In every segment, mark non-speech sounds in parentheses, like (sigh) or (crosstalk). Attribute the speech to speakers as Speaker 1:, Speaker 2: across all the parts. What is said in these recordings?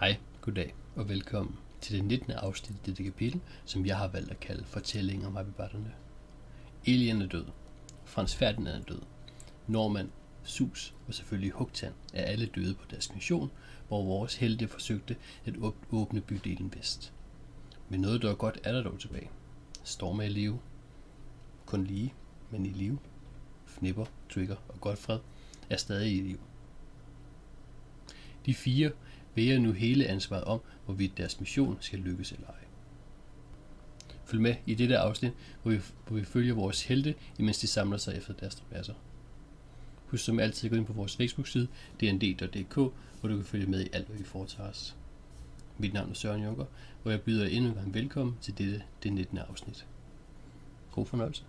Speaker 1: Hej, goddag og velkommen til det 19. afsnit i dette kapitel, som jeg har valgt at kalde Fortælling om Abbebatterne. Elian er død. Frans Ferdinand er død. Norman, Sus og selvfølgelig Hugtan er alle døde på deres mission, hvor vores helte forsøgte at op- åbne bydelen vest. Men noget, der er godt, er der dog tilbage. Storm er i live. Kun lige, men i live. Fnipper, Trigger og Godfred er stadig i live. De fire væger nu hele ansvaret om, hvorvidt deres mission skal lykkes eller ej. Følg med i dette afsnit, hvor vi, hvor vi følger vores helte, imens de samler sig efter deres trapasser. Husk som altid at gå ind på vores Facebook-side, dnd.dk, hvor du kan følge med i alt, hvad vi foretager os. Mit navn er Søren Junker, og jeg byder jer endnu en gang velkommen til dette, det 19. afsnit. God fornøjelse.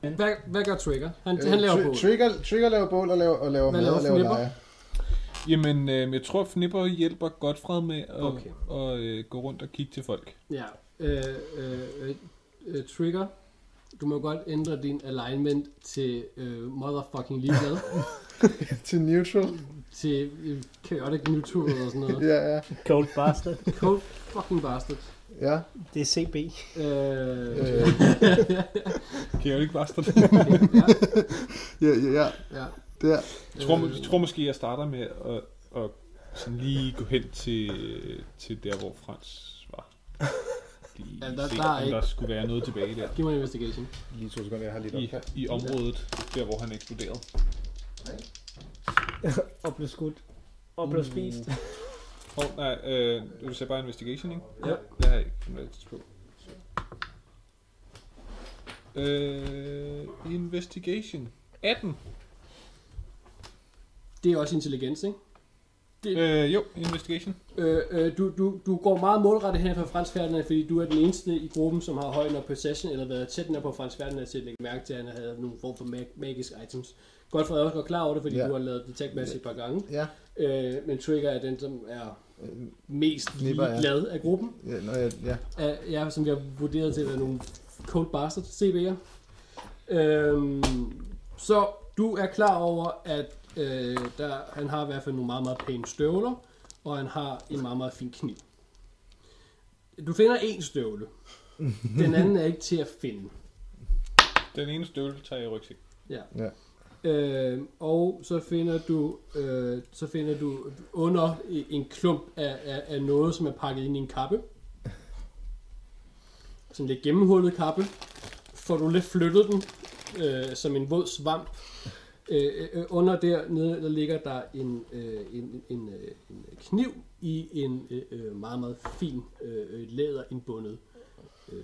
Speaker 2: Hvad, hvad gør Trigger? Han, øh, han laver
Speaker 3: Tri-
Speaker 2: bål.
Speaker 3: Trigger, trigger laver bål og laver, og laver
Speaker 2: Hvad
Speaker 3: mad
Speaker 2: laver
Speaker 3: og laver
Speaker 2: Fnipper?
Speaker 3: leje. (laughs)
Speaker 4: Jamen, øh, jeg tror, Fnipper hjælper Godfred med at
Speaker 2: Okay.
Speaker 4: okay. og, øh, gå rundt og kigge til folk.
Speaker 2: Ja. Øh, øh, øh, øh, Trigger, du må godt ændre din alignment til øh, motherfucking ligeglad.
Speaker 3: Til neutral.
Speaker 2: til øh, chaotic neutral eller sådan noget.
Speaker 3: Ja, ja.
Speaker 5: Cold Bastard.
Speaker 2: Cold fucking bastard.
Speaker 3: ja.
Speaker 5: Det er CB.
Speaker 2: Øh,
Speaker 3: Øh,
Speaker 4: Kan jeg jo ikke bare stå
Speaker 2: ja,
Speaker 3: ja, ja, ja.
Speaker 2: ja.
Speaker 3: Der.
Speaker 4: Jeg tror, må- jeg tror måske, jeg starter med at, at sådan lige gå hen til, til der, hvor Frans var. Lige
Speaker 2: Ja,
Speaker 4: ja,
Speaker 2: der-
Speaker 4: der, se,
Speaker 2: der er
Speaker 4: der, om
Speaker 2: ikke-
Speaker 4: der skulle være noget tilbage der.
Speaker 2: Giv mig en investigation.
Speaker 3: Lige to sekunder, jeg har lidt
Speaker 4: I,
Speaker 3: op her.
Speaker 4: I området, der hvor han eksploderede.
Speaker 5: Og blev skudt. Og blev spist.
Speaker 4: Åh, oh, nej, øh, du sagde bare investigation, ikke?
Speaker 2: Ja.
Speaker 4: Jeg har ikke kriminalitet på. Øh, investigation. 18.
Speaker 2: Det er også intelligens, ikke?
Speaker 4: Øh, jo, investigation.
Speaker 2: Øh, øh, du, du, du går meget målrettet hen for Frans Ferdinand, fordi du er den eneste i gruppen, som har høj nok possession, eller været tæt nok på Frans Ferdinand til at lægge mærke til, at han havde nogle form for mag- magiske items. Godfred er også godt klar over det, fordi
Speaker 3: Ja.
Speaker 2: du har lavet detect magic et par gange.
Speaker 3: Ja.
Speaker 2: Øh, men Trigger er den, som er mest
Speaker 3: Knipper er-
Speaker 2: ligeglad af gruppen.
Speaker 3: Ja, nå, ja, ja.
Speaker 2: Af, ja, som vi har vurderet til at være nogle cold bastards, CB'er. Øhm, så du er klar over, at øh, der, han har i hvert fald nogle meget, meget pæne støvler, og han har en meget, meget fin kniv. Du finder en støvle. Den anden er ikke til at finde.
Speaker 4: Den ene støvle tager jeg i rygsæk.
Speaker 2: Ja.
Speaker 3: Ja.
Speaker 2: Øh, og så finder du øh, så finder du under i- en klump af, af, af noget, som er pakket ind i en kappe. Sådan lidt gennemhullet kappe. Får du lidt flyttet den øh, som en våd svamp. Øh, øh, under dernede, der ligger der en, øh, en, en, øh, en kniv i en øh, øh, meget, meget fin øh, øh, læderindbundet øh,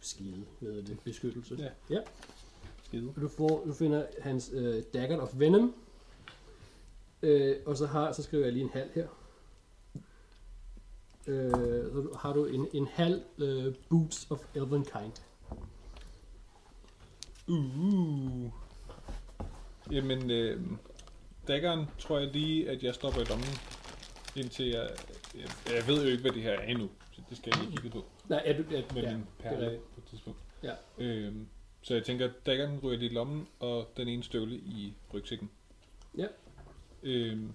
Speaker 2: skide, hvad hedder det, beskyttelse.
Speaker 4: Ja.
Speaker 2: ja.
Speaker 4: Skide.
Speaker 2: Du, får, du finder hans øh, Dagger of Venom. Øh, og så, har, så skriver jeg lige en halv her. Øh, så du- har du en, en halv øh, Boots of Elven Kind.
Speaker 4: Uh. Jamen, øh, daggeren tror jeg lige, at jeg stopper i dommen. Indtil jeg, øh, jeg... Jeg ved jo ikke, hvad det her er endnu. Så det skal jeg lige kigge på
Speaker 2: Nej, er du, er,
Speaker 4: med
Speaker 2: ja,
Speaker 4: ja, min
Speaker 2: det er
Speaker 4: perle
Speaker 2: rigtigt.
Speaker 4: på et tidspunkt.
Speaker 2: Ja.
Speaker 4: Øhm, så jeg tænker, at daggeren ryger lige i lommen, og den ene støvle i rygsækken.
Speaker 2: Ja.
Speaker 4: Øhm,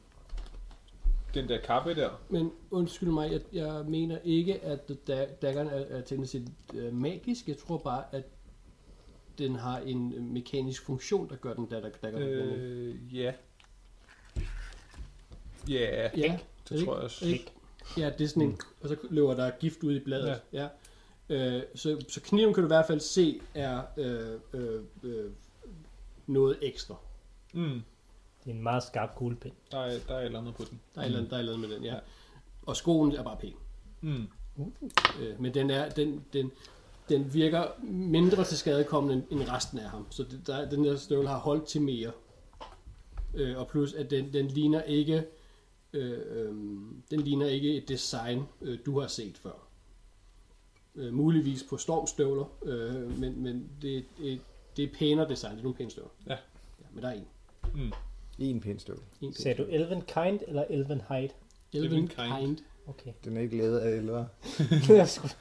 Speaker 4: den der kappe der,
Speaker 2: Men undskyld mig, jeg, jeg mener ikke, at da- daggeren er, er teknisk set øh, magisk. Jeg tror bare, at den har en øh, mekanisk funktion, der gør den dagger. dagger øh,
Speaker 4: øh, ja. Ja,
Speaker 2: ja.
Speaker 4: det tror jeg også.
Speaker 2: Ikke? Ja, det er sådan en, og så løber der gift ud i bladet. Mm. Ja. ja. Øh, så, så kniven kan du i hvert fald se er øh, øh, øh, noget ekstra.
Speaker 4: Mm,
Speaker 5: Det er en meget skarp kuglepind.
Speaker 4: der, er, der er et eller andet på den.
Speaker 2: Der er, mm. der er et eller andet med den, ja. Og skoen er bare pæn.
Speaker 4: Mm.
Speaker 2: Øh, men den, er, den, den, den virker mindre til skadekommende end- end resten af ham. Så det, der, den der støvle har holdt til mere. Øh, og plus, at den, den ligner ikke... Øh, øh, den ligner ikke et design, øh, du har set før. Øh, muligvis på stormstøvler, øh, men, men det, det, det er pænere design. Det er nogle pæne støvler.
Speaker 4: Ja.
Speaker 2: ja men der er en.
Speaker 3: En pæn støvle.
Speaker 2: en
Speaker 5: Sagde du Elven Kind eller Elven Height?
Speaker 2: Elven
Speaker 4: Elven
Speaker 2: kind.
Speaker 4: kind.
Speaker 2: kind.
Speaker 5: Okay.
Speaker 3: Den er ikke lavet af elver.
Speaker 5: Jeg skulle-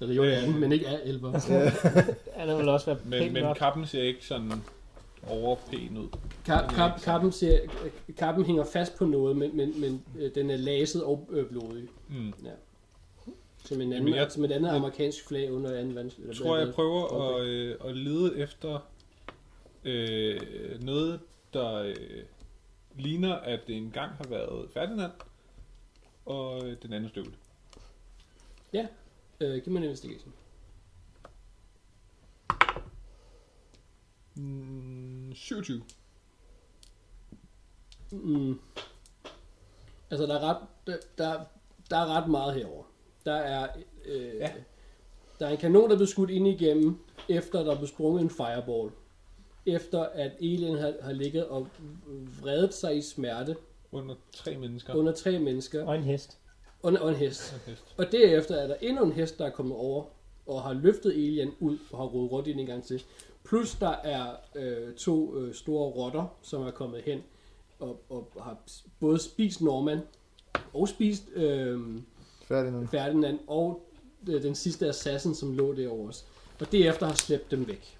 Speaker 2: Eller jo, det er den, men ikke er elver.
Speaker 5: Han vil også være
Speaker 4: Øh, Men,
Speaker 5: pænt
Speaker 4: men
Speaker 5: nok.
Speaker 4: kappen ser ikke sådan overpen ud.
Speaker 2: Kap, kap, kappen, ser, kappen hænger fast på noget, men, men, men øh, den er laset og øh, blodig.
Speaker 4: Mm.
Speaker 2: Ja. Som, en anden,
Speaker 4: Jamen,
Speaker 2: jeg,
Speaker 4: jeg-
Speaker 2: som et andet
Speaker 4: jeg-
Speaker 2: amerikansk flag under anden verdenskrig. eller
Speaker 4: Jeg tror, jeg
Speaker 2: hvad-
Speaker 4: prøver
Speaker 2: Okay.
Speaker 4: at, øh, at lede efter øh, noget, der øh, ligner, at det engang har været Ferdinand og øh, den anden støvle.
Speaker 2: Øh, giv mig en investigation.
Speaker 4: Mm, 27.
Speaker 2: Mm. Altså, der er, ret, der, der, der er ret meget herover. Der er, øh, ja.
Speaker 4: Ja.
Speaker 2: der er en kanon, der blev skudt ind igennem, efter der blev sprunget en fireball. Efter at Elin har, har ligget og vredet sig i smerte
Speaker 4: Under tre mennesker.
Speaker 2: ja. under tre mennesker
Speaker 5: Og en hest.
Speaker 2: under, og en hest.
Speaker 4: Og en hest.
Speaker 2: Og derefter er der endnu en hest, der er kommet over og har løftet Elian ud og har rodet rundt i den en gang til. Plus der er øh, to øh, store rotter, som er kommet hen og, og har s- både spist Norman og spist øh,
Speaker 3: Færdig nu.
Speaker 2: Ferdinand og øh, den sidste assassin, som lå derovre også. Og derefter har slæbt dem væk.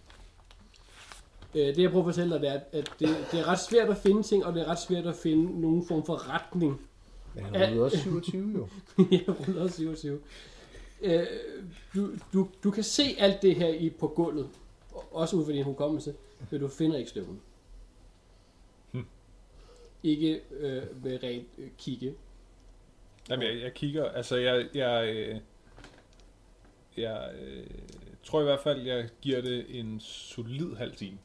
Speaker 2: Øh, det jeg prøver at fortælle dig, det er, at det, det er ret svært at finde ting, og det er ret svært at finde nogen form for retning
Speaker 3: Men han
Speaker 2: Ja.
Speaker 3: rullede også 27 jo.
Speaker 2: (laughs) jeg ruller 27. Øh, du, du, du kan se alt det her i, på gulvet, og- også ud fra din hukommelse, men du finder ikke støvlen.
Speaker 3: Hm.
Speaker 2: Ikke øh, ved rent øh, kigge.
Speaker 4: Jamen, jeg, jeg kigger, altså jeg, jeg, øh, jeg øh, tror i hvert fald, jeg giver det en solid halv time.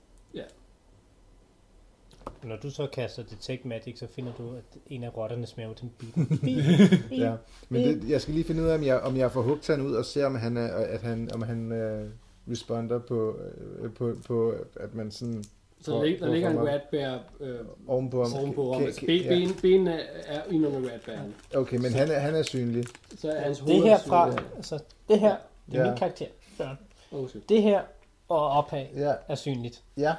Speaker 5: Når du så kaster Detect Magic, så finder du, at en af rotternes mave, den bider.
Speaker 3: Ja. Men det, jeg skal lige finde ud af, om jeg, om jeg får hugt han ud og ser, om han, er, at han, om han øh, responder på, øh, på, på, at man sådan
Speaker 2: Så
Speaker 3: Hvor-
Speaker 2: der, lig, der
Speaker 3: hvor
Speaker 2: ligger en
Speaker 3: kommer-
Speaker 2: ratbær øh,
Speaker 3: ovenpå ham.
Speaker 2: ovenpå om.
Speaker 3: kan-
Speaker 2: Altså,
Speaker 3: kan-
Speaker 2: ben,
Speaker 3: ja.
Speaker 2: ben, benene er inde under ratbæren.
Speaker 3: Okay, men han er, han er synlig.
Speaker 2: Så er hans hoved...
Speaker 5: det her fra,
Speaker 2: er synligt.
Speaker 5: altså, det her, det er
Speaker 3: Ja.
Speaker 5: min karakter. Søren.
Speaker 2: Åh, undskyld.
Speaker 5: Det her og opad
Speaker 3: Ja,
Speaker 5: er synligt.
Speaker 3: ja.
Speaker 5: Ja.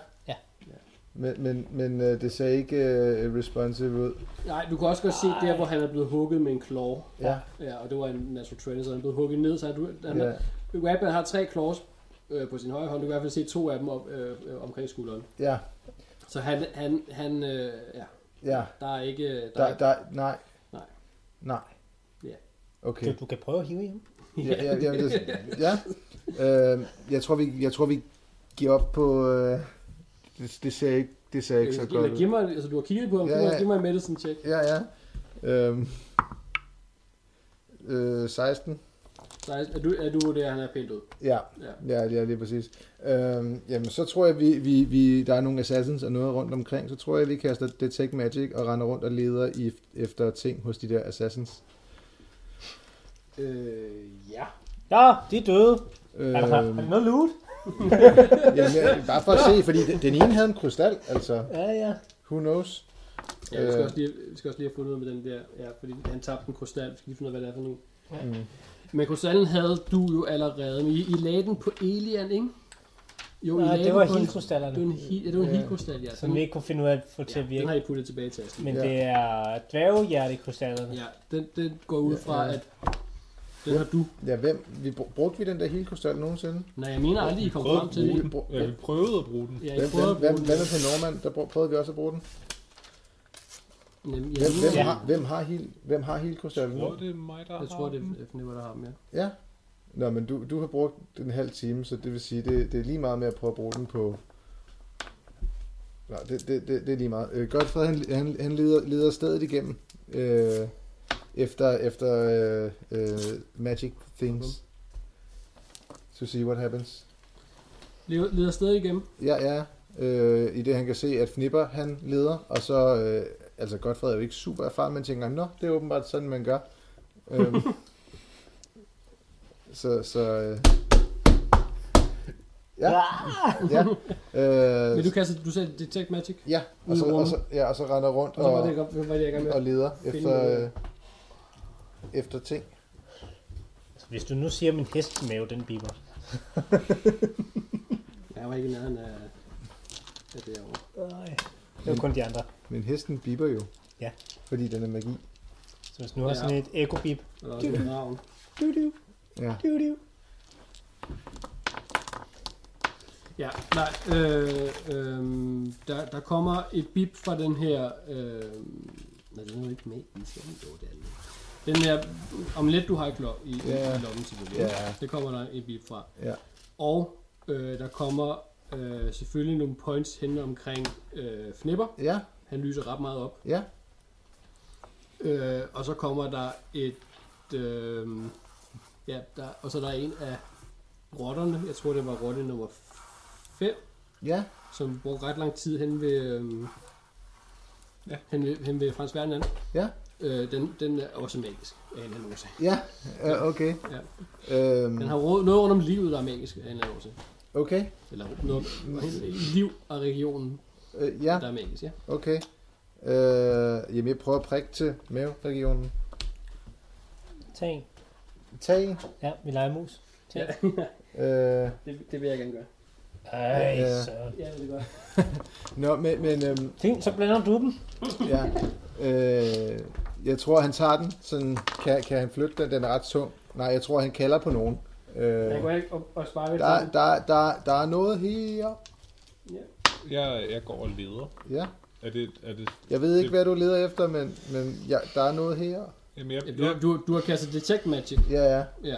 Speaker 3: Men, men, men øh, det ser ikke øh, responsive ud.
Speaker 2: Nej, du kan også godt se der, hvor han er blevet hugget med en klov.
Speaker 3: Ja,
Speaker 2: Ja, og det var en natural training, så han blev hugget ned, så han, han,
Speaker 3: ja,
Speaker 2: Wabban har tre claws øh, på sin højre hånd. Du kan i hvert fald se to af dem op, øh, øh, omkring skulderen.
Speaker 3: ja,
Speaker 2: Så han, han, han øh, ja,
Speaker 3: ja.
Speaker 2: der er ikke... øh, Der,
Speaker 3: Der,
Speaker 2: der, der.
Speaker 3: der, nej.
Speaker 2: Nej.
Speaker 3: Nej.
Speaker 2: (laughs) Ja.
Speaker 3: Okay.
Speaker 5: Du, du kan prøve at hive i ham.
Speaker 3: Ja, ja, ja, det, ja. Øh, jeg, tror, vi, jeg tror, vi giver op på... Øh, det, det, ser ikke, det ser ikke så godt
Speaker 2: Eller
Speaker 3: ud.
Speaker 2: giv mig, altså du har kigget på ham,
Speaker 3: Ja,
Speaker 2: giv, mig,
Speaker 3: ja.
Speaker 2: giv mig en medicine check.
Speaker 3: Ja, ja. Øhm, øh, 16.
Speaker 2: Så er, er du, er du der, han er pænt ud.
Speaker 3: Ja,
Speaker 2: Ja.
Speaker 3: ja, ja lige præcis. Øhm, jamen, så tror jeg, vi, vi, vi, der er nogle assassins og noget rundt omkring. Så tror jeg, vi kaster Detect Magic og render rundt og leder i, efter ting hos de der assassins.
Speaker 2: Øh, ja.
Speaker 5: Ja, de er døde.
Speaker 3: Øhm,
Speaker 5: Er der, er der noget loot?
Speaker 3: jamen, jeg, bare for at se, fordi den, den ene havde en krystal, altså.
Speaker 5: Ja, ja.
Speaker 3: Who knows?
Speaker 2: ja vi, skal
Speaker 3: Øh.
Speaker 2: også lige, vi skal også lige have fundet ud af med den der, ja, fordi han tabte en krystal. Vi skal lige finde ud af, hvad det er for en.
Speaker 3: Mm.
Speaker 2: Men krystallen havde du jo allerede, men I, I lagde den på Elian, ikke? Jo, I
Speaker 5: Nej,
Speaker 2: lagde
Speaker 5: det var
Speaker 2: den på en-
Speaker 5: hilkrystallerne,
Speaker 2: Det var en, hi- ja, det var en
Speaker 3: Ja.
Speaker 2: hilkrystal, ja.
Speaker 5: som vi ikke kunne finde ud af at få til at
Speaker 2: ja, den
Speaker 5: virke.
Speaker 2: har I puttet tilbage i tasken.
Speaker 5: Men
Speaker 3: Ja.
Speaker 5: det er dværghjertekrystallerne.
Speaker 2: Ja, den, den går ud
Speaker 3: Ja,
Speaker 2: fra,
Speaker 3: ja.
Speaker 2: at den har du.
Speaker 3: Ja, hvem? Vi, br- brugte vi den der hele krystal nogensinde?
Speaker 2: Nej, jeg mener aldrig, I kom
Speaker 4: Prøvede
Speaker 2: frem
Speaker 4: at
Speaker 2: til
Speaker 4: bruge
Speaker 2: det.
Speaker 4: den.
Speaker 3: Brug-
Speaker 4: Ja, vi prøvede at bruge den.
Speaker 2: Ja, I
Speaker 3: Hvem,
Speaker 2: prøvede
Speaker 3: hvem,
Speaker 2: at
Speaker 3: hvem,
Speaker 2: bruge
Speaker 3: hvem er på Norman? Der brug- prøvede vi også at bruge den.
Speaker 2: den. Jamen, jeg,
Speaker 3: Hvem, hvem,
Speaker 5: Ja.
Speaker 2: ja.
Speaker 3: har, hvem har, heel, hvem har heel krystallen
Speaker 4: Tror
Speaker 3: nu?
Speaker 4: det er mig, der
Speaker 2: jeg
Speaker 4: har
Speaker 2: tror, det
Speaker 4: den?
Speaker 2: er Fnipper, der har ham, ja.
Speaker 3: Ja. Nå, men du, du har brugt den halv time, så det vil sige, det, det er lige meget med at prøve at bruge den på... Nå, det, det, det, det er lige meget. Øh, Godfred, han, han, han leder, leder stedet igennem øh, efter, efter øh, øh, magic things. To see what happens.
Speaker 2: Leder- Leder stadig igennem.
Speaker 3: Ja, ja. Øh, I det, han kan se, at Fnipper, han leder, og så... Øh, altså, Godfred er jo ikke super erfaren, men tænker, nå, det er åbenbart sådan, man gør.
Speaker 2: (laughs)
Speaker 3: Øhm, så, så... Øh, ja,
Speaker 2: (laughs)
Speaker 3: ja.
Speaker 2: Men
Speaker 3: Øh,
Speaker 2: Ah! du kastede, du sagde Detect Magic.
Speaker 3: ja, og så, og, så, ja, og så render rundt
Speaker 2: Og så var det,
Speaker 3: og,
Speaker 2: jeg godt- hvad var det, jeg gerne med.
Speaker 3: og leder efter, øh, efter ting.
Speaker 5: Så hvis du nu siger, at min hestmave, den biber.
Speaker 2: Ja, jeg var ikke i nærheden af, af det herovre.
Speaker 5: Øj. Det var kun de andre.
Speaker 3: Men hesten biber jo.
Speaker 5: Ja.
Speaker 3: Fordi den er magi.
Speaker 5: Så hvis du nu har
Speaker 2: Ja.
Speaker 5: sådan et ekobib.
Speaker 2: Eller også en ravn.
Speaker 5: Du, du,
Speaker 3: Ja.
Speaker 5: du, du.
Speaker 2: Ja, nej. Øh, øh, der, der kommer et bip fra den her... Øh, nej, den er jo ikke med i skærmen. Jo, det er den. Den her omelet, du har i, klo, i,
Speaker 3: Ja.
Speaker 2: yeah. i lommen selvfølgelig.
Speaker 3: Ja.
Speaker 2: ikke? Det kommer der et bip fra.
Speaker 3: Ja.
Speaker 2: Og øh, der kommer øh, selvfølgelig nogle points hen omkring øh, Fnipper.
Speaker 3: Ja,
Speaker 2: Han lyser ret meget op.
Speaker 3: ja.
Speaker 2: Øh, og så kommer der et... Øh, ja, der, og så er der en af rotterne. Jeg tror, det var rotte nummer 5,
Speaker 3: Ja,
Speaker 2: som brugte ret lang tid hen ved... Øh,
Speaker 4: Ja.
Speaker 2: ja. hen, ved, hen ved Frans Ferdinand.
Speaker 3: ja,
Speaker 2: Øh, den, den er også magisk af en eller anden årsag.
Speaker 3: ja, ja okay.
Speaker 2: Ja.
Speaker 3: Øhm,
Speaker 2: Den har råd, noget rundt om livet, der er magisk af en eller anden årsag.
Speaker 3: okay,
Speaker 2: Eller noget om liv og regionen,
Speaker 3: øh, Mm. ja,
Speaker 2: der er magisk, ja.
Speaker 3: okay. Øh, jamen, jeg prøver at prikke til maveregionen.
Speaker 5: Tag en.
Speaker 3: Tag en.
Speaker 5: Ja, vi leger mus. Tag ja.
Speaker 3: Øh,
Speaker 2: Det, det vil jeg gerne gøre.
Speaker 5: Ej,
Speaker 3: Ja.
Speaker 5: så.
Speaker 2: Ja, det gør
Speaker 3: nå, men, men øhm,
Speaker 5: Fint, så blander du dem.
Speaker 3: ja. Øh, jeg tror, han tager den. Sådan, kan, kan han flytte den? Den er ret tung. Nej, jeg tror, han kalder på nogen. Øh,
Speaker 2: Jeg går ikke og, og spare ved
Speaker 3: der, der, der, der er noget her.
Speaker 4: Jeg, jeg går og leder.
Speaker 3: Ja.
Speaker 4: Er det... Er det
Speaker 3: Jeg ved ikke, hvad du leder efter, men, men ja, der er noget her.
Speaker 4: jamen, jeg,
Speaker 2: Ja,
Speaker 4: jeg,
Speaker 2: du, du, du har kastet Detect Magic.
Speaker 3: Ja, ja.
Speaker 2: Ja.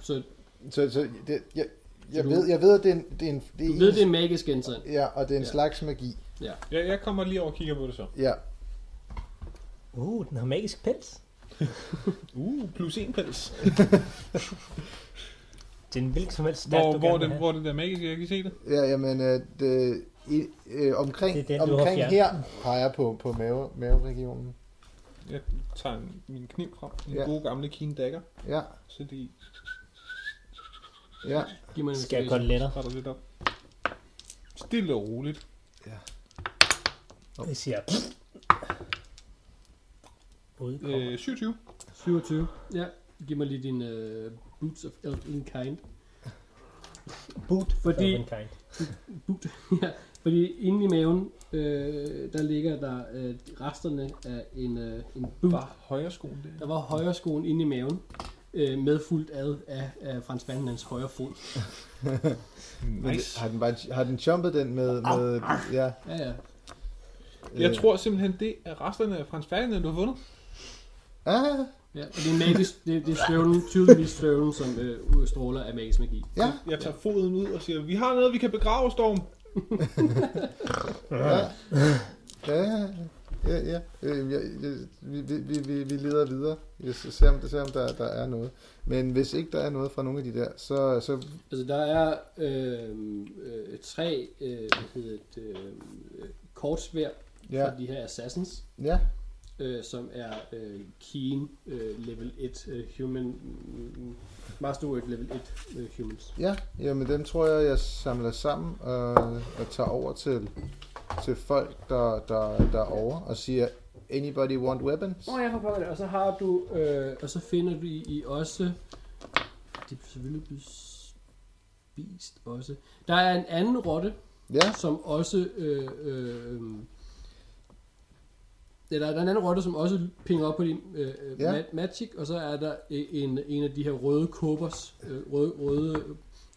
Speaker 2: Så
Speaker 3: Så, så det, jeg, jeg,
Speaker 2: Så du-
Speaker 3: ved, jeg ved, at det er en, det er en, det er
Speaker 2: du
Speaker 3: en
Speaker 2: ved, det er en magisk genstand.
Speaker 3: Ja, og det er en
Speaker 2: Ja.
Speaker 3: slags magi.
Speaker 4: jeg, jeg kommer lige over og kigger på det så.
Speaker 3: Ja,
Speaker 5: Uh, den har magisk pels.
Speaker 4: Uh, plus en pels.
Speaker 5: Det er en hvilken som helst stat,
Speaker 4: Hvor,
Speaker 5: du
Speaker 4: hvor,
Speaker 5: gerne vil
Speaker 4: den,
Speaker 5: have.
Speaker 4: hvor den der magiske, jeg kan se det.
Speaker 3: ja jamen, øh, det, i, øh, omkring,
Speaker 5: Det er den,
Speaker 3: det
Speaker 5: du har
Speaker 3: omkring
Speaker 5: fjernet.
Speaker 3: her peger på, på mave, maveregionen.
Speaker 4: Jeg tager en, min kniv frem. En
Speaker 3: Ja.
Speaker 4: ja. god gamle keen dagger.
Speaker 3: Ja,
Speaker 4: Så de
Speaker 3: ja.
Speaker 2: Giv mig en
Speaker 5: Skal jeg
Speaker 2: investigation.
Speaker 5: godt lettere?
Speaker 4: retter lidt op. Stille og roligt.
Speaker 5: Jeg siger... Udkommer.
Speaker 4: Øh, 27.
Speaker 2: 27. Ja. Giv mig lige din uh, Boots of Elven Kind.
Speaker 5: Boot
Speaker 2: Fordi-
Speaker 5: of Kind.
Speaker 2: Boot. ja. Fordi inde i maven, øh, der ligger der øh, resterne af en, øh, en boot.
Speaker 4: Var højre skoen der?
Speaker 2: Der var højre skoen inde i maven, øh, medfuldt ad af, af Frans Ferdinands højre fod.
Speaker 4: Nice.
Speaker 3: Har den, bare, har den jumpet den med...
Speaker 5: Ah.
Speaker 3: med ja,
Speaker 2: Ja, ja.
Speaker 4: Jeg tror simpelthen, det er resterne af Frans Ferdinand, du har vundet.
Speaker 3: Ah,
Speaker 2: ja. Og det er magisk, det, det er støvlen, tydeligvis støvlen, som øh, stråler af magisk magi.
Speaker 3: ja,
Speaker 4: Jeg tager foden ud og siger, vi har noget, vi kan begrave, Storm.
Speaker 3: ja. Ja, ja, ja. Øh, jeg, jeg, vi, vi, vi, vi vi leder videre. Jeg ser, om, ser, om der, der er noget. Men hvis ikke der er noget fra nogle af de der, så, så
Speaker 2: Altså, der er øh, øh, tre øh, hvad hedder det, øh, kortsvær ja.
Speaker 3: ja,
Speaker 2: fra de her assassins,
Speaker 3: ja,
Speaker 2: øh, som er øh, keen øh, level 1 øh, human, mm, masterwork level 1 øh, humans.
Speaker 3: ja. Jamen dem tror jeg, jeg samler sammen og, og tager over til, til folk, der, der, der er over og siger, anybody want weapons?
Speaker 2: Åh, oh, jeg får pokker det. Og så har du, øh, og så finder du i, i også, det er selvfølgelig blevet spist også. Der er en anden rotte,
Speaker 3: Ja,
Speaker 2: som også... Øh, øh, ja, der er der er en anden rotte, som også pinger op på din øh,
Speaker 3: Ja.
Speaker 2: ja. magic, og så er der øh, en, en af de her røde kåbers, øh, røde, røde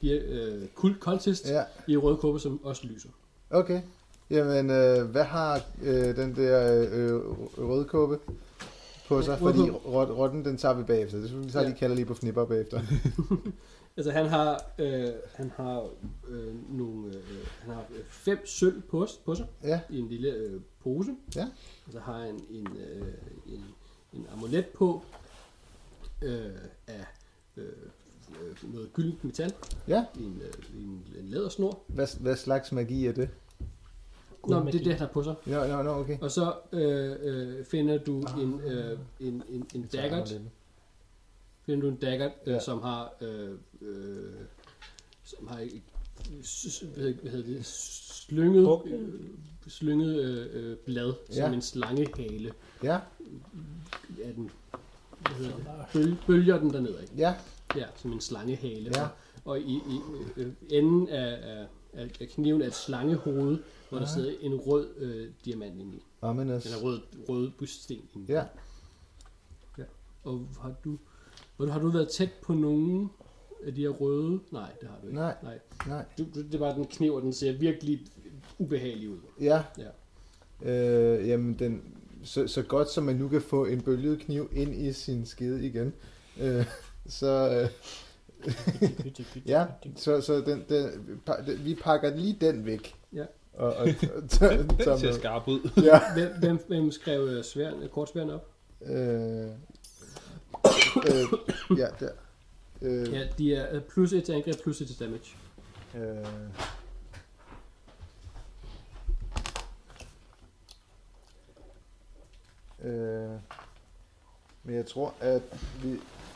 Speaker 2: de her, øh, kult cultist ja.
Speaker 3: ja.
Speaker 2: i røde kåber, som også lyser.
Speaker 3: Okay. Jamen, øh, hvad har øh, den der øh, øh, rødkåbe på sig? Fordi
Speaker 2: Rødkåbe.
Speaker 3: rot, rotten, den tager vi bagefter. Det synes vi tager
Speaker 2: Ja.
Speaker 3: lige kalder lige på fnipper bagefter. (laughs)
Speaker 2: Altså han har, øh, han har øh, nogle, øh, han har øh, fem sølv på, s- på sig
Speaker 3: Ja,
Speaker 2: i en lille øh, pose.
Speaker 3: Ja.
Speaker 2: Og så har han en, øh, en, en amulet på øh, af øh, øh, noget gyldent metal.
Speaker 3: ja.
Speaker 2: i en, øh, i en, en lædersnor.
Speaker 3: Hvad, hvad slags magi er det?
Speaker 5: Gud,
Speaker 2: Nå, men det
Speaker 5: magi.
Speaker 2: er det, han har på sig.
Speaker 3: Nå, nå, nå, okay.
Speaker 2: Og så øh, øh, finder du
Speaker 3: Ah.
Speaker 2: en, øh, en, en, en daggert, finder du en daggert, øh,
Speaker 3: Ja.
Speaker 2: som har, øh, øh, som har et- s- s- hvad hedder- hvad hedder det, slynget,
Speaker 5: Bugten?
Speaker 2: øh, slynget øh, øh, blad, som
Speaker 3: Ja.
Speaker 2: en slangehale.
Speaker 3: Ja,
Speaker 2: Ja, den, hvad hedder det, bøl, bølger den dernede, ikke?
Speaker 3: ja,
Speaker 2: Ja, som en slangehale.
Speaker 3: Ja.
Speaker 2: Og i, i øh, enden af, af, af af kniven er et slangehoved, hvor der
Speaker 3: Ah.
Speaker 2: sidder en rød øh, diamant inde i.
Speaker 3: ominous.
Speaker 2: Den er rød, rød bussten. inde i.
Speaker 3: Ja,
Speaker 2: Og har du, hvor har du været tæt på nogen Er de her røde? Nej, det har du ikke.
Speaker 3: Nej.
Speaker 2: Nej.
Speaker 3: Nej.
Speaker 2: Du, du, det var den kniv, og den ser virkelig ubehagelig ud.
Speaker 3: Ja.
Speaker 2: Ja.
Speaker 3: Øh, jamen, den, så, så godt som man nu kan få en bølget kniv ind i sin skede igen, øh, (laughs) så, øh, (laughs) ja, så, så den, den, pa- den, vi pakker lige den væk.
Speaker 2: Ja.
Speaker 3: Og, og,
Speaker 4: (laughs)
Speaker 3: og
Speaker 4: Den,
Speaker 3: tager,
Speaker 4: den ser
Speaker 3: tager med.
Speaker 4: skarp ud.
Speaker 3: Ja.
Speaker 2: Hvem, hvem, hvem skrev øh, sværen, kortsværen op?
Speaker 3: Øh, øh, ja, der. Øh,
Speaker 2: Ja, de er øh, plus 1 til angreb, plus 1 til damage.
Speaker 3: øh, øh, men jeg tror, at vi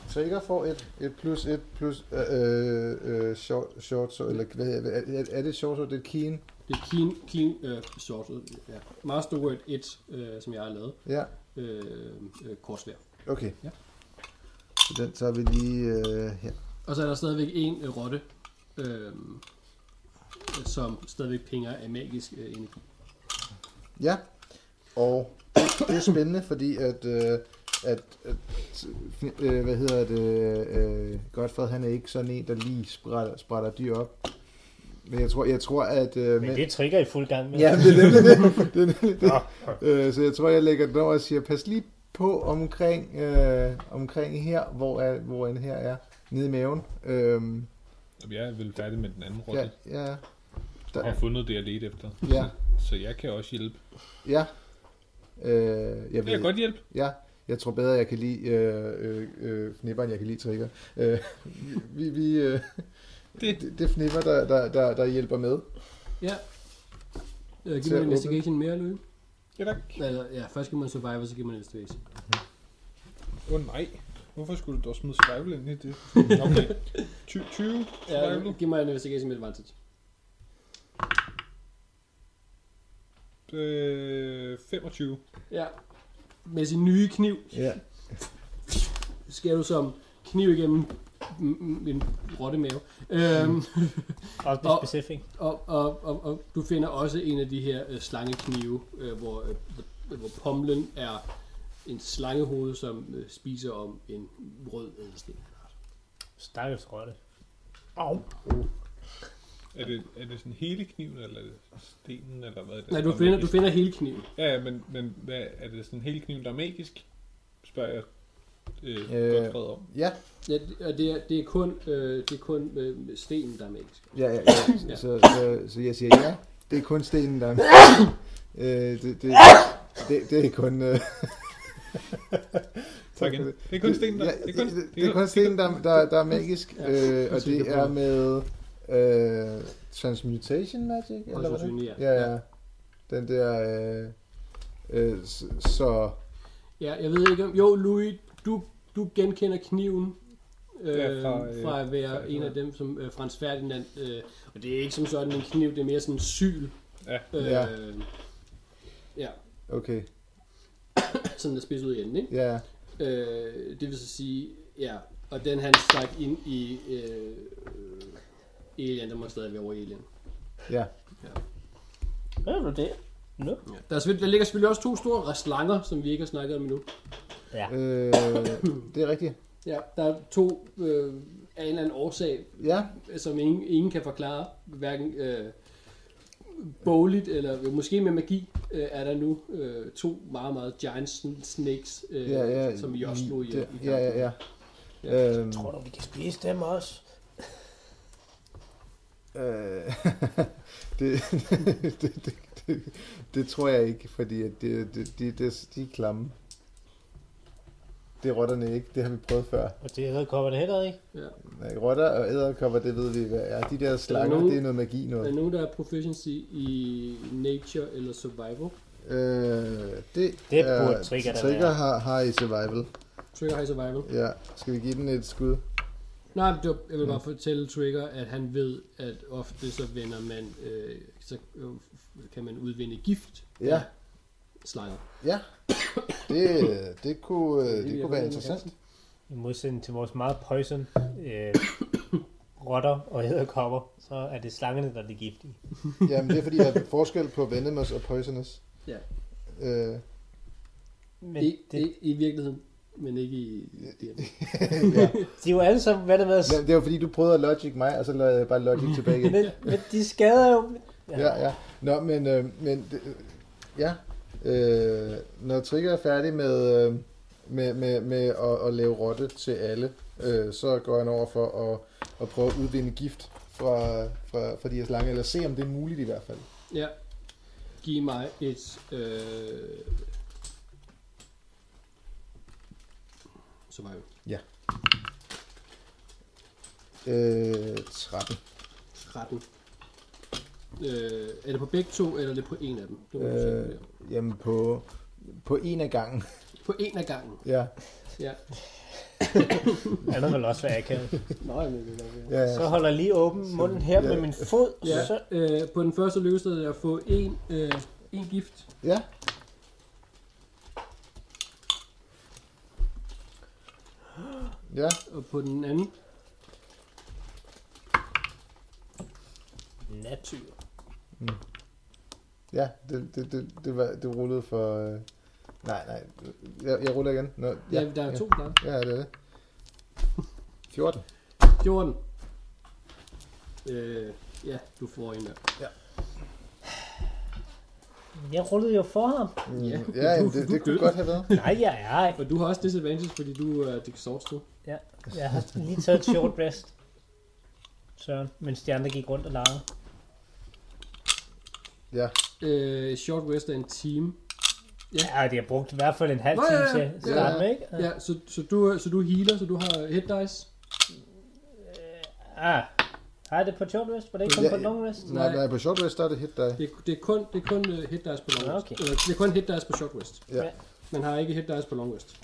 Speaker 3: trigger får et, et plus et plus øh, øh, øh, short, short så, eller hvad hedder det? Er, er det short så det er keen?
Speaker 2: Det er clean, clean øh, sorted. Ja. Master Word 1, øh, som jeg har lavet.
Speaker 3: Ja,
Speaker 2: Øh, øh, kortsvær.
Speaker 3: okay.
Speaker 2: Ja.
Speaker 3: Så den tager vi lige øh, her.
Speaker 2: Og så er der stadigvæk en øh, rotte, øh, som stadigvæk pinger af magisk øh, energi.
Speaker 3: Ja, og det, det er spændende, fordi at, øh, at, at øh, hvad hedder det, øh, Godfred, han er ikke sådan en, der lige sprætter, sprætter dyr op. Men jeg tror, jeg tror at... Øh,
Speaker 5: Men det trigger i fuld gang med.
Speaker 3: ja, men det er nemlig det. det, er nemlig det. Øh, så jeg tror, jeg lægger den over og siger, pas lige på omkring, øh, omkring her, hvor, er, hvor en her er, nede i maven. Øh,
Speaker 4: Jamen, Jeg er vel færdig med den anden
Speaker 3: ja,
Speaker 4: runde.
Speaker 3: ja,
Speaker 4: Jeg har fundet det, jeg ledte efter.
Speaker 3: ja,
Speaker 4: Så jeg kan også hjælpe.
Speaker 3: ja. Øh, jeg
Speaker 4: Jeg kan godt hjælpe.
Speaker 3: Ja, jeg tror bedre, jeg kan lide øh, øh, øh, fnipper, end jeg kan lide trigger. Øh, vi, vi, øh,
Speaker 4: Det-
Speaker 3: det, det er fnipper, der, der, der, der hjælper med.
Speaker 2: Ja. Øh, giv
Speaker 3: Til
Speaker 2: mig
Speaker 3: at
Speaker 2: en investigation mere, Løve.
Speaker 4: Ja, tak.
Speaker 2: Eller, ja, først giver man survival, så giver man investigation.
Speaker 4: Åh oh, nej. Hvorfor skulle du dog smide survival ind i
Speaker 3: (laughs)
Speaker 4: det? Okay. 20, 20 survival.
Speaker 2: Ja, giv mig en investigation med advantage.
Speaker 4: Øh, 25.
Speaker 2: Ja. Med sin nye kniv
Speaker 3: Ja.
Speaker 2: skærer du som kniv igennem m- m- en rottemave. (laughs) Øhm,
Speaker 5: Og det er
Speaker 2: Og-
Speaker 5: specifikt.
Speaker 2: og, og, og, og du finder også en af de her øh, slangeknive, øh, hvor, øh, hvor pomlen er en slangehoved, som øh, spiser om en rød ædelsten.
Speaker 5: Stakkels rotte.
Speaker 4: Er det, er det sådan hele kniven, eller er det stenen, eller hvad er det?
Speaker 2: Nej, du
Speaker 4: Der er
Speaker 2: finder, du
Speaker 4: magisk?
Speaker 2: finder hele kniven.
Speaker 4: Ja, ja, men, men hvad, er det sådan hele kniven, der er magisk? Spørger jeg øh,
Speaker 3: Øh.
Speaker 4: øh. godt om.
Speaker 3: Ja,
Speaker 2: Ja, det- og det er, det er kun, øh, det er kun øh, stenen, der er magisk.
Speaker 3: ja, ja, ja. Så, så, så, så jeg siger ja. Det er kun stenen,
Speaker 4: (coughs)
Speaker 3: der øh, det, det, det, det er kun... Øh,
Speaker 4: (laughs) Tak igen. Det er kun stenen, der...
Speaker 3: Ja,
Speaker 4: det er kun,
Speaker 3: det, det er kun stenen, der, der, der er magisk,
Speaker 2: Ja,
Speaker 3: øh, og
Speaker 2: præcis,
Speaker 3: det
Speaker 2: jeg
Speaker 3: er
Speaker 2: prøver.
Speaker 3: med øh, Transmutation Magic, eller hvad det er?
Speaker 2: Højst ja.
Speaker 3: Ja, ja. Den der... Øh, øh, s- så...
Speaker 2: ja, jeg ved ikke om... Jo, Louis, du, du genkender kniven. Øh,
Speaker 4: Ja,
Speaker 2: ja,
Speaker 4: fra,
Speaker 2: fra,
Speaker 4: øh,
Speaker 2: øh, fra at være
Speaker 4: fra-
Speaker 2: en af dem, som øh, Frans Ferdinand... Øh, og det er ikke som sådan en kniv, det er mere sådan en syl.
Speaker 4: Ja.
Speaker 2: Øh,
Speaker 3: Ja.
Speaker 2: ja. ja,
Speaker 3: Okay,
Speaker 2: sådan der spids ud i enden, ikke?
Speaker 3: ja.
Speaker 2: Øh, det vil så sige, ja. Og den han stak ind i øh, øh, Alien, den må stadig være over Alien.
Speaker 3: Ja,
Speaker 5: Hvad er du det? Nu?
Speaker 2: Ja. Der, er, selvfølgelig- der ligger selvfølgelig også to store slanger, som vi ikke har snakket om endnu.
Speaker 5: Ja.
Speaker 3: øh, det er rigtigt.
Speaker 2: Ja, der er to øh, af en eller anden årsag,
Speaker 3: Ja,
Speaker 2: som ingen, ingen kan forklare, hverken øh, bogligt eller måske med magi, øh, er der nu øh, to meget, meget giant sn- snakes, øh,
Speaker 3: ja, ja.
Speaker 2: som I også slog i,
Speaker 3: det-
Speaker 2: i
Speaker 3: Ja, ja, ja. Øhm,
Speaker 5: Tror du, vi kan spise dem også?
Speaker 3: øh, (laughs) det, (laughs) det, det, det, det tror jeg ikke, fordi at det, det, de, det, de er klamme. Det er rotterne ikke, det har vi prøvet før.
Speaker 5: Og det hedder kommer det heller ikke.
Speaker 3: Nej, rotter og æderkopper, det ved vi hvad er. De der slanger,
Speaker 2: nogen-
Speaker 3: det er noget magi
Speaker 2: Er der
Speaker 3: noget.
Speaker 2: nogen, der er proficiency i nature eller survival?
Speaker 3: Øh, det,
Speaker 5: Det burde Trigger da
Speaker 3: trigger
Speaker 5: være.
Speaker 3: har, har i survival.
Speaker 2: Trigger har i survival.
Speaker 3: Ja, skal vi give den et skud?
Speaker 2: Nej, men det var, jeg vil bare fortælle Trigger, at han ved, at ofte så vender man, øh, så øh, kan man udvinde gift
Speaker 3: Ja,
Speaker 2: slanger.
Speaker 3: ja. Det, det kunne, øh, det
Speaker 2: jeg
Speaker 3: kunne
Speaker 2: ved,
Speaker 3: være
Speaker 2: jeg
Speaker 3: interessant.
Speaker 5: I modsætning til vores meget poison øh, (coughs) rotter og æderkopper, så er det slangerne, der er de giftige.
Speaker 3: (laughs) Jamen, det er fordi, der er forskel på venomous og poisonous.
Speaker 2: Ja.
Speaker 3: Øh,
Speaker 5: Men
Speaker 2: I,
Speaker 5: det,
Speaker 2: I, I virkeligheden. men ikke i... i-
Speaker 3: ja.
Speaker 5: De er jo alle sammen vandet med os.
Speaker 3: Men Det var fordi, du prøvede at logic mig, og så lavede jeg bare logic tilbage igen.
Speaker 5: Men, men de skader jo...
Speaker 3: Ja, ja. Nå, men, øh, men det- øh, ja, øh, når Trigger er færdig med, øh, med, med, med at, at lave rotte til alle, øh, så går han over for at, at prøve at udvinde gift fra, fra, fra de her slange, eller se om det er muligt i hvert fald.
Speaker 2: Ja. Giv mig et... Øh... Survival.
Speaker 3: Øh, 13.
Speaker 2: 13. Øh, er det på begge to, eller er det på en af dem? Det må du selv
Speaker 3: Øh,
Speaker 2: vurdere.
Speaker 3: jamen på, på en af gangen.
Speaker 2: På en af gangen.
Speaker 3: (laughs) Ja,
Speaker 2: Ja.
Speaker 5: Andet vil også være akavet.
Speaker 2: Nå, jeg mener, det
Speaker 3: ja,
Speaker 5: Så
Speaker 3: ja.
Speaker 5: holder jeg lige åben munden her med min fod.
Speaker 2: ja.
Speaker 5: Så,
Speaker 2: Øh, på den første lykkedes det at få en, øh, en gift.
Speaker 3: ja. Ja,
Speaker 2: Og på den anden,
Speaker 5: natur.
Speaker 3: Ja, det, det, det, det, var, det rullede for... Øh, nej, nej. Jeg, jeg ruller igen. Nå, ja,
Speaker 2: ja, der er
Speaker 3: ja,
Speaker 2: to der.
Speaker 3: Ja, det er det. 14.
Speaker 2: 14. Øh, ja, du får en der.
Speaker 5: Jeg rullede jo for ham.
Speaker 2: Ja.
Speaker 3: Mm, ja jamen, det, det kunne godt have været.
Speaker 5: Nej, jeg er ej.
Speaker 2: Og du har også disadvantage, fordi du er exhausted.
Speaker 5: Ja, jeg har lige taget et short rest. Søren, mens de andre gik rundt og legede.
Speaker 3: Ja,
Speaker 2: Øh, short rest er en time.
Speaker 5: Ja, de har brugt i hvert fald en halv
Speaker 2: Nå, ja,
Speaker 5: time
Speaker 2: ja,
Speaker 5: til
Speaker 2: ja.
Speaker 5: at starte med, ikke?
Speaker 2: Ja, så, så, du, så du healer, så du har hit dice.
Speaker 5: Ah. Har det på short rest? Var det ikke kun
Speaker 3: Ja,
Speaker 5: på
Speaker 3: ja.
Speaker 5: long rest?
Speaker 3: nej, nej, på short rest, der er det hit dig.
Speaker 2: Det, det, er kun, det er kun øh, hit dice på long
Speaker 5: Nå,
Speaker 2: rest.
Speaker 5: okay.
Speaker 2: Eller, det er kun hit dice på short rest.
Speaker 3: Ja.
Speaker 2: Man har ikke hit dice på long rest.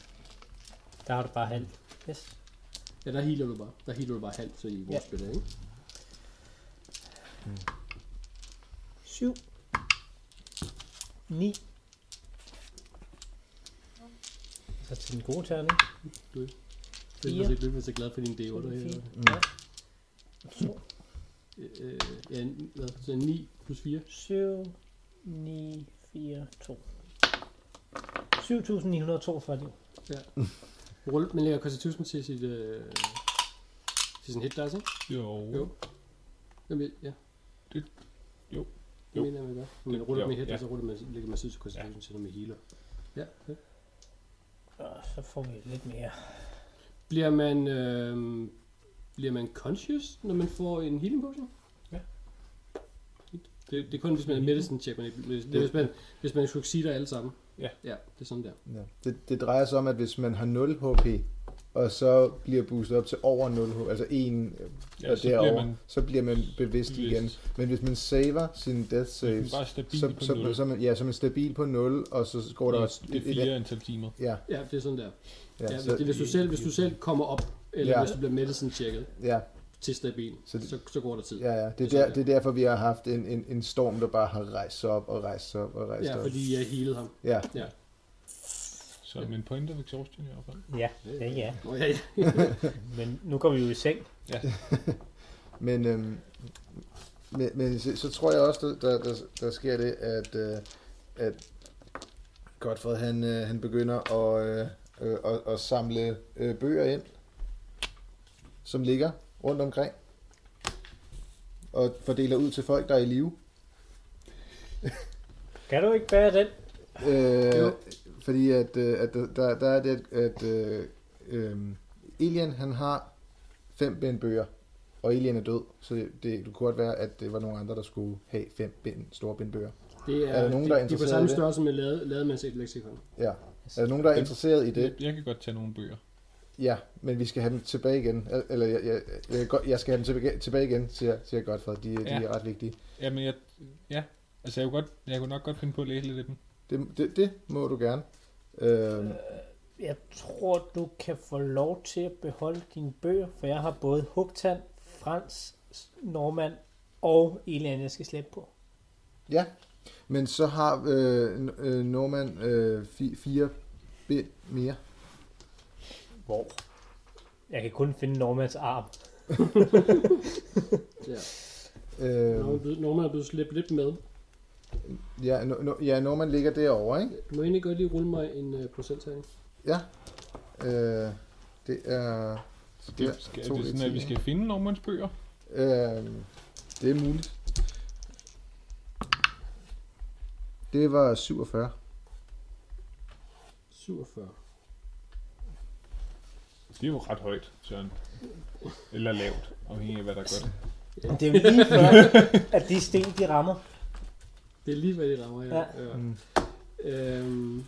Speaker 5: Der har du bare halv. Yes.
Speaker 2: Ja, der healer du bare. Der healer du bare halvt, så i vores ja. spil, ikke?
Speaker 5: Syv. Ni. Så til den gode terning.
Speaker 2: Det er
Speaker 5: Fire.
Speaker 2: faktisk ikke så glad for din d
Speaker 5: To,
Speaker 2: der her.
Speaker 5: fire.
Speaker 3: Mm.
Speaker 5: Ja. To,
Speaker 2: Øh, ja, n- hvad? Så 9 plus 4.
Speaker 5: syv, ni, fire, to. 7.942 liv.
Speaker 2: Ja. Rul, man lægger Constitution til sit, øh, til sin hit dice, ikke?
Speaker 4: Jo.
Speaker 2: Jo. Jamen, ja.
Speaker 4: Det- jo.
Speaker 2: Det
Speaker 4: Jo.
Speaker 2: mener jeg, man gør. Men
Speaker 4: Det-
Speaker 2: ruller
Speaker 4: jo,
Speaker 2: med hit,
Speaker 4: ja.
Speaker 2: ja. så ruller man, lægger man syd til Constitution til, når man healer. Ja, ja.
Speaker 5: Og så får vi lidt mere.
Speaker 2: Bliver man, øh, bliver man conscious, når man får en healing potion?
Speaker 4: Ja.
Speaker 2: Det, det er kun, hvis man er medicine check, man ikke, hvis, det, er, hvis man, hvis man succeeder alle sammen.
Speaker 4: Ja.
Speaker 2: Ja, det er sådan der.
Speaker 3: Ja. Det, det drejer sig om, at hvis man har 0 HP, og så bliver boostet op til over 0 HP, altså 1 ja,
Speaker 4: Ja,
Speaker 3: og
Speaker 4: så bliver
Speaker 3: derover,
Speaker 4: man
Speaker 3: så bliver man bevidst
Speaker 4: bevidst.
Speaker 3: igen. Men hvis man saver sine death
Speaker 4: man
Speaker 3: saves,
Speaker 4: er bare stabil
Speaker 3: så,
Speaker 4: på
Speaker 3: så,
Speaker 4: 0.
Speaker 3: så, man, ja, så er man stabil på 0, og så går der også...
Speaker 4: det er fire antal timer.
Speaker 3: Ja,
Speaker 2: Ja, det er sådan der.
Speaker 3: ja,
Speaker 2: Ja,
Speaker 3: så,
Speaker 2: hvis, det, hvis, du selv, hvis du selv kommer op, eller
Speaker 3: Ja.
Speaker 2: ja. hvis du bliver medicine checket
Speaker 3: ja,
Speaker 2: til stabil,
Speaker 3: Så
Speaker 2: så,
Speaker 3: det-
Speaker 2: så, så går der tid.
Speaker 3: Ja, ja. Det er,
Speaker 2: Det er
Speaker 3: der,
Speaker 2: sådan,
Speaker 3: det er derfor, vi har haft en, en, en storm, der bare har rejst sig op og rejst sig op og rejst sig
Speaker 2: ja
Speaker 3: op.
Speaker 2: fordi jeg healede ham.
Speaker 3: Ja,
Speaker 2: Ja.
Speaker 4: Så med en point of exhaustion i hvert fald.
Speaker 5: Ja, ja, ja.
Speaker 2: Nå, ja, ja.
Speaker 5: Men nu går vi jo i seng.
Speaker 3: men, øhm, men, men så, så tror jeg også, der, der, der, der sker det, at, øh, at Godfred, han, øh, han begynder at, øh, øh, at, at samle øh, bøger ind, som ligger rundt omkring, og fordeler ud til folk, der er i live.
Speaker 5: Kan du ikke bære den?
Speaker 3: Øh,
Speaker 2: Jo.
Speaker 3: fordi at, øh, at der- der, der er det, at øh, øh, Alien, han har fem bind bøger, og Alien er død, så det, det, det kunne godt være, at det var nogle andre, der skulle have fem bind, store bind bøger.
Speaker 2: Det er,
Speaker 3: Er der nogen, der er
Speaker 2: de, de er på
Speaker 3: interesseret i
Speaker 2: samme
Speaker 3: det?
Speaker 2: størrelse med lade, lade med et leksikon.
Speaker 3: Ja. Er der nogen, der er
Speaker 4: Dem-
Speaker 3: interesseret i det?
Speaker 4: Jeg kan godt tage nogle bøger.
Speaker 3: Ja, men vi skal have dem tilbage igen. Al- Eller jeg, jeg, jeg, kan godt- jeg skal have dem tilbage, tilbage igen, siger, siger Godfred. De, ja. de
Speaker 4: Ja.
Speaker 3: er ret vigtige.
Speaker 4: Jamen, jeg, ja. Altså, jeg kunne, godt, jeg kunne nok godt finde på at læse lidt af dem.
Speaker 3: Det, det, det må du gerne. Øh,
Speaker 5: Jeg tror, du kan få lov til at beholde dine bøger, for jeg har både Hugtan, Frans, Normand og Elian, jeg skal slæbe på.
Speaker 3: Ja, men så har øh, N- øh, Norman øh, fi, fire bind mere.
Speaker 5: Hvor? Jeg kan kun finde Normands arm.
Speaker 2: Ja.
Speaker 3: Øh,
Speaker 2: Nogen er blevet- Nogen er blevet slæbt lidt med.
Speaker 3: ja, no, no, ja, Norman ligger derovre, ikke?
Speaker 2: øh, Du må egentlig godt lige rulle mig en uh, procenttagning.
Speaker 3: Ja. Øh, det er... Så det
Speaker 4: Det,
Speaker 3: er
Speaker 4: skal, er
Speaker 3: to
Speaker 4: det sådan, at vi
Speaker 3: D10'er.
Speaker 4: skal finde Normans bøger?
Speaker 3: Øh, det er muligt. Det var 47.
Speaker 2: 47.
Speaker 4: Det er jo ret højt, Søren. Eller lavt, afhængig af hvad der er godt.
Speaker 5: Men det er jo lige før, (laughs) at de sten, de rammer.
Speaker 2: Det er lige, hvad de rammer, ja.
Speaker 5: Ja.
Speaker 2: ja.
Speaker 3: Mm.
Speaker 2: Øhm,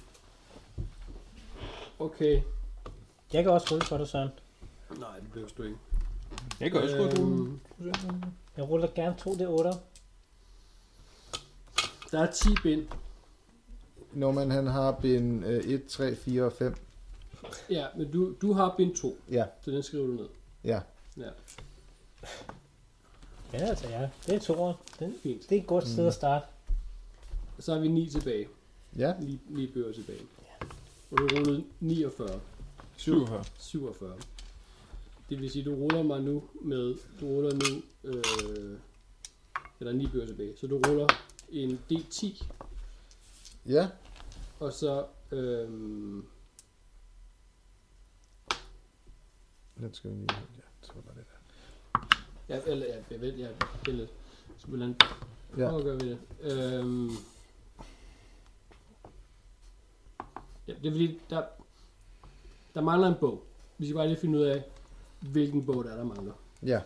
Speaker 2: okay.
Speaker 5: Jeg kan også rulle for dig, Søren.
Speaker 2: Nej, det blev du ikke.
Speaker 4: Jeg kan også godt
Speaker 3: Øh,
Speaker 4: øhm.
Speaker 5: Jeg ruller gerne to d 8.
Speaker 2: der er 10 bind.
Speaker 3: Norman, han har bind øh, 1, 3, 4 og 5.
Speaker 2: Ja, men du, du har bind 2,
Speaker 3: Ja,
Speaker 2: så den skriver du ned.
Speaker 3: ja.
Speaker 2: Ja,
Speaker 5: Ja, altså ja. Det er to år. Det,
Speaker 2: fint.
Speaker 5: det er Mm. et godt sted at starte.
Speaker 2: Så har vi 9 tilbage.
Speaker 3: Ja,
Speaker 2: Lige, lige bøger tilbage. Og du rullede 49,
Speaker 4: 47.
Speaker 2: 47. Det vil sige, du ruller mig nu med, du ruller nu, øh, eller 9 bøger tilbage. Så du ruller en D10,
Speaker 3: ja.
Speaker 2: og så, øhm,
Speaker 3: Den skal vi lige... Ja, så var det der.
Speaker 2: ja, eller, ja, jeg ved, jeg ved lidt. Så hvordan
Speaker 3: Ja.
Speaker 2: Prøv at gøre ved det. Øhm... Ja, det er fordi, der, der mangler en bog. Vi skal bare lige finde ud af, hvilken bog der er, der mangler.
Speaker 3: ja,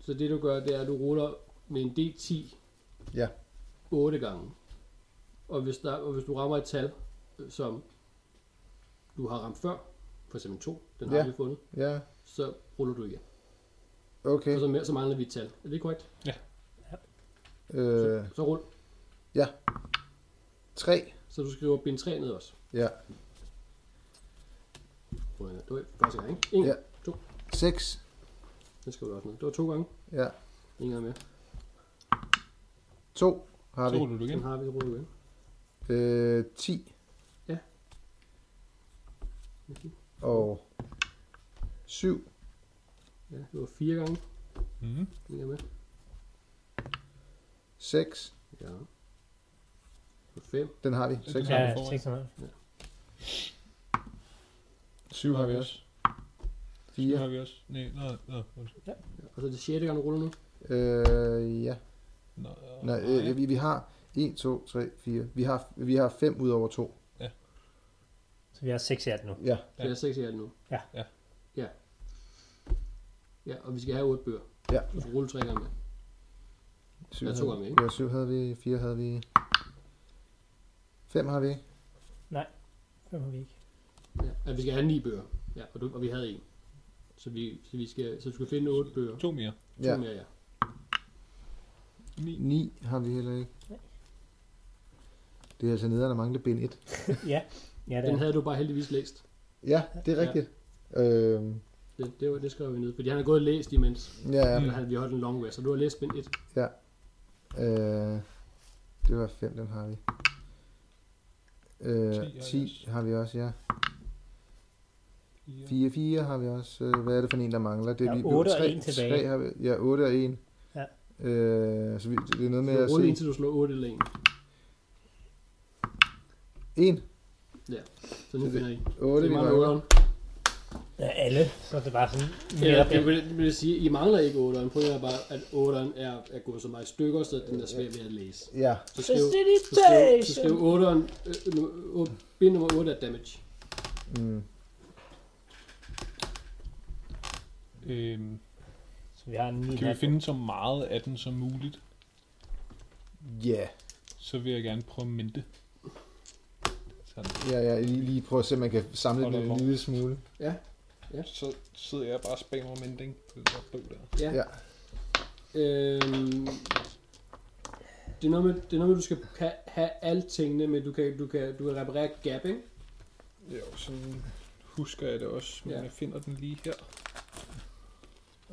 Speaker 2: Så det du gør, det er, at du ruller med en D10
Speaker 3: ja.
Speaker 2: 8 gange. Og hvis, der, og hvis du rammer et tal, øh, som du har ramt før, for eksempel 2, den har
Speaker 3: Ja.
Speaker 2: vi fundet,
Speaker 3: Ja,
Speaker 2: så ruller du igen.
Speaker 3: okay.
Speaker 2: Og så, mere, så mangler vi et tal. Er det korrekt?
Speaker 3: Øh,
Speaker 2: Så rul.
Speaker 3: 3.
Speaker 2: Så du skriver bind 3 ned også.
Speaker 3: Ja.
Speaker 2: Prøv at- Du er første gang, ikke? 1,
Speaker 3: Ja.
Speaker 2: ja. 2,
Speaker 3: 6.
Speaker 2: den skriver du også ned. Det var to gange.
Speaker 3: Ja.
Speaker 2: En gang mere.
Speaker 3: 2 har
Speaker 4: Så
Speaker 3: vi.
Speaker 4: ruller du igen.
Speaker 2: Den har vi rullet igen.
Speaker 3: Øh, 10.
Speaker 2: Ja.
Speaker 3: Og 7.
Speaker 2: Ja, det var fire gange.
Speaker 4: Mm.
Speaker 2: Den er med.
Speaker 3: 6.
Speaker 2: Ja. Det var fem.
Speaker 3: Den har vi.
Speaker 4: den
Speaker 3: 6
Speaker 4: har
Speaker 3: har
Speaker 4: vi.
Speaker 3: vi.
Speaker 5: Ja,
Speaker 4: foran.
Speaker 5: 600.
Speaker 3: 7 har vi også.
Speaker 4: Det
Speaker 3: 4.
Speaker 4: har vi også. Nej, nej, nej. undskyld.
Speaker 2: Ja, og så er det sjette gang, du ruller nu.
Speaker 3: Øh, ja.
Speaker 4: Nej,
Speaker 3: Nej, øh, vi, vi har 1, 2, 3, 4. Vi har, vi har 5 ud over 2.
Speaker 5: Så vi har 6 i alt nu.
Speaker 3: Ja.
Speaker 2: Så det er seks i alt nu.
Speaker 5: Ja.
Speaker 4: Ja.
Speaker 2: Ja. Ja, og vi skal have otte bøger.
Speaker 3: Ja.
Speaker 2: Du skal rulle tre gange med.
Speaker 3: 7
Speaker 2: Ja, to har vi,
Speaker 3: vi.
Speaker 2: ikke?
Speaker 3: Ja, 7 havde vi. 4 havde vi. 5 har vi.
Speaker 5: Det må vi ikke.
Speaker 2: Ja. Og vi skal have ni bøger. Ja, og, du, og vi havde en. Så vi, så vi skal, så du skal finde otte bøger.
Speaker 4: To mere.
Speaker 2: Ja.
Speaker 3: Ja.
Speaker 2: Mere, ja.
Speaker 4: Ni.
Speaker 3: 9 har vi heller ikke. Det er altså nederen at mangle bind 1.
Speaker 5: ja, ja det
Speaker 2: Den
Speaker 5: er.
Speaker 2: havde du bare heldigvis læst.
Speaker 3: Ja, det er
Speaker 2: Ja.
Speaker 3: rigtigt. Ja. Øhm,
Speaker 2: Det, det, var, det skrev vi ned, fordi han har gået og læst imens.
Speaker 3: ja, ja.
Speaker 2: Mm. Han, vi holdt en long way, så du har læst bind 1.
Speaker 3: Øh, det var 5, den har vi.
Speaker 4: Ti har
Speaker 3: Øh,
Speaker 4: vi
Speaker 3: 10
Speaker 4: også.
Speaker 3: har vi også, ja.
Speaker 4: Fire.
Speaker 3: 4, 4 har vi også. Øh, Hvad er det for en, der mangler? Det er
Speaker 5: Der er
Speaker 3: vi
Speaker 5: otte og
Speaker 3: 3,
Speaker 5: en tilbage.
Speaker 3: har vi, ja, 8 og 1.
Speaker 5: Ja.
Speaker 3: Øh, så vi, det er noget
Speaker 2: Du
Speaker 3: med at
Speaker 2: ruller
Speaker 3: se.
Speaker 2: indtil du slår 8 eller 1.
Speaker 3: 1,
Speaker 2: Så nu
Speaker 3: Det-
Speaker 2: finder I.
Speaker 3: 8,
Speaker 2: I
Speaker 3: vi
Speaker 2: mangler
Speaker 3: mangler.
Speaker 2: otteren.
Speaker 5: Ja, alle. Så det var sådan...
Speaker 2: Ja,
Speaker 5: netop
Speaker 2: det
Speaker 5: en-
Speaker 2: vil, det vil sige, I mangler ikke 8'eren. Problemet er bare, at 8'eren er, er gået så meget i stykker, så den er svær ved at læse.
Speaker 3: Ja,
Speaker 2: Så skriv, så skriv, så skriv
Speaker 5: Precipitation!
Speaker 2: 8'eren, øh, nu- o- bind nummer 8 er damage.
Speaker 3: mm,
Speaker 4: Øhm,
Speaker 5: Så vi har 9
Speaker 4: kan vi finde så meget af den som muligt?
Speaker 3: yeah.
Speaker 4: Så vil jeg gerne prøve at mente. Sådan.
Speaker 3: ja, ja, lige, lige prøve at se, om man kan samle
Speaker 4: Hold
Speaker 3: den
Speaker 4: op.
Speaker 3: en lille smule.
Speaker 4: Så sidder jeg bare og spammer menting på den der bog der.
Speaker 2: Ja.
Speaker 3: Ja.
Speaker 2: Øhm, det, er noget med, det er noget med, du skal kan, have alle tingene, men du kan, du kan, du kan reparere gap, ikke?
Speaker 4: Jo, sådan husker jeg det også, men
Speaker 2: Ja.
Speaker 4: ja. jeg finder den lige her.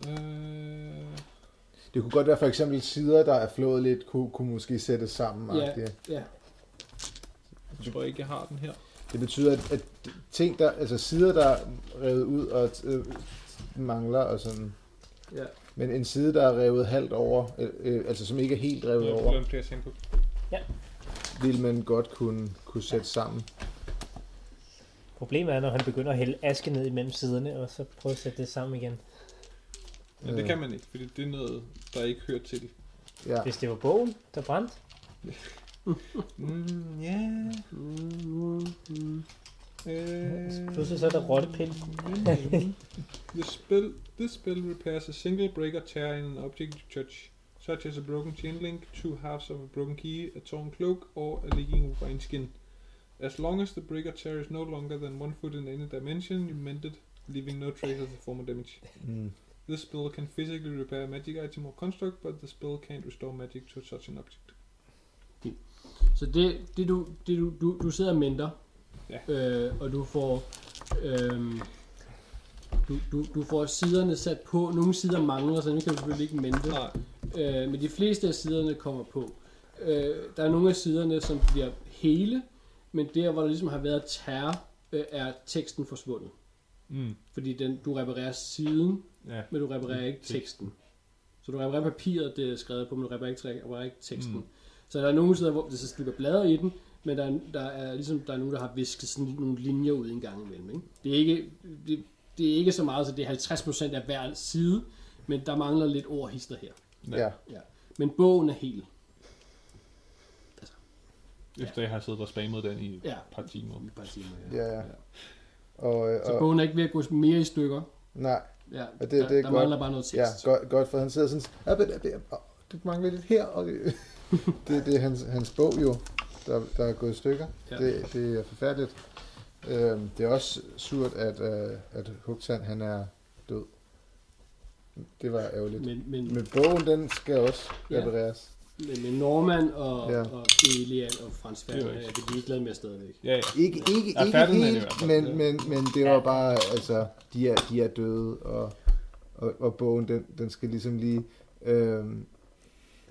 Speaker 4: Øh,
Speaker 3: Det kunne godt være for eksempel sider, der er flået lidt, kunne, kunne måske sættes sammen.
Speaker 2: Ja.
Speaker 3: agtigt.
Speaker 2: Ja,
Speaker 4: jeg tror ikke, jeg har den her.
Speaker 3: Det betyder, at, at ting, der, altså sider, der er revet ud og øh, mangler og sådan.
Speaker 2: ja.
Speaker 3: Men en side, der er revet halvt over, øh, øh, altså som ikke er helt revet
Speaker 4: Jeg
Speaker 3: over,
Speaker 4: har flere ting på.
Speaker 3: vil man godt kunne, kunne sætte sammen.
Speaker 5: Problemet er, når han begynder at hælde aske ned imellem siderne, og så prøve at sætte det sammen igen.
Speaker 4: Men det kan man ikke, fordi det er noget, der ikke hører til.
Speaker 3: Øh, Ja.
Speaker 5: Hvis det var bogen, der brændte,
Speaker 4: Mm, ja.
Speaker 2: Mm,
Speaker 4: Yeah.
Speaker 5: pludselig så er der rottepil.
Speaker 4: This spell, this spell repairs a single breaker tear in an object you touch, such as a broken chain link, two halves of a broken key, a torn cloak, or a leaking wineskin. As long as the breaker tear is no longer than one foot in any dimension, you mend it, leaving no trace of the former damage.
Speaker 3: Mm.
Speaker 4: This spell can physically repair a magic item or construct, but the spell can't restore magic to such an object.
Speaker 2: Så det, det, du, det du, du, du sidder og mindre,
Speaker 4: Ja.
Speaker 2: øh, og du får, øh, du, du, du får siderne sat på. Nogle sider mangler, så nu kan du selvfølgelig ikke mente.
Speaker 4: Nej,
Speaker 2: Øh, men de fleste af siderne kommer på. Øh, der er nogle af siderne, som bliver hele, men der, hvor der ligesom har været terror, øh, er teksten forsvundet.
Speaker 4: Mm.
Speaker 2: Fordi den, du reparerer siden,
Speaker 4: Ja.
Speaker 2: men du reparerer ikke teksten. Så du reparerer papiret, det er skrevet på, men du reparerer ikke, reparerer ikke teksten. Mm. Så der er nogle steder, hvor det så slipper bladre i den, men der, er- der er ligesom, der er nogen, der har visket sådan nogle linjer ud en gang imellem. Ikke? Det, er ikke, det, det er ikke så meget, så det er 50% af hver side, men der mangler lidt ord hister her.
Speaker 3: Ja.
Speaker 2: Ja. Men bogen er hel.
Speaker 4: efter jeg har siddet og spammet den i
Speaker 2: Ja.
Speaker 4: et par timer.
Speaker 2: Et par timer, ja.
Speaker 3: Ja, ja. Og, øh,
Speaker 2: Så
Speaker 3: og,
Speaker 2: bogen er ikke ved at gå mere i stykker.
Speaker 3: nej,
Speaker 2: Ja,
Speaker 3: det-
Speaker 2: der,
Speaker 3: det er
Speaker 2: der
Speaker 3: godt.
Speaker 2: mangler bare noget
Speaker 3: ja,
Speaker 2: tekst.
Speaker 3: godt, godt, for han sidder sådan, "Ah, men, ah, men, ah, det mangler lidt her, og (laughs) det, det, det er hans, hans bog jo, der, der er gået i stykker.
Speaker 2: Ja.
Speaker 3: Ja. Det, det er forfærdeligt. Øhm, det er også surt, at, øh, at Hugtan, han er død. Det var ærgerligt.
Speaker 2: Men, men,
Speaker 3: Men bogen, den skal også
Speaker 2: Ja.
Speaker 3: repareres.
Speaker 2: men, men Norman og,
Speaker 3: Ja.
Speaker 2: ja. og Elian og Frans Ferdinand
Speaker 4: ikke-
Speaker 2: er det ligeglade med stadigvæk.
Speaker 4: Ja, ja.
Speaker 3: Ikke, ikke,
Speaker 4: Ja,
Speaker 3: ikke
Speaker 4: Ferdinand i
Speaker 3: helt,
Speaker 4: hvert fald,
Speaker 3: men,
Speaker 4: ja.
Speaker 3: men, men det var bare, altså, de er, de er døde, og, og, og bogen, den, den skal ligesom lige... Øhm,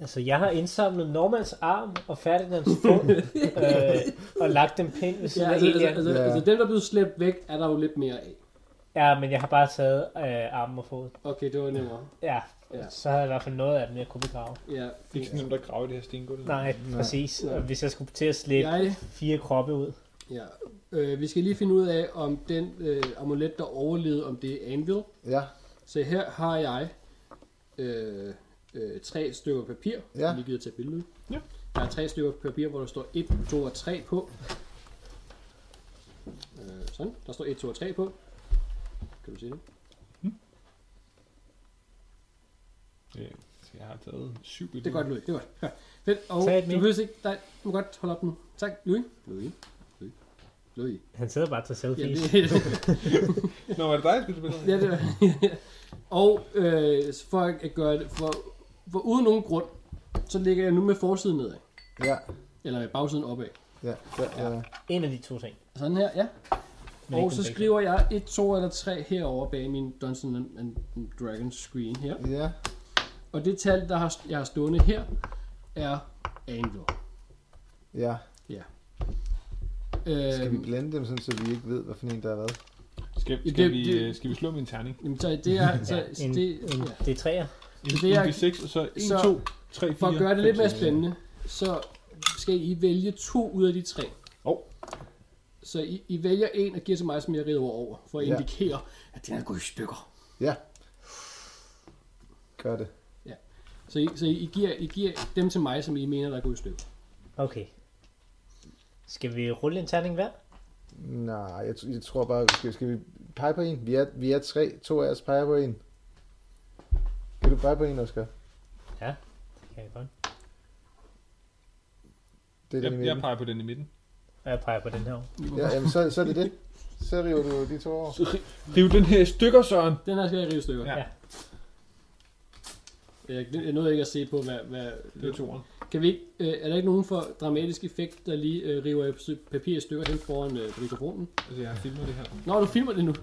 Speaker 5: Altså, jeg har indsamlet Normans arm og Ferdinands
Speaker 2: (laughs)
Speaker 5: fod, øh, og lagt dem pænt ved
Speaker 2: Ja,
Speaker 5: siden af
Speaker 2: altså, altså,
Speaker 5: Elian.
Speaker 2: altså,
Speaker 3: Ja.
Speaker 2: altså, dem, der er blevet slæbt væk, er der jo lidt mere af.
Speaker 5: Ja, men jeg har bare taget øh, armen og foden.
Speaker 2: Okay, det var nemmere.
Speaker 5: Ja,
Speaker 2: Ja.
Speaker 5: så havde jeg i hvert fald noget af dem, jeg kunne begrave.
Speaker 2: Ja,
Speaker 4: Det er ikke så nemt at grave i det her stengulv.
Speaker 5: Nej,
Speaker 3: Nej.
Speaker 5: præcis.
Speaker 2: Nej.
Speaker 5: Og hvis jeg skulle til at slæbe
Speaker 2: jeg,
Speaker 5: fire kroppe ud.
Speaker 2: ja. Øh, vi skal lige finde ud af, om den øh, amulet, der overlevede, om det er Anvil.
Speaker 3: ja,
Speaker 2: Så her har jeg øh, øh, tre stykker papir,
Speaker 3: Ja.
Speaker 2: ja. som lige gider tage billedet.
Speaker 4: Ja.
Speaker 2: Der er tre stykker papir, hvor der står 1, 2 og 3 på. Øh, sådan, der står 1, 2 og 3 på. Kan du se det?
Speaker 4: Ja, Øh, så jeg har taget syv
Speaker 2: Det er
Speaker 4: billeder.
Speaker 2: godt, Louis. Det er godt. Ja. Fedt. Og
Speaker 5: Tag et
Speaker 2: du
Speaker 5: mere.
Speaker 2: behøver ikke... Nej, du må godt holde op nu. Tak, Louis. Louis. Louis. Louis.
Speaker 5: Han sidder bare og tager
Speaker 2: Ja,
Speaker 5: selfies.
Speaker 2: det, (laughs)
Speaker 4: Nå, var det dig, der skulle spille?
Speaker 2: Ja, det (laughs) var. og øh, for at gøre det, for, for uden nogen grund, så ligger jeg nu med forsiden nedad.
Speaker 3: ja,
Speaker 2: Eller med bagsiden opad.
Speaker 3: ja, ja, ja.
Speaker 5: En af de to ting.
Speaker 2: Sådan her, ja.
Speaker 5: Men
Speaker 2: Og
Speaker 5: ikke
Speaker 2: så
Speaker 5: den begge.
Speaker 2: skriver jeg 1, 2 eller 3 herover bag min Dungeons and- and Dragons screen her.
Speaker 3: ja.
Speaker 2: Og det tal, der har, jeg har stående her, er Anvil.
Speaker 3: ja. Skal vi
Speaker 4: Øhm.
Speaker 2: Øh,
Speaker 3: blande dem, sådan, så vi ikke ved, hvad for en der er hvad?
Speaker 4: Skal,
Speaker 2: Ja,
Speaker 4: skal,
Speaker 2: det-
Speaker 4: vi,
Speaker 2: det-
Speaker 4: øh, skal vi slå min terning?
Speaker 2: jamen, så det er, så,
Speaker 5: (laughs) Ja,
Speaker 2: så
Speaker 5: en,
Speaker 2: det,
Speaker 5: en,
Speaker 2: ja.
Speaker 5: det er træer.
Speaker 4: En,
Speaker 2: Så det er-
Speaker 4: en D6, og så 1,
Speaker 2: så-
Speaker 4: 2, 3, 4.
Speaker 2: for at gøre det lidt mere spændende, så skal I vælge to ud af de tre.
Speaker 4: Hov.
Speaker 2: Så I, I vælger en og giver til mig, som jeg river over, for at
Speaker 3: Ja.
Speaker 2: indikere, at den er gået i stykker.
Speaker 3: Ja. Gør det.
Speaker 2: Så I, så I, I, giver, I giver dem til mig, som I mener, der er gået i stykker.
Speaker 5: Okay. Skal vi rulle en terning hver?
Speaker 3: Nej, jeg, t- jeg tror bare, skal, skal vi pege på en? Vi er, vi er tre, to af os peger på en. Kan du pege på en, Oscar?
Speaker 5: Ja, det kan jeg godt.
Speaker 3: Det er den i
Speaker 4: Jeg, jeg
Speaker 3: midten.
Speaker 4: peger på den i midten.
Speaker 5: Og jeg peger på den her.
Speaker 3: Ja, jamen, så, så er det det. Så river du de to over.
Speaker 4: Riv den her i stykker, Søren!
Speaker 2: Den her skal jeg rive i stykker.
Speaker 4: Ja.
Speaker 5: Ja.
Speaker 2: Jeg, jeg nåede ikke at se på, hvad... hvad
Speaker 4: Det er toeren.
Speaker 2: kan vi ikke, øh, er der ikke nogen for dramatisk effekt, der lige øh, river et stykke papir i stykker hen foran øh, på mikrofonen?
Speaker 4: Altså, jeg har filmet det her.
Speaker 2: Nå, du filmer
Speaker 4: (laughs)
Speaker 2: det nu.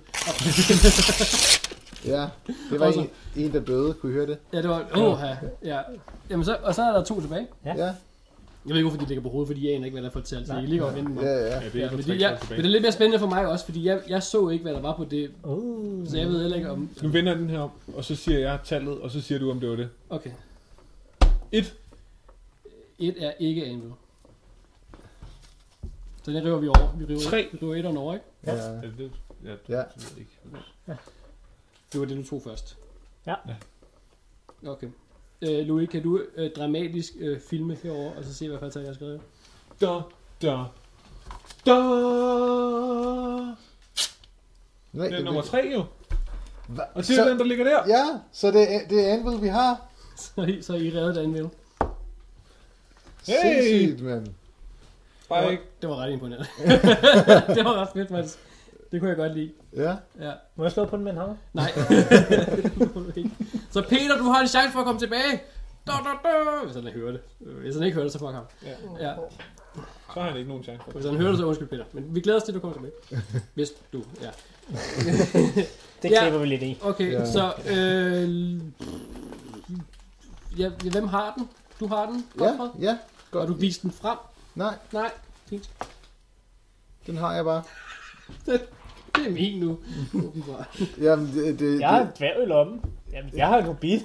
Speaker 3: Ja, det var
Speaker 2: Også-
Speaker 3: en, en, der døde. Kunne I høre det?
Speaker 2: Ja, det var... Åh, ja. ja. Jamen, så, og så er der to tilbage.
Speaker 5: Ja.
Speaker 3: Ja,
Speaker 2: Jeg ved ikke, hvorfor de ligger på hovedet, fordi jeg aner ikke, hvad der er for et tal, så
Speaker 5: Nej.
Speaker 2: jeg ligger og venter mig.
Speaker 3: ja, ja.
Speaker 4: Ja, det
Speaker 2: Ja,
Speaker 4: er ja,
Speaker 2: men,
Speaker 4: tre
Speaker 2: det,
Speaker 4: ja,
Speaker 2: jeg, men det er lidt mere spændende for mig også, fordi jeg, jeg så ikke, hvad der var på det,
Speaker 5: Uh,
Speaker 2: så jeg ved heller ikke om...
Speaker 4: Nu vender jeg den her om, og så siger jeg tallet, og så siger du, om det var det.
Speaker 2: Okay,
Speaker 4: 1.
Speaker 2: et er ikke anvil. Så den river vi over. Vi river,
Speaker 4: Tre.
Speaker 2: vi river etteren over, ikke?
Speaker 3: Ja.
Speaker 4: Ja, det, ja, det
Speaker 3: Ja.
Speaker 4: ved jeg ikke.
Speaker 2: Det var det, du tog først.
Speaker 5: Ja.
Speaker 2: Okay. Øh, Louis, kan du øh, dramatisk øh, filme herover og så se, hvad for et tal jeg har skrevet? (laughs)
Speaker 4: Da, da, da.
Speaker 3: Nej,
Speaker 4: Det er nummer tre jo.
Speaker 3: Hva?
Speaker 4: Og det er den, der ligger der.
Speaker 3: Ja, så det er, det er Anvil, vi har.
Speaker 2: Så, I- så I reddet Anvil.
Speaker 4: Hey!
Speaker 3: Sindssygt, mand.
Speaker 4: Bare
Speaker 2: Det
Speaker 4: ikke.
Speaker 2: var- Det var ret (laughs) imponerende. det var ret fedt, Mads. Det kunne jeg godt lide.
Speaker 3: Ja.
Speaker 2: Ja.
Speaker 5: Må jeg slå på den med en hammer?
Speaker 2: (laughs) Nej. Det må du ikke. så Peter, du har en chance for at komme tilbage. Da, da, da. Hvis han ikke hører det. Øh, Hvis han ikke hører det, så fuck ham.
Speaker 4: Ja.
Speaker 2: Ja.
Speaker 4: Så har han ikke nogen chance for det.
Speaker 2: Hvis han hører det, så undskyld Peter. Men vi glæder os til, at du kommer (laughs) tilbage. Hvis du, ja.
Speaker 5: Det
Speaker 2: Ja.
Speaker 5: klipper vi lidt i.
Speaker 2: Okay,
Speaker 3: Ja.
Speaker 2: ja. så... Øh, ja, ja, hvem har den? Du har den,
Speaker 3: Ja,
Speaker 2: Godfred?
Speaker 3: ja.
Speaker 2: Har du vist den frem?
Speaker 3: Nej,
Speaker 2: Nej, fint.
Speaker 3: den har jeg bare.
Speaker 2: Det er min (laughs) nu. åbenbart.
Speaker 3: Jamen, det, det,
Speaker 5: Jeg har
Speaker 3: det,
Speaker 5: en dværg i lommen. Jamen, jeg har en mobil.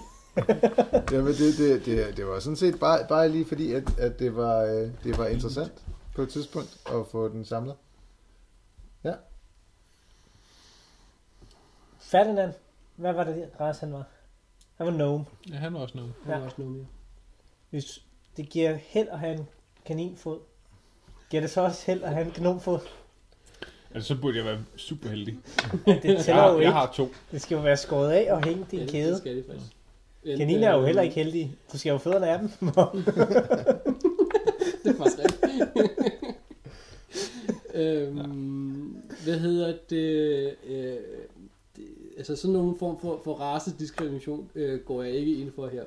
Speaker 3: jamen, det, det, det, det var sådan set bare, bare lige fordi, at, at det, var, øh, det var interessant på et tidspunkt at få den
Speaker 5: (laughs)
Speaker 3: samlet.
Speaker 5: Ferdinand, hvad var det race han var? Han var gnome.
Speaker 4: Ja, han var også noget.
Speaker 2: Han har også noget mere.
Speaker 5: Hvis det giver held at have en kaninfod, giver det så også held at have en (laughs) gnomfod?
Speaker 4: Altså, så burde jeg være super heldig.
Speaker 5: Det
Speaker 4: Jeg
Speaker 5: tæller
Speaker 4: har,
Speaker 5: jo
Speaker 4: jeg
Speaker 5: ikke.
Speaker 4: har to.
Speaker 5: Det skal jo være skåret af og hængt i
Speaker 2: Ja,
Speaker 5: en
Speaker 2: det-
Speaker 5: kæde.
Speaker 2: Det skal det faktisk.
Speaker 5: Kaniner er jo heller ikke heldige. Du skal jo fødderne
Speaker 2: (laughs)
Speaker 5: af dem.
Speaker 2: Det er faktisk rigtigt. (laughs) øhm, hvad hedder det, øh, det? Altså sådan nogen form for, for racediskrimination øh, går jeg ikke ind for her.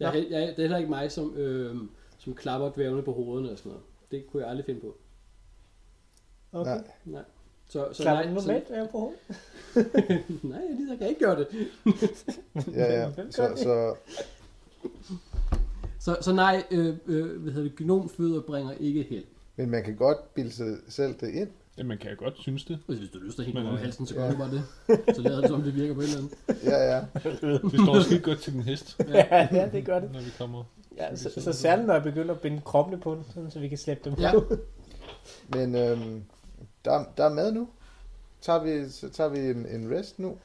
Speaker 2: Jeg, jeg, jeg, det er heller ikke mig, som, øh, som klapper dværgene på hovederne og sådan noget. Det kunne jeg aldrig finde på.
Speaker 5: Okay.
Speaker 3: Nej.
Speaker 2: Nej. Så, så
Speaker 5: Slap
Speaker 2: nej,
Speaker 5: den
Speaker 2: så,
Speaker 5: normalt af på hovedet.
Speaker 2: (laughs) nej, jeg lider, jeg kan ikke gøre det.
Speaker 3: Ja, ja.
Speaker 5: Hvem
Speaker 3: Så,
Speaker 5: gør det?
Speaker 3: så
Speaker 2: Så, så nej, øh, øh, hvad hedder det, gnomfødder bringer ikke held.
Speaker 3: Men man kan godt bilde sig selv det ind.
Speaker 4: Ja, man kan jo godt synes det.
Speaker 2: Hvis hvis du lyster helt
Speaker 4: Men,
Speaker 2: over
Speaker 4: øh,
Speaker 2: halsen, så
Speaker 3: ja.
Speaker 2: gør du bare det. Så lader det som, det virker på et eller andet.
Speaker 3: Ja, ja.
Speaker 4: Det står skidt godt til den hest,
Speaker 5: Ja, ja, det gør det.
Speaker 4: når vi kommer.
Speaker 5: Ja, så, så særligt når jeg begynder at binde kroppene på den, sådan, så vi kan slæbe dem
Speaker 2: Ja.
Speaker 5: ud.
Speaker 3: Men øhm, der, der er mad nu. Tager vi, så tager vi en, en rest nu.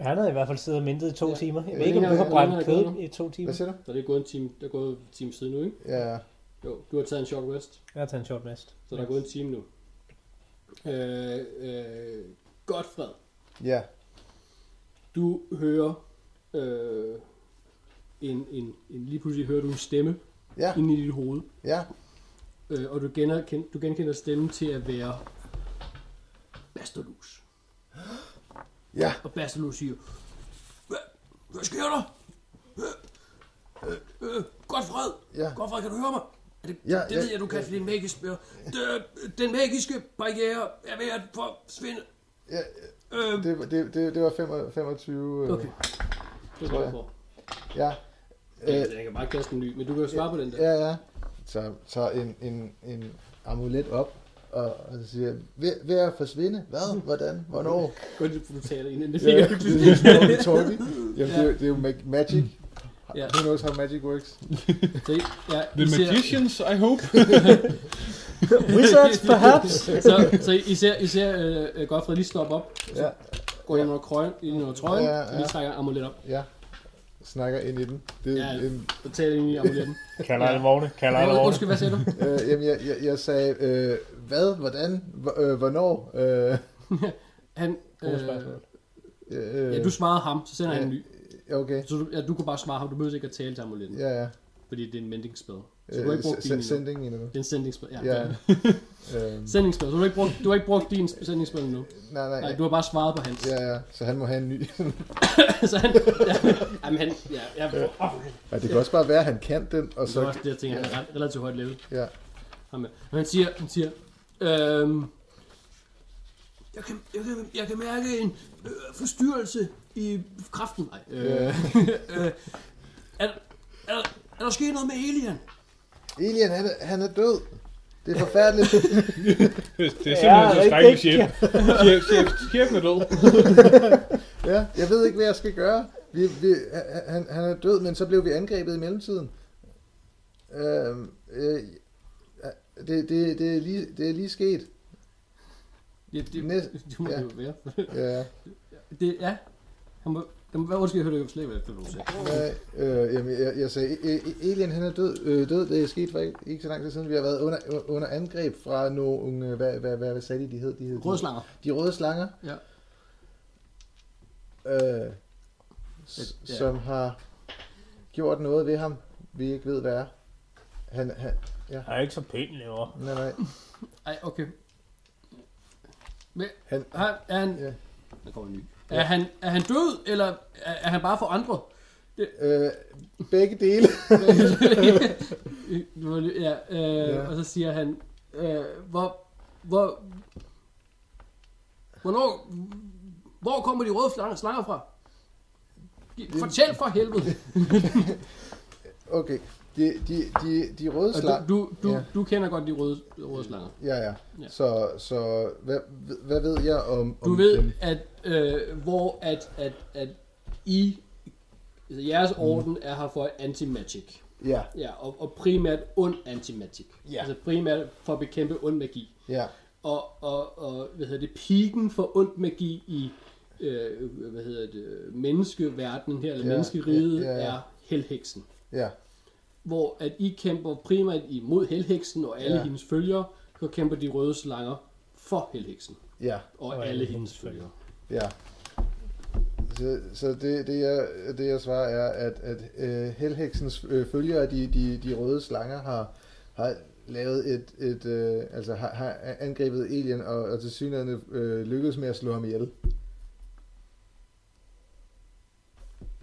Speaker 5: Han havde i hvert fald siddet og mintet i to
Speaker 2: Ja.
Speaker 5: ja. timer. Jeg
Speaker 3: Ja,
Speaker 5: ved ikke, om
Speaker 2: længere-
Speaker 5: du har brændt
Speaker 2: længere er det
Speaker 5: kød
Speaker 2: gået
Speaker 5: i to timer.
Speaker 3: Hvad siger du?
Speaker 2: Så det er gået en time, der er gået en time siden nu, ikke?
Speaker 3: Ja,
Speaker 2: Jo, du har taget en short rest,
Speaker 5: Jeg har taget en short rest.
Speaker 2: så der er gået en time nu. Øh, øh, Godfred,
Speaker 3: ja.
Speaker 2: du hører øh, en, en, en, lige pludselig hører du en stemme
Speaker 3: Ja,
Speaker 2: inde i dit hoved,
Speaker 3: ja.
Speaker 2: øh, og du, genkender, du genkender stemmen til at være Bastalus.
Speaker 3: Ja,
Speaker 2: Og Bastalus siger, hvad, hvad sker der? Øh, øh, Godfred,
Speaker 3: ja,
Speaker 2: Godfred, kan du høre mig? Er det,
Speaker 3: Ja,
Speaker 2: det
Speaker 3: ja,
Speaker 2: ved jeg, du kan, fordi det er en magisk spil. Det- Den magiske barriere er ved at forsvinde.
Speaker 3: ja.
Speaker 2: Øh,
Speaker 5: Øhm.
Speaker 3: Det, det, det, det var 25. øh,
Speaker 2: okay. Det
Speaker 3: tror
Speaker 2: tror
Speaker 3: jeg
Speaker 2: jeg
Speaker 3: Ja. Øh,
Speaker 2: Jeg kan bare kaste en ny, men du kan jo svare på den der.
Speaker 3: ja, ja. Så tager en, en, en amulet op og, og så siger, ved, ved at forsvinde? Hvad? Hvordan? Hvornår?
Speaker 2: Gå lidt, for du taler ind, (laughs) det
Speaker 3: Ja,
Speaker 2: fik
Speaker 3: det
Speaker 2: jeg
Speaker 3: er
Speaker 2: ikke.
Speaker 3: sådan en talkie. Jamen, det er, jo- det er jo mag- magic.
Speaker 2: Ja.
Speaker 3: Who knows how magic
Speaker 2: (laughs)
Speaker 3: works?
Speaker 2: Så, ja,
Speaker 4: The
Speaker 2: I ser, (laughs)
Speaker 4: Magicians, I hope.
Speaker 5: Wizards, perhaps?
Speaker 2: så, så I ser, I ser øh, Godfred lige stoppe op,
Speaker 3: Ja,
Speaker 2: går ind under, krøjen, ind under trøjen,
Speaker 3: Ja,
Speaker 2: ja,
Speaker 3: ja.
Speaker 2: ja. og lige trækker amulet op,
Speaker 3: ja. Snakker ind i den. Det er
Speaker 2: Ja.
Speaker 3: en,
Speaker 2: og taler ind i amuletten.
Speaker 5: Kalder alle vogne, kalder alle
Speaker 2: Hvad-
Speaker 5: vogne.
Speaker 2: Undskyld, hvad sagde du?
Speaker 3: øh, jamen, jeg, jeg, jeg sagde, øh, hvad, hvordan, Hvor- øh, hvornår? Øh,
Speaker 2: Han,
Speaker 5: Gode spørgsmål.
Speaker 2: øh,
Speaker 3: øh,
Speaker 2: ja, du svarede ham, så sender han en ny.
Speaker 3: Okay,
Speaker 2: Så du, ja, du kan bare svare ham, du behøver ikke at tale til amuletten.
Speaker 3: ja, ja.
Speaker 2: Fordi det er en mending spell. Så du har
Speaker 3: Øh,
Speaker 2: ikke brugt
Speaker 3: se-
Speaker 2: din
Speaker 3: se-
Speaker 2: endnu.
Speaker 3: sending endnu.
Speaker 2: Det er en sending spell, ja.
Speaker 3: Ja.
Speaker 2: (laughs) ja.
Speaker 3: Øhm,
Speaker 2: Sending spell. Så du har ikke brugt, du har ikke brugt din sending spell endnu.
Speaker 3: nej, nej.
Speaker 2: Nej, du har bare svaret på hans.
Speaker 3: Ja, ja. Så han må have en
Speaker 2: (laughs)
Speaker 3: ny. (laughs)
Speaker 2: så han, ja, jamen han, ja, ja, oh,
Speaker 3: ja, det kan også bare være, at han kan den, og
Speaker 2: det
Speaker 3: så...
Speaker 2: er også det, jeg tænker, han er ret- relativt højt level.
Speaker 3: Ja,
Speaker 2: Ham her. Men han siger, han siger, øhm, jeg kan, jeg, kan, jeg kan mærke en øh, forstyrrelse i kraften. Nej, øh,
Speaker 3: Ja.
Speaker 2: øh, er, der- er, der- er der sket noget med Elian?
Speaker 3: Elian, han er, han er død. Det er
Speaker 2: (laughs)
Speaker 3: forfærdeligt.
Speaker 4: Det er simpelthen
Speaker 5: Ja,
Speaker 4: så skrækkelig
Speaker 5: rigtig.
Speaker 4: chef. Chef, chef, chefen er død.
Speaker 3: Ja, jeg ved ikke, hvad jeg skal gøre. Vi, vi, han, han er død, men så blev vi angrebet i mellemtiden. Øhm, øh, Det, det, det, er, lige, det er lige sket.
Speaker 2: Ja, det,
Speaker 3: Næste-
Speaker 2: (laughs) det må
Speaker 3: ja.
Speaker 2: det jo være.
Speaker 3: Ja.
Speaker 2: Det, ja. Han må, der må være undskyld, jeg hørte jo slet ikke, hvad du sagde.
Speaker 3: Nej, øh, jamen, jeg, jeg sagde, e- e- Alien han er død, øh, død. Det er sket for ikke, ikke så lang tid siden. Vi har været under, under angreb fra nogle, øh, hvad, hvad, hvad, hvad sagde de, de hed? De hed
Speaker 2: Rødslanger.
Speaker 3: De, de røde slanger,
Speaker 2: Ja.
Speaker 3: øh, s-
Speaker 2: Ja.
Speaker 3: som har gjort noget ved ham, vi ikke ved, hvad er. Han, han,
Speaker 5: Han er ikke så pæn lever.
Speaker 3: nej, nej.
Speaker 2: Ej, okay. Men, han,
Speaker 3: Han-
Speaker 2: er han...
Speaker 3: Ja.
Speaker 2: Der kommer en ny. Er, han, er han død, eller er, er han bare
Speaker 3: (laughs)
Speaker 2: forandret?
Speaker 3: Øh, begge dele. (laughs)
Speaker 2: Nu var det- ja, øh,
Speaker 3: Ja.
Speaker 2: ja. Og så siger han, øh, hvor, hvor, hvornår, hvor kommer de røde slanger, slanger fra? Gi- Fortæl for
Speaker 3: (laughs)
Speaker 2: helvede.
Speaker 3: Okay, de, de, de, de røde slanger...
Speaker 2: Og du, du, du,
Speaker 3: Ja.
Speaker 2: du kender godt de røde, røde slanger.
Speaker 3: Ja, ja.
Speaker 2: Ja.
Speaker 3: Så, så hvad, hvad ved jeg om, om
Speaker 2: Du ved,
Speaker 3: dem?
Speaker 2: at øh, hvor at, at, at I, altså jeres orden er her for anti-magic.
Speaker 3: Ja,
Speaker 2: Ja, og, og primært ond antimagic.
Speaker 3: Ja.
Speaker 2: Altså primært for at bekæmpe ond magi.
Speaker 3: ja.
Speaker 2: Og, og, og hvad hedder det, piken for ond magi i øh, hvad hedder det, menneskeverdenen her, eller
Speaker 3: Ja,
Speaker 2: ja, menneskeriget,
Speaker 3: ja,
Speaker 2: ja,
Speaker 3: ja,
Speaker 2: ja.
Speaker 3: ja.
Speaker 2: er helheksen.
Speaker 3: Ja,
Speaker 2: Hvor at I kæmper primært imod helheksen og alle
Speaker 3: Ja.
Speaker 2: ja. hendes følgere, så kæmper de røde slanger for helheksen
Speaker 3: ja,
Speaker 2: og, og alle hendes følgere.
Speaker 3: ja. Så, så det, det, jeg, det jeg svarer er, at, at øh, Helheksens øh, følgere, de, de, de røde slanger, har, har lavet et, et øh, altså har, har angrebet Alien og, og til synligheden øh, lykkedes med at slå ham ihjel.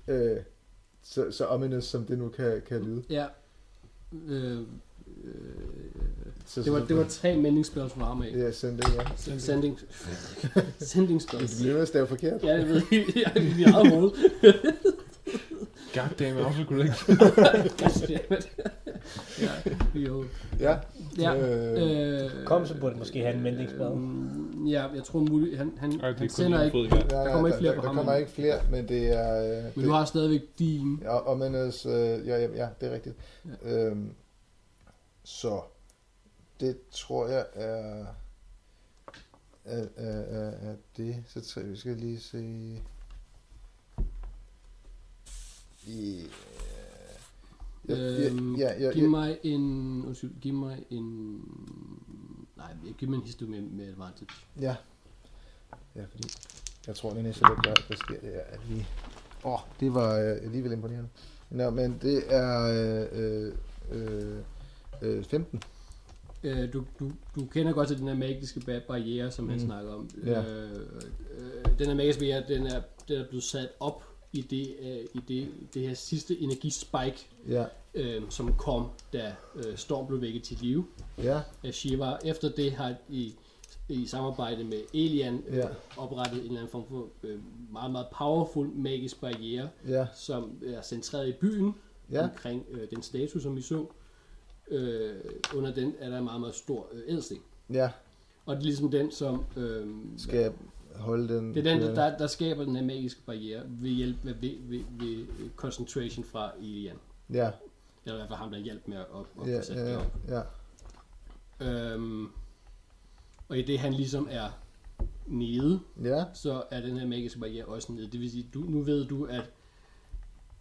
Speaker 3: Øh, så, så ominous som det nu kan, kan lyde.
Speaker 2: Ja. Øh, øh,
Speaker 3: Så,
Speaker 2: det, var, det var tre mændingsspørgsmål fra ham af.
Speaker 3: Ja, send det, ja.
Speaker 2: Sending, (laughs) sending
Speaker 3: Du bliver med at stave forkert.
Speaker 2: Ja, det ved (laughs) jeg. Jeg er i mit eget hoved.
Speaker 4: Goddamn autocorrect.
Speaker 2: Goddammit. ja, jo.
Speaker 3: Ja.
Speaker 2: Ja.
Speaker 3: Øh,
Speaker 2: Øh,
Speaker 5: Kom, så burde det måske have en mændingsblad.
Speaker 2: øh, Ja, jeg tror muligt. Han, han,
Speaker 4: Ej, det
Speaker 2: han
Speaker 4: er kun
Speaker 2: sender
Speaker 4: lige
Speaker 2: ikke.
Speaker 4: fået i gang.
Speaker 3: nej,
Speaker 2: der kommer
Speaker 3: nej,
Speaker 2: ikke flere
Speaker 3: der,
Speaker 2: på
Speaker 3: der
Speaker 2: ham,
Speaker 3: kommer
Speaker 2: men-
Speaker 3: ikke flere, men det er... Øh,
Speaker 2: Men
Speaker 3: det,
Speaker 2: du har stadigvæk din.
Speaker 3: Ja, og men, øh, ja, ja, ja, det er rigtigt. Ja. Øhm, så det tror jeg er, er, er, er, er det. Så tror jeg, vi skal lige se... I, ja, ja,
Speaker 2: Øhm,
Speaker 3: ja, ja,
Speaker 2: Giv
Speaker 3: ja,
Speaker 2: mig en... Undskyld, giv mig en... Nej, jeg giver mig en history med, med advantage.
Speaker 3: ja. Ja, fordi jeg tror, det næste, der, gør, der sker, det er, at vi... Åh, oh, det var øh, alligevel imponerende. Nå, men det er øh, øh, øh, 15.
Speaker 2: Øh, du, du, du kender godt til den her magiske ba- barriere, som han
Speaker 3: Mm.
Speaker 2: snakker om.
Speaker 3: Ja.
Speaker 2: Øh, øh, den her magiske barriere, den er, den er blevet sat op i det, øh, i det, det her sidste energispike,
Speaker 3: Ja,
Speaker 2: øh, som kom, da øh, Storm blev vækket til live
Speaker 3: ja,
Speaker 2: af Shiva. Efter det har i, i samarbejde med Elian øh,
Speaker 3: Ja.
Speaker 2: oprettet en eller anden form for øh, meget, meget powerful magisk barriere,
Speaker 3: ja,
Speaker 2: som er centreret i byen,
Speaker 3: Ja.
Speaker 2: ja. omkring øh, den statue, som vi så. Øh, under den er der en meget, meget stor øh, ædelsten.
Speaker 3: ja.
Speaker 2: Og det er ligesom den, som... Øh,
Speaker 3: Skal jeg holde den? Øh,
Speaker 2: det er den, der, der, der skaber den her magiske barriere ved hjælp af ved, ved, ved øh, concentration fra Elian.
Speaker 3: Ja,
Speaker 2: Eller i hvert fald ham, der hjalp med at op, op
Speaker 3: ja,
Speaker 2: ja, sætte
Speaker 3: ja,
Speaker 2: det op.
Speaker 3: ja,
Speaker 2: Øhm, og i det, han ligesom er nede,
Speaker 3: ja,
Speaker 2: så er den her magiske barriere også nede. Det vil sige, du, nu ved du, at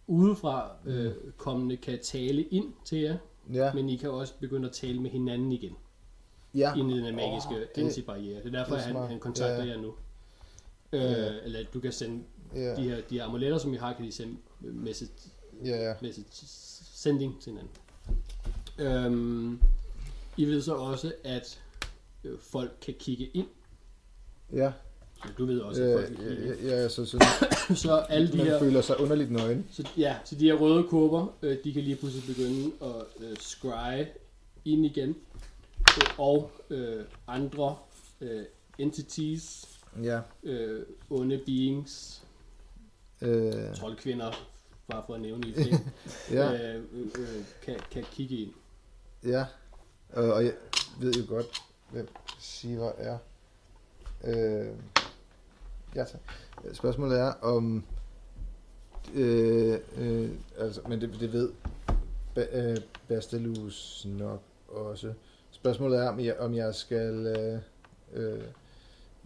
Speaker 2: udefra øh, kommende kan tale ind til jer,
Speaker 3: ja,
Speaker 2: men I kan også begynde at tale med hinanden igen,
Speaker 3: ja,
Speaker 2: ind i den her magiske oh,
Speaker 3: det-
Speaker 2: antibarriere. Det er derfor,
Speaker 3: det
Speaker 2: det er han,
Speaker 3: er smart.
Speaker 2: han kontakter
Speaker 3: Ja.
Speaker 2: jer nu. Øh,
Speaker 3: Ja.
Speaker 2: Eller du kan sende
Speaker 3: ja,
Speaker 2: de her, de her amuletter, som I har, kan I sende øh, message,
Speaker 3: ja, ja,
Speaker 2: message sending til hinanden. Øhm, I ved så også, at øh, folk kan kigge ind.
Speaker 3: ja,
Speaker 2: Så Du ved også, at
Speaker 3: øh,
Speaker 2: folk kan kigge ind. (laughs)
Speaker 3: ja, ja, så, så
Speaker 2: Så alle de
Speaker 3: man
Speaker 2: her,
Speaker 3: føler sig underligt nøgen.
Speaker 2: så, ja, så de her røde kurver, øh, de kan lige pludselig begynde at øh, scry ind igen. Øh, Og øh, andre øh, entities,
Speaker 3: Ja,
Speaker 2: øh, onde beings,
Speaker 3: øh,
Speaker 2: troldkvinder, bare for at nævne et ting,
Speaker 3: (laughs) ja,
Speaker 2: øh, øh, øh, kan, kan kigge ind.
Speaker 3: ja. Og, og jeg ved jo godt, hvem Siver er. Øh, ja, tak. Spørgsmålet er om... Øh, øh, altså, men det, det ved ba- øh, Bastelus nok også. Spørgsmålet er, om jeg, om jeg skal, øh, øh,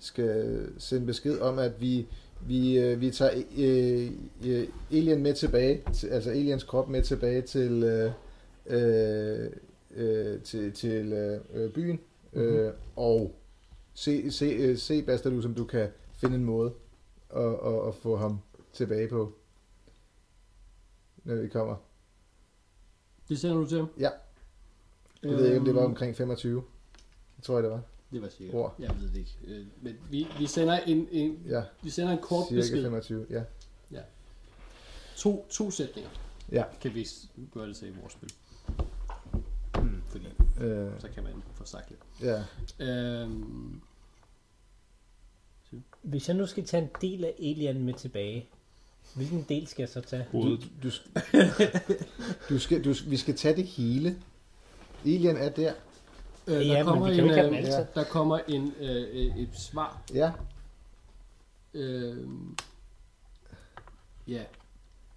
Speaker 3: skal sende besked om, at vi, vi, øh, vi tager øh, øh, Alien med tilbage, til, altså Aliens krop med tilbage til, øh, øh, øh, til, til øh, øh, byen,
Speaker 2: Mhm.
Speaker 3: øh, mm-hmm. og se, se, øh, se Bastalu, som du kan finde en måde at, at, at få ham tilbage på, når vi kommer.
Speaker 2: Det sender du til ham?
Speaker 3: Ja. Jeg ved ikke, om det
Speaker 2: Øhm.
Speaker 3: var omkring 25. Det tror jeg, det var.
Speaker 2: Det var sikkert.
Speaker 3: Ord.
Speaker 2: Jeg ved det ikke. Øh, Men vi, vi, sender en, en,
Speaker 3: Ja,
Speaker 2: vi sender en kort
Speaker 3: cirka
Speaker 2: besked.
Speaker 3: 25. Ja.
Speaker 2: To, to sætninger
Speaker 3: ja.
Speaker 2: kan vi s- gøre det til i vores spil. Fordi
Speaker 3: Øh,
Speaker 2: så kan man få sagt lidt.
Speaker 3: ja.
Speaker 2: Øhm,
Speaker 5: Hvis jeg nu skal tage en del af Alien med tilbage, hvilken del skal jeg så tage?
Speaker 3: Du,
Speaker 4: Hovedet.
Speaker 3: du, sk- (laughs) du skal, du, vi skal tage det hele. Alien er der.
Speaker 2: øh,
Speaker 5: Ja,
Speaker 2: der
Speaker 5: men
Speaker 2: kommer
Speaker 5: vi kan jo
Speaker 2: en,
Speaker 5: ikke have dem
Speaker 2: øh,
Speaker 5: alle
Speaker 2: ja, der kommer en, øh, øh, et svar.
Speaker 3: Ja,
Speaker 2: Øh, ja,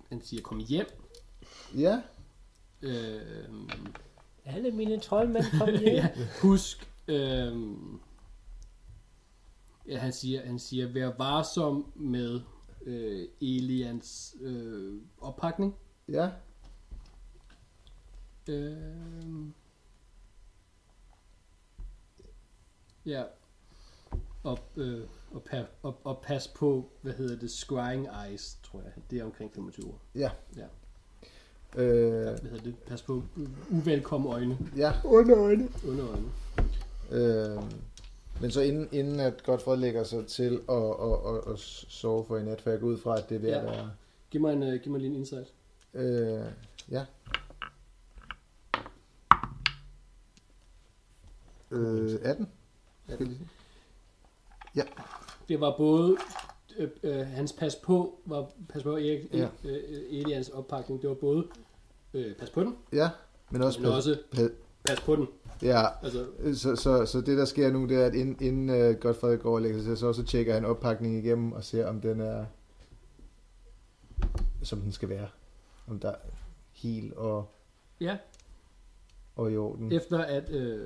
Speaker 2: han siger, kom hjem.
Speaker 3: ja.
Speaker 2: Øh,
Speaker 5: Alle mine troldmænd (laughs) kom hjem.
Speaker 2: ja, husk, øh, ja, han siger, han siger, vær varsom med øh, Elians øh, oppakning.
Speaker 3: Ja,
Speaker 2: Øh, ja. Og, øh, og, pa, og, og pas på, hvad hedder det, scrying eyes, tror jeg. Det er omkring 25 år.
Speaker 3: ja.
Speaker 2: Ja.
Speaker 3: Øh,
Speaker 2: Hvad hedder det? Pas på u- uvelkomne øjne,
Speaker 3: ja.
Speaker 2: under øjne.
Speaker 3: Øh, men så inden, inden at Godfred lægger sig til at, at, at, at sove for i nat, for jeg går ud fra, at det er ved at
Speaker 2: Ja.
Speaker 3: være...
Speaker 2: Giv mig, en, uh, giv mig lige en insight.
Speaker 3: Øh, ja. Øh, 18?
Speaker 2: Det var både øh, øh, hans pas på, var pas på Erik,
Speaker 3: Ja.
Speaker 2: ja. øh, øh, Elians oppakning. Det var både øh, pas på den,
Speaker 3: Ja, men også...
Speaker 2: men
Speaker 3: pas-
Speaker 2: også
Speaker 3: pas-
Speaker 2: pas på den.
Speaker 3: Ja,
Speaker 2: Altså,
Speaker 3: Så, så, så det der sker nu, det er, at inden, inden uh, Godfred går og lægger sig til at sove, så tjekker han oppakningen igennem og ser, om den er, som den skal være. Om der er hel og,
Speaker 2: ja,
Speaker 3: og i orden.
Speaker 2: efter at øh,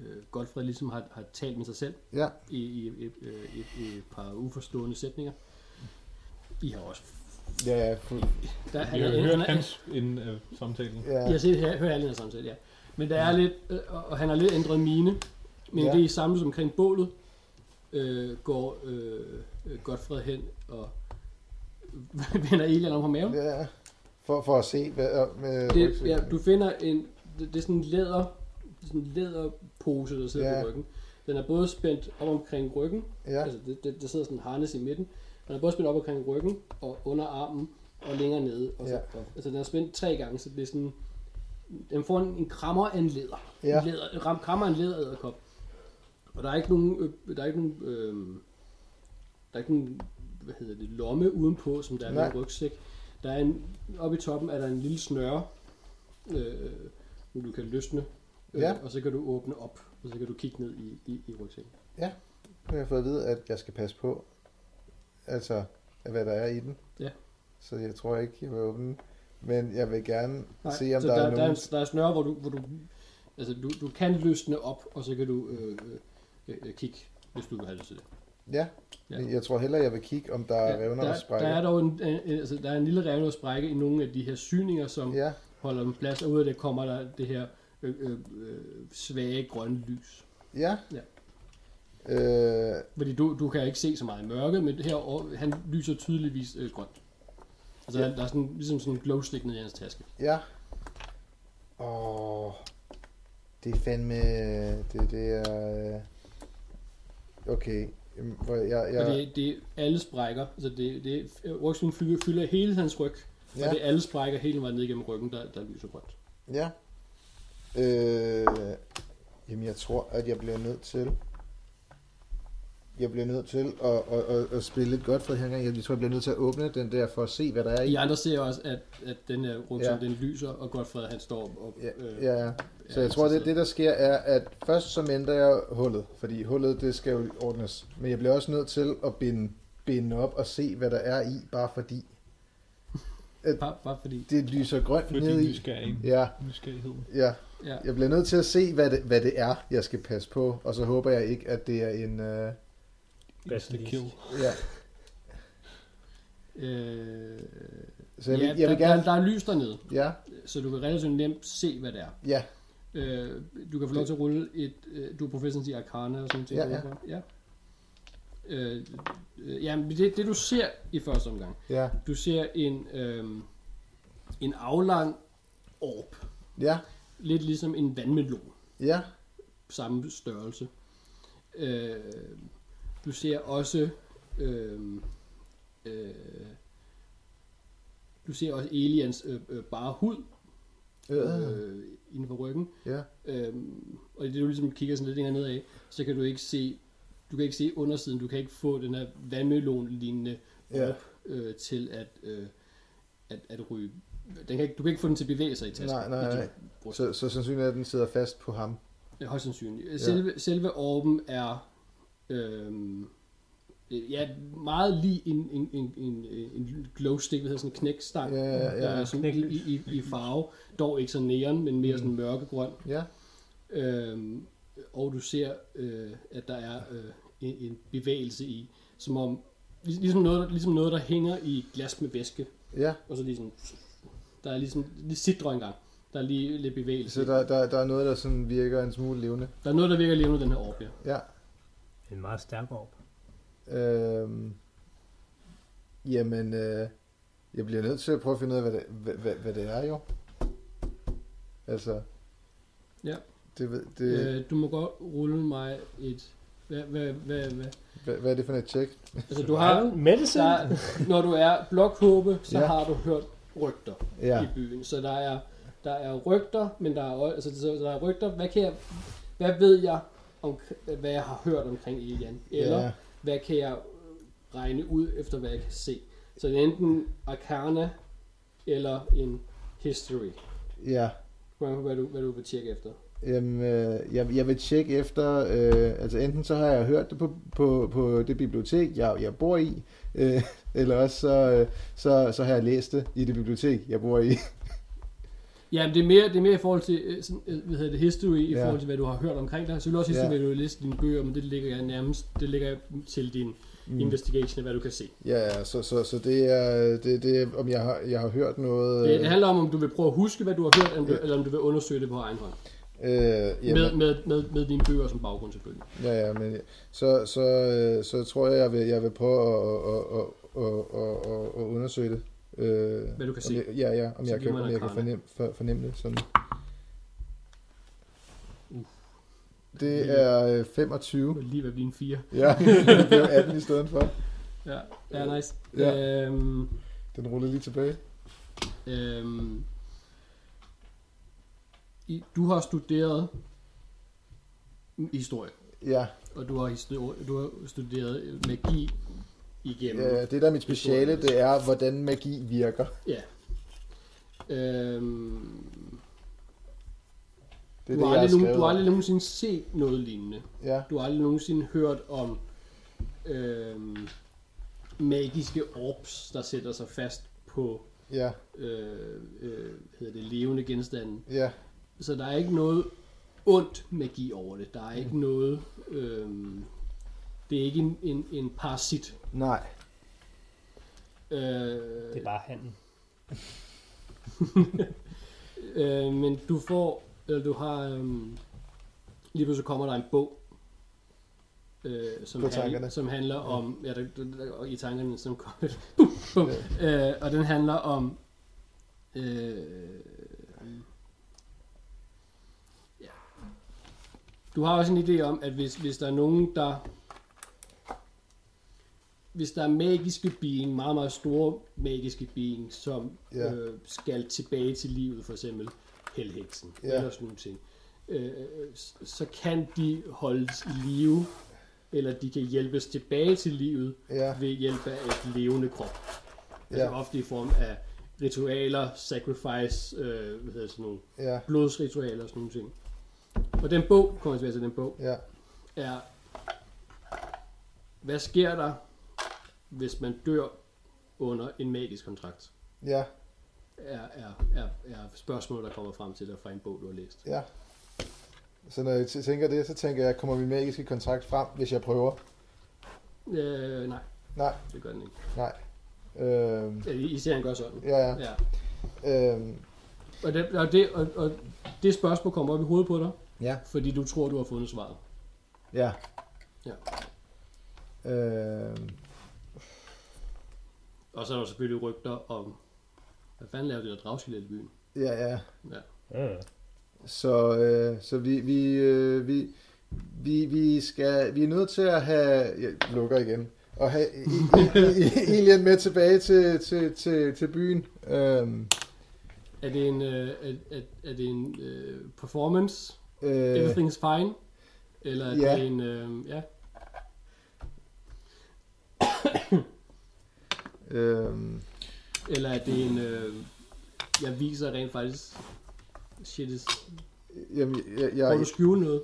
Speaker 2: øh, Godfred ligesom har, har talt med sig selv,
Speaker 3: Ja,
Speaker 2: i, i, i, øh, i, i et par uforstående sætninger. I har også...
Speaker 3: ja, ja, fuld,
Speaker 2: Der,
Speaker 4: Vi har jo hørt hans inden øh, samtalen.
Speaker 2: I har
Speaker 3: ja,
Speaker 2: set her, hørt alle hans samtale, ja. Men der er lidt... Øh, og og han har lidt ændret mine. Men
Speaker 3: Ja.
Speaker 2: ja. det I samles omkring bålet, øh, går øh, øh, Godfred hen og (laughs) vender Elian om på maven. Ja,
Speaker 3: ja. For, for at se, hvad med
Speaker 2: det, ja, du finder en... Det, det er sådan en læder, det er sådan en læderpose, der sidder
Speaker 3: Ja.
Speaker 2: ja. på ryggen. Den er både spændt op omkring ryggen,
Speaker 3: ja,
Speaker 2: Altså, det, det, der sidder sådan en harness i midten. Den er både spændt op omkring ryggen og under armen og længere nede. Og så,
Speaker 3: Ja.
Speaker 2: ja. og, altså, den er spændt tre gange, så det er sådan... Den får en, en krammer af en læder.
Speaker 3: Ja.
Speaker 2: En læder ram, krammer af en læderæderkop. Og der er ikke nogen... Øh, der er ikke nogen... Øh, der er ikke nogen hvad hedder det, lomme udenpå, som der er
Speaker 3: Nej.
Speaker 2: med en rygsæk. Der er en, oppe i toppen er der en lille snøre, øh, som du kan løsne. Øh,
Speaker 3: Ja.
Speaker 2: Og så kan du åbne op, og så kan du kigge ned i, i, i rygsækken.
Speaker 3: ja. Nu har jeg fået at vide, at jeg skal passe på, altså, at hvad der er i den.
Speaker 2: Ja.
Speaker 3: Så jeg tror ikke, jeg vil åbne den. Men jeg vil gerne
Speaker 2: Nej,
Speaker 3: se, om
Speaker 2: så
Speaker 3: der, er
Speaker 2: der,
Speaker 3: nogen...
Speaker 2: en, der er snøre, hvor du, hvor du, altså, du, du kan løsne op, og så kan du øh, øh, øh, kigge, hvis du vil have lyst til det.
Speaker 3: Ja,
Speaker 2: Ja.
Speaker 3: Men Jeg tror hellere, jeg vil kigge, om der er revner
Speaker 2: der,
Speaker 3: og sprækker.
Speaker 2: der er dog en, en, en- altså, der er en lille revne og sprække i nogle af de her syninger, som ja.
Speaker 3: Ja,
Speaker 2: holder dem plads, og ud af det kommer der det her øh, øh, øh, svage grønne lys.
Speaker 3: ja.
Speaker 2: Ja.
Speaker 3: Øh,
Speaker 2: Fordi du, du kan ikke se så meget i mørket, men her over- han lyser tydeligvis øh, grønt. Altså, ja. der er sådan, ligesom sådan en glow stick nede i hans taske.
Speaker 3: ja. Åh, det er fandme... Det, det er... øh, Okay, Jamen, hvor jeg...
Speaker 2: Ja. Og
Speaker 3: jeg
Speaker 2: det, det er alle sprækker. Altså det, det, rygsvingen fylder, fylder hele hans ryg. Ja.
Speaker 3: Ja.
Speaker 2: Og det er alle sprækker hele vejen ned igennem ryggen, der, der lyser grønt.
Speaker 3: ja. Øh, jamen, jeg tror, at jeg bliver nødt til... Jeg bliver nødt til at, at, at, at spille lidt godt for det her gang. Jeg tror, jeg bliver nødt til at åbne den der for at se, hvad der er i.
Speaker 2: I andre ser også, at, at den her rygsving,
Speaker 3: Ja.
Speaker 2: ja. den lyser, og Godfred han står op.
Speaker 3: Ja,
Speaker 2: øh,
Speaker 3: ja, ja. Så
Speaker 2: ja,
Speaker 3: jeg tror,
Speaker 2: så-
Speaker 3: det, det der sker er, at først så mindre jeg hullet, fordi hullet, det skal jo ordnes. Men jeg bliver også nødt til at binde, binde op og se, hvad der er i, bare fordi. at
Speaker 2: Bare, bare fordi.
Speaker 3: det lyser grønt
Speaker 4: Fordi
Speaker 3: ned i.
Speaker 4: nysgerrigheden.
Speaker 3: Ja,
Speaker 4: Nysgerrigheden.
Speaker 3: ja.
Speaker 2: Ja.
Speaker 3: Jeg bliver nødt til at se, hvad det, hvad det er, jeg skal passe på, og så håber jeg ikke, at det er en... Øh,
Speaker 4: Bedste
Speaker 5: Basilisk.
Speaker 4: kill.
Speaker 3: ja.
Speaker 2: Øh,
Speaker 3: Så jeg,
Speaker 2: ja,
Speaker 3: ja, jeg vil
Speaker 2: der,
Speaker 3: gerne...
Speaker 2: Der, der er lys dernede,
Speaker 3: Ja,
Speaker 2: så du kan relativt nemt se, hvad det er.
Speaker 3: ja.
Speaker 2: Øh, du kan få lov til at rulle et... Øh, du er professor i Arcana og sådan ting.
Speaker 3: Ja, ja.
Speaker 2: ja. Øh, øh, ja, men det, det du ser i første omgang,
Speaker 3: Ja,
Speaker 2: du ser en, øh, en aflang orb,
Speaker 3: ja,
Speaker 2: lidt ligesom en vandmelon,
Speaker 3: ja,
Speaker 2: samme størrelse. Øh, du ser også, øh, øh, du ser også aliens øh, øh, bare hud
Speaker 3: øh,
Speaker 2: øh, inden for ryggen,
Speaker 3: ja,
Speaker 2: Øhm, og det du ligesom kigger sådan lidt længere nedad, så kan du ikke se, du kan ikke se undersiden, du kan ikke få den her vandmelon-lignende
Speaker 3: Ja.
Speaker 2: orb øh, til at, øh, at, at ryge. Den kan ikke, du kan ikke få den til at bevæge sig i tasken.
Speaker 3: Nej, nej,
Speaker 2: i dit
Speaker 3: nej.
Speaker 2: bryst.
Speaker 3: Så, så sandsynligt er, at den sidder fast på ham.
Speaker 2: Øh, Højst sandsynligt. Selve, ja. selve orben er øhm, øh, ja, meget lige en, en, en, en, en glowstick, hvad hedder sådan en knækstang,
Speaker 3: Ja, ja, ja.
Speaker 2: der er sådan i, i, i farve, dog ikke så neon, men mere
Speaker 3: Mm.
Speaker 2: sådan mørkegrøn.
Speaker 3: Ja,
Speaker 2: Øhm, og du ser, øh, at der er øh, en, en bevægelse i, som om, lig- ligesom noget, der- ligesom noget, der hænger i et glas med væske,
Speaker 3: ja.
Speaker 2: og så ligesom, der er ligesom, lige sidder en gang, der er lige lidt bevægelse.
Speaker 3: Så
Speaker 2: Der,
Speaker 3: der, der, der er noget, der sådan virker en smule levende.
Speaker 2: der er noget, der virker levende den her orb, ja.
Speaker 3: Ja.
Speaker 5: En meget stærk orb.
Speaker 3: Øhm, jamen, øh, jeg bliver nødt til at prøve at finde ud af, hvad det, hvad, hvad, hvad det er jo. Altså,
Speaker 2: Ja.
Speaker 3: det, ved- det, øh.
Speaker 2: Øh, du må godt rulle mig et, hvad, hvad, hvad, hvad?
Speaker 3: hvad, hvad er det for et tjek?
Speaker 2: Altså du har,
Speaker 5: Medicine?
Speaker 2: der, når du er blokhåbe, så
Speaker 3: Ja.
Speaker 2: ja. har du hørt rygter. ja. i
Speaker 3: Ja,
Speaker 2: byen. Så der er, der er rygter, men der er, også- altså, så der er rygter. Hvad, kan jeg, hvad ved jeg om, hvad jeg har hørt omkring Elian? Eller
Speaker 3: Ja.
Speaker 2: ja. hvad kan jeg øh, regne ud efter, hvad jeg kan se? Så det er enten Arcana eller en History.
Speaker 3: ja.
Speaker 2: Kom an på, Hvad du, hvad du vil tjekke efter.
Speaker 3: Jamen, øh, jeg, jeg vil tjekke efter, øh, altså enten så har jeg hørt det på, på, på det bibliotek, jeg, jeg bor i, øh, (laughs) eller også så, øh, så, så har jeg læst det i det bibliotek, jeg
Speaker 2: (laughs)
Speaker 3: bor i.
Speaker 2: Ja, men det er mere, det er mere i forhold til øh, sådan, øh, hvad hedder det, history, i
Speaker 3: Ja.
Speaker 2: forhold til, hvad du har hørt omkring dig. Så vil også history,
Speaker 3: Ja.
Speaker 2: hvad du har læst i dine bøger, men det ligger jeg nærmest det ligger jeg til din mm. investigation af, hvad du kan se.
Speaker 3: Ja, ja, så, så, så det er, det, det er, om jeg har, jeg har hørt noget...
Speaker 2: Det, det handler om, om du vil prøve at huske, hvad du har hørt, eller,
Speaker 3: Øh. Ja.
Speaker 2: ja. eller om du vil undersøge det på egen hånd.
Speaker 3: øh, jamen,
Speaker 2: Med, med, med, med dine bøger som baggrund selvfølgelig.
Speaker 3: Ja, ja, men så, så, øh, så tror jeg, jeg vil, jeg vil prøve at, at, at, at, at, at, at undersøge det. Øh,
Speaker 2: Hvad du kan
Speaker 3: om
Speaker 2: se.
Speaker 3: Jeg, ja, ja, om
Speaker 2: Så
Speaker 3: jeg
Speaker 2: giver
Speaker 3: kan,
Speaker 2: mig
Speaker 3: om
Speaker 2: en
Speaker 3: jeg kan
Speaker 2: arcana.
Speaker 3: fornemme, for, fornemme det. Sådan.
Speaker 2: Uh.
Speaker 3: Det er
Speaker 2: (laughs)
Speaker 3: øh,
Speaker 2: Du
Speaker 3: 25.
Speaker 2: må lige ved at blive en 4.
Speaker 3: Ja, det blev 18 i stedet for.
Speaker 2: Ja, ja nice.
Speaker 3: Ja.
Speaker 2: Ja. Øhm,
Speaker 3: Den ruller lige tilbage.
Speaker 2: øhm, i, du har studeret historie,
Speaker 3: Ja,
Speaker 2: og du har, histori- du har studeret magi igennem.
Speaker 3: ja, det der er mit speciale, det er, hvordan magi virker.
Speaker 2: ja. Øhm,
Speaker 3: Det er
Speaker 2: du, har
Speaker 3: det, jeg har
Speaker 2: aldrig nogen,
Speaker 3: skrevet.
Speaker 2: du har aldrig nogensinde set noget lignende.
Speaker 3: Ja,
Speaker 2: Du har aldrig nogensinde hørt om øhm, magiske orbs, der sætter sig fast på
Speaker 3: ja,
Speaker 2: øh, øh, hvad hedder det, levende genstande.
Speaker 3: ja,
Speaker 2: Så der er ikke noget ondt magi over det. Der er ikke noget... Øh, det er ikke en, en, en parasit.
Speaker 3: nej.
Speaker 2: Øh,
Speaker 5: Det er bare handen.
Speaker 2: (laughs) øh, men du får... Eller du har... Øh, lige pludselig kommer der en bog, øh, som,
Speaker 3: På tankerne.
Speaker 2: som handler om... Ja, der, der, der, og i tankerne, som kommer... (laughs) bum, øh, og den handler om... Øh, ja. Du har også en idé om, at hvis, hvis der er nogen, der... Hvis der er magiske being, meget, meget store magiske being, som
Speaker 3: Ja.
Speaker 2: ja. øh, skal tilbage til livet, for eksempel helheksen,
Speaker 3: Ja.
Speaker 2: ja. eller sådan nogle ting, øh, s- så kan de holdes i live, eller de kan hjælpes tilbage til livet,
Speaker 3: Ja,
Speaker 2: ved hjælp af et levende krop. Altså
Speaker 3: Ja.
Speaker 2: ofte i form af ritualer, sacrifice, øh, hvad hedder sådan nogle
Speaker 3: ja,
Speaker 2: blodsritualer og sådan nogle ting. Og den bog, kommer jeg tilbage til den bog,
Speaker 3: ja,
Speaker 2: er, hvad sker der, hvis man dør under en magisk kontrakt?
Speaker 3: ja,
Speaker 2: er, er, er, er spørgsmål, der kommer frem til dig fra en bog, du har læst.
Speaker 3: Ja. Så når jeg t- tænker det, så tænker jeg, kommer min magiske kontrakt frem, hvis jeg prøver?
Speaker 2: Øh, nej,
Speaker 3: Nej,
Speaker 2: det gør den ikke.
Speaker 3: nej. Øh,
Speaker 2: Øh, I I ser, han gør sådan.
Speaker 3: ja, ja.
Speaker 2: Ja.
Speaker 3: Øh,
Speaker 2: Og, det, og, det, og, og det spørgsmål kommer op i hovedet på dig,
Speaker 3: ja,
Speaker 2: fordi du tror, du har fundet svaret.
Speaker 3: ja.
Speaker 2: Ja.
Speaker 3: Øh,
Speaker 2: Og så er der selvfølgelig rygter om, hvad fanden lavede det der dragskild i byen?
Speaker 3: ja, ja.
Speaker 2: Ja.
Speaker 5: Mm.
Speaker 3: Så, øh, så vi, vi, øh, vi, vi, vi, skal, vi er nødt til at have... Jeg lukker igen. Og have E, i- i- i- alien E, med tilbage til, til, til, til byen. Øhm,
Speaker 2: Er det en, øh, er, er, er det en øh, performance?
Speaker 3: øh,
Speaker 2: Everything's fine? Eller er
Speaker 3: ja.
Speaker 2: det en... Øh, ja.
Speaker 3: øhm,
Speaker 2: Eller er det en... Øh, jeg viser rent faktisk... Shit is...
Speaker 3: jamen, jeg,
Speaker 2: Prøver
Speaker 3: jeg,
Speaker 2: du at skjule noget?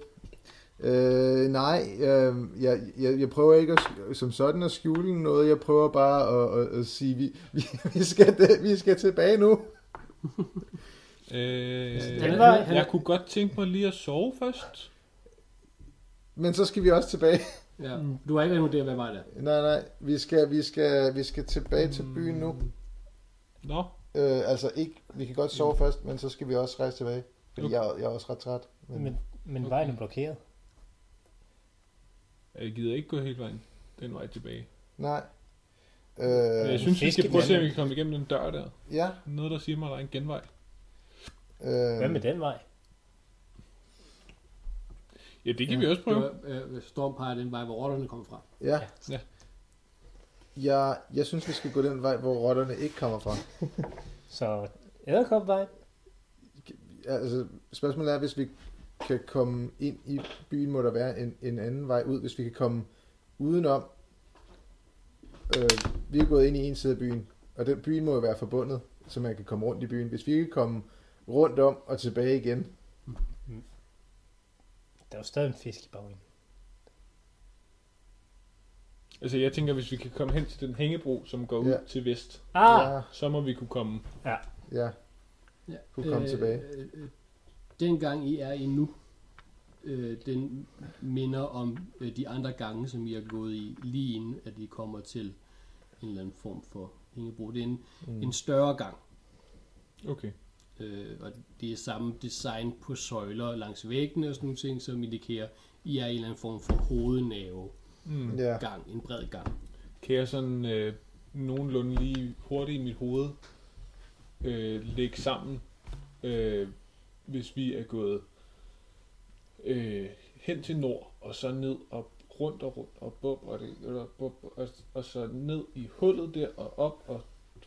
Speaker 3: øh, nej, øh, jeg, jeg, jeg prøver ikke at, som sådan at skjule noget. Jeg prøver bare at, at, at sige, vi, (laughs) vi, vi, skal, vi skal tilbage nu.
Speaker 4: Øh,
Speaker 5: Den var,
Speaker 2: han-
Speaker 4: jeg kunne godt tænke mig lige at sove først.
Speaker 3: Men så skal vi også tilbage.
Speaker 2: Ja. Du har ikke vurderet, hvad vej det er.
Speaker 3: Nej, nej, vi skal, vi skal, vi skal tilbage til byen nu.
Speaker 4: Nå,
Speaker 3: Øh, altså ikke, vi kan godt sove først, men så skal vi også rejse tilbage. Fordi
Speaker 4: Okay.
Speaker 3: jeg, jeg er også ret træt. Men,
Speaker 5: Men, men vejen er blokeret.
Speaker 4: jeg gider ikke gå hele vejen den vej tilbage.
Speaker 3: nej. Øh,
Speaker 4: jeg synes, vi skal prøve at se, om vi
Speaker 5: fiskemand.
Speaker 4: kan komme igennem den dør der.
Speaker 3: ja.
Speaker 4: Noget, der siger mig, at der er en genvej.
Speaker 3: Øh,
Speaker 5: Hvad med den vej?
Speaker 4: Ja, det kan vi også
Speaker 2: Det
Speaker 4: prøve.
Speaker 2: var, øh, Storm peger den vej, hvor rotterne kommer fra.
Speaker 3: Ja.
Speaker 4: Ja.
Speaker 3: Jeg, jeg synes, vi skal gå den vej, hvor rotterne ikke kommer fra.
Speaker 5: Så æderkopvej.
Speaker 3: Altså, spørgsmålet er, hvis vi kan komme ind i byen, må der være en, en anden vej ud. Hvis vi kan komme udenom. Øh, vi er gået ind i en side af byen, og den byen må jo være forbundet, så man kan komme rundt i byen. Hvis vi kan komme rundt om og tilbage igen,
Speaker 5: Der er jo stadig en fisk i bagen.
Speaker 4: Altså, jeg tænker, hvis vi kan komme hen til den hængebro, som går ud
Speaker 3: Ja.
Speaker 4: til vest,
Speaker 5: Ah!
Speaker 3: ja,
Speaker 4: så må vi kunne komme.
Speaker 3: ja,
Speaker 2: Ja.
Speaker 3: Kunne komme tilbage.
Speaker 2: Øh, øh, dengang I er i nu, øh, den minder om øh, de andre gange, som I har gået i, lige inden at I kommer til en eller anden form for hængebro. Det er en, mm. en større gang,
Speaker 4: Okay.
Speaker 2: øh, og det er samme design på søjler langs væggene og sådan nogle ting, som indikerer, I er i en eller anden form for hovednave
Speaker 4: Mm.
Speaker 3: ja.
Speaker 2: gang, en bred gang.
Speaker 4: Kan jeg sådan øh, nogenlunde lige hurtigt i mit hoved øh, lægge sammen, øh, hvis vi er gået øh, hen til nord, og så ned og rundt og rundt og bub, og, det, og, bub, og, og så ned i hullet der og op og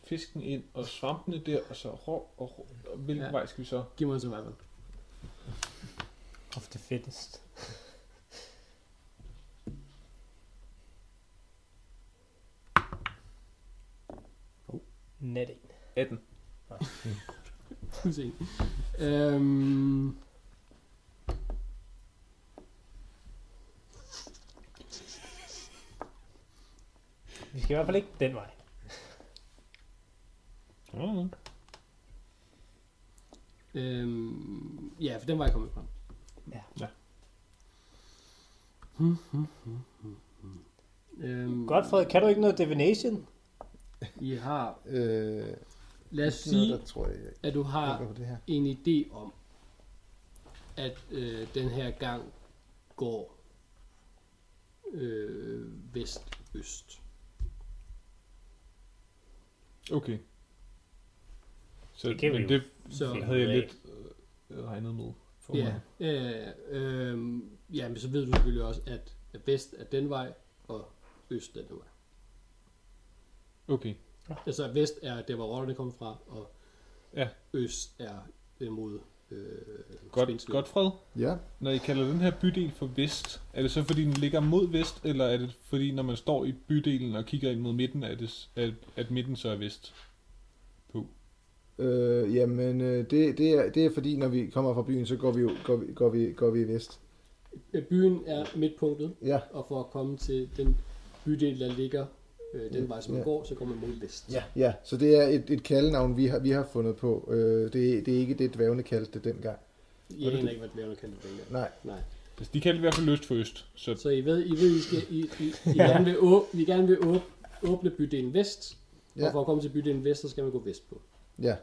Speaker 4: fisken ind og svampene der og så rå og, rå, og hvilken
Speaker 2: Ja.
Speaker 4: ja. vej skal vi så?
Speaker 2: Giv mig en survival.
Speaker 5: Of the fittest. Net 1.
Speaker 2: (laughs)
Speaker 4: 18.
Speaker 2: Se. Øhm,
Speaker 5: Vi skal i hvert fald ikke den vej.
Speaker 4: Mm.
Speaker 2: øhm, ja, for den var jeg kommet frem. Øhm,
Speaker 5: Godfred, kan du ikke noget divination?
Speaker 2: I har,
Speaker 3: Øh,
Speaker 2: lad os
Speaker 3: noget,
Speaker 2: sige, Ah.
Speaker 3: der tror jeg, jeg
Speaker 2: at du har
Speaker 3: tænker på det her.
Speaker 2: en idé om, at øh, den her gang går øh, vest-øst.
Speaker 4: Okay. Så
Speaker 5: Det kan vi
Speaker 4: men
Speaker 5: jo.
Speaker 4: det
Speaker 2: Så
Speaker 5: Fint.
Speaker 4: havde jeg
Speaker 5: Af.
Speaker 4: lidt øh, regnet med. For
Speaker 2: ja, øh, øh, ja, men så ved du selvfølgelig også, at at vest er den vej, og øst er den vej.
Speaker 4: Okay.
Speaker 2: Altså at vest er der, hvor rotterne kommer fra, og
Speaker 4: Ja.
Speaker 2: øst er øh, mod øh,
Speaker 4: Godt,
Speaker 2: Svinsløv.
Speaker 4: godt fred.
Speaker 3: Ja,
Speaker 4: Når I kalder den her bydel for vest, er det så fordi den ligger mod vest, eller er det fordi, når man står i bydelen og kigger ind mod midten, er det, s- at, at midten så er vest? På.
Speaker 3: øh, jamen øh, det, det, er, det er fordi, når vi kommer fra byen, så går vi, jo, går vi, går vi, går vi i vest.
Speaker 2: Øh, Byen er midtpunktet,
Speaker 3: Ja,
Speaker 2: og for at komme til den bydel, der ligger øh, den vej, som man
Speaker 3: Ja.
Speaker 2: går, så går man mod vest.
Speaker 3: Ja. ja, så det er et, et kaldenavn, vi har, vi har fundet på. Øh, det, det er ikke det, dvævne kaldte det dengang.
Speaker 2: Jeg aner ikke, hvad det er, man kalder det dengang.
Speaker 3: Nej,
Speaker 2: Nej.
Speaker 4: Altså, de kaldte i hvert fald lyst for øst. Så
Speaker 2: Så I ved, I, ved, I, skal, I, I, I gerne vil, åbne, I gerne vil åbne, åbne bydelen vest, ja.
Speaker 3: Ja.
Speaker 2: og for at komme til bydelen vest, så skal man gå vest på.
Speaker 3: ja.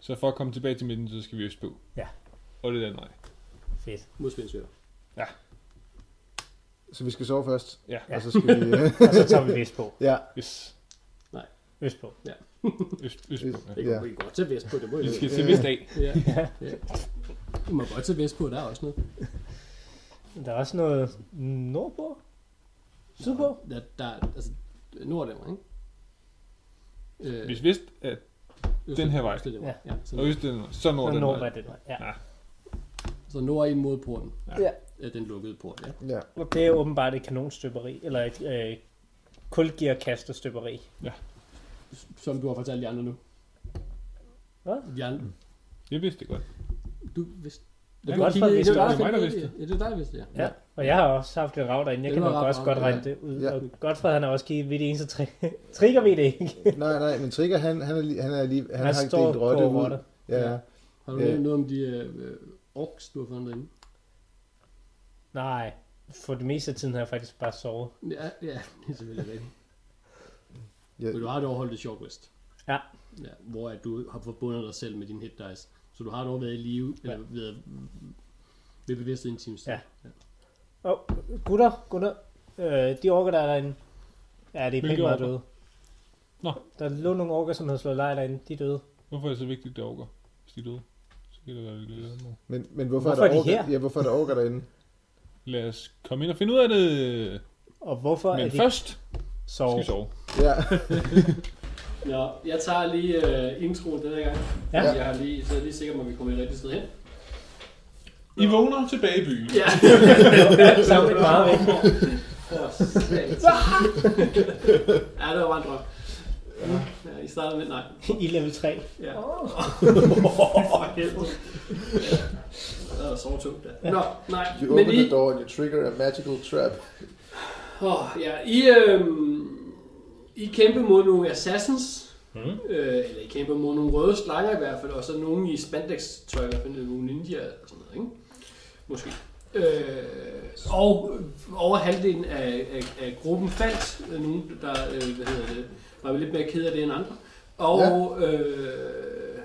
Speaker 4: Så for at komme tilbage til midten, så skal vi østpå.
Speaker 5: Ja.
Speaker 4: Og det er den vej.
Speaker 5: Fedt.
Speaker 2: Mod Svendsøer.
Speaker 3: Så vi skal sove først,
Speaker 4: Ja.
Speaker 3: og så skal vi... øh,
Speaker 5: Og så tager vi vest på.
Speaker 3: ja,
Speaker 4: Yes.
Speaker 5: Øst på.
Speaker 4: Øst, østpå. Ja.
Speaker 3: (laughs)
Speaker 2: Det kan
Speaker 3: Ja.
Speaker 2: ja. I godt tage vest på, det må I
Speaker 4: Vi
Speaker 2: jo.
Speaker 4: skal til Vestag.
Speaker 2: Ja. ja. I må godt tage vest på, der er også noget.
Speaker 5: Der er også noget nordpå. Sydpå.
Speaker 2: Der, der, er- altså, Norddanmark, ikke? Øh,
Speaker 4: Hvis vest er
Speaker 2: øst-
Speaker 4: den her vej.
Speaker 2: Østdanmark, Ja.
Speaker 4: og
Speaker 2: så,
Speaker 4: øst er den vej, så nord
Speaker 5: Og
Speaker 4: den
Speaker 5: nord
Speaker 4: vej.
Speaker 5: var det der. Ja.
Speaker 2: så nord ind mod porten.
Speaker 5: Ja.
Speaker 2: Øh, den lukkede port, ja.
Speaker 3: ja.
Speaker 5: Og det er åbenbart et kanonstøberi. Eller et øh, kulgearkasterstøberi.
Speaker 2: Som du har fortalt de andre nu.
Speaker 5: Hvad?
Speaker 2: De andre,
Speaker 4: Jeg vidste det godt.
Speaker 2: du vidste.
Speaker 5: Det er
Speaker 2: du
Speaker 5: godt,
Speaker 2: kiggede-
Speaker 5: for hvis
Speaker 2: var
Speaker 5: det
Speaker 4: er mig, der
Speaker 2: der
Speaker 4: vidste
Speaker 2: vidste. Ja, det er dig, der vidste, ja.
Speaker 5: Ja. Og jeg har også haft lidt rav derinde. Jeg
Speaker 2: Det
Speaker 5: kan
Speaker 2: var
Speaker 5: nok
Speaker 2: ret
Speaker 5: også
Speaker 2: rav,
Speaker 5: godt
Speaker 2: ja.
Speaker 5: regne det ud.
Speaker 3: Ja.
Speaker 5: Og Godfred, han har også givet ved det eneste tri (laughs) trigger ved det ikke.
Speaker 3: Nej, nej, men Trigger, han, han, er, lige, han, er lige, han,
Speaker 5: Han,
Speaker 3: har
Speaker 5: står
Speaker 3: delt
Speaker 5: på
Speaker 3: rotte ud.
Speaker 5: rotte.
Speaker 3: Ja, ja.
Speaker 2: Har du
Speaker 3: Ja.
Speaker 2: nævnt noget om de øh, orks, du har fundet derinde?
Speaker 5: Nej, for det meste af tiden har jeg faktisk bare sovet.
Speaker 2: Ja, ja, det er selvfølgelig rigtigt.
Speaker 3: ja.
Speaker 2: Men du har dog holdt et short rest.
Speaker 5: Ja.
Speaker 2: ja. Hvor at du har forbundet dig selv med din hit dice. Så du har dog været i live, eller ved, at- ved bevidsthed i en times tid.
Speaker 5: Ja. Og gutter, gutter, øh, de orker, der er derinde. Ja, det er pænt
Speaker 4: Hvilke
Speaker 5: meget
Speaker 4: orker?
Speaker 5: døde.
Speaker 4: Nå.
Speaker 5: Der lå nogle orker, som havde slået lejr derinde. De er døde.
Speaker 4: Hvorfor er det så vigtigt, at det overgår? Hvis de er døde, så kan det være, at vi glæder nu.
Speaker 3: Men, men hvorfor,
Speaker 5: Hvorfor
Speaker 3: er
Speaker 5: er de
Speaker 3: der orker,
Speaker 5: her?
Speaker 3: ja, hvorfor er der orker derinde?
Speaker 4: Lad os komme ind og finde ud af det.
Speaker 5: Og hvorfor
Speaker 4: Men
Speaker 5: er de
Speaker 4: først skal
Speaker 5: sovet?
Speaker 4: vi sove.
Speaker 5: (laughs)
Speaker 3: Ja,
Speaker 2: Nå, jeg tager lige uh, introen den her gang.
Speaker 5: Ja.
Speaker 2: Jeg har lige, så er jeg lige sikker på, at vi kommer et rigtigt sted hen.
Speaker 4: I vågner tilbage i byen.
Speaker 5: (laughs)
Speaker 2: Ja.
Speaker 5: Sammen med meget væk.
Speaker 2: For (laughs) satan. ja, det var bare en drøm. Ja, I startede med nej.
Speaker 5: I level 3.
Speaker 2: Ja. Oh. (laughs) For helvede. Ja, det var tungt der. Nå, nej.
Speaker 3: you open the door and you trigger a magical trap.
Speaker 2: Oh, ja, I, øh, I kæmper mod nogle assassins, mm. øh, eller I kæmper mod nogle røde slanger i hvert fald, og så nogle i spandex-tøj, i hvert fald nogle ninja eller sådan noget, ikke? Måske. Øh, og over halvdelen af, af, af gruppen faldt, Øh, nogle der øh, hvad hedder det, var lidt mere ked af det end andre. Og ja. øh,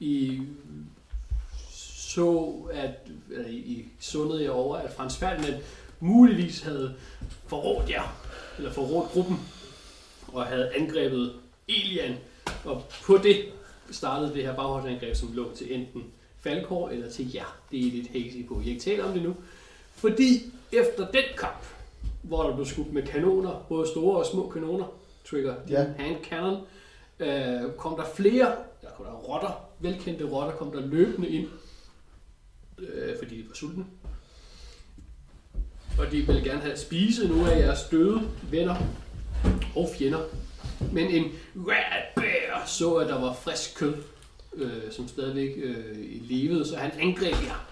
Speaker 2: I så, at, eller I, I sundede jer over, at Frans Ferdinand muligvis havde forrådt jer, eller forrådt gruppen, og havde angrebet Elian. Og på det startede det her bagholdsangreb, som lå til enten Falkor eller til jer. Det er lidt hazy på. Jeg kan ikke tale om det nu. Fordi efter den kamp, hvor der blev skudt med kanoner, både store og små kanoner, trigger din
Speaker 3: Ja.
Speaker 2: hand cannon, øh, kom der flere, der kom der rotter, velkendte rotter, kom der løbende ind, øh, fordi de var sultne. Og de ville gerne have spise nogle af jeres døde venner og fjender. Men en rat bear så, at der var frisk kød, øh, som stadigvæk øh, levede, så han angreb jer.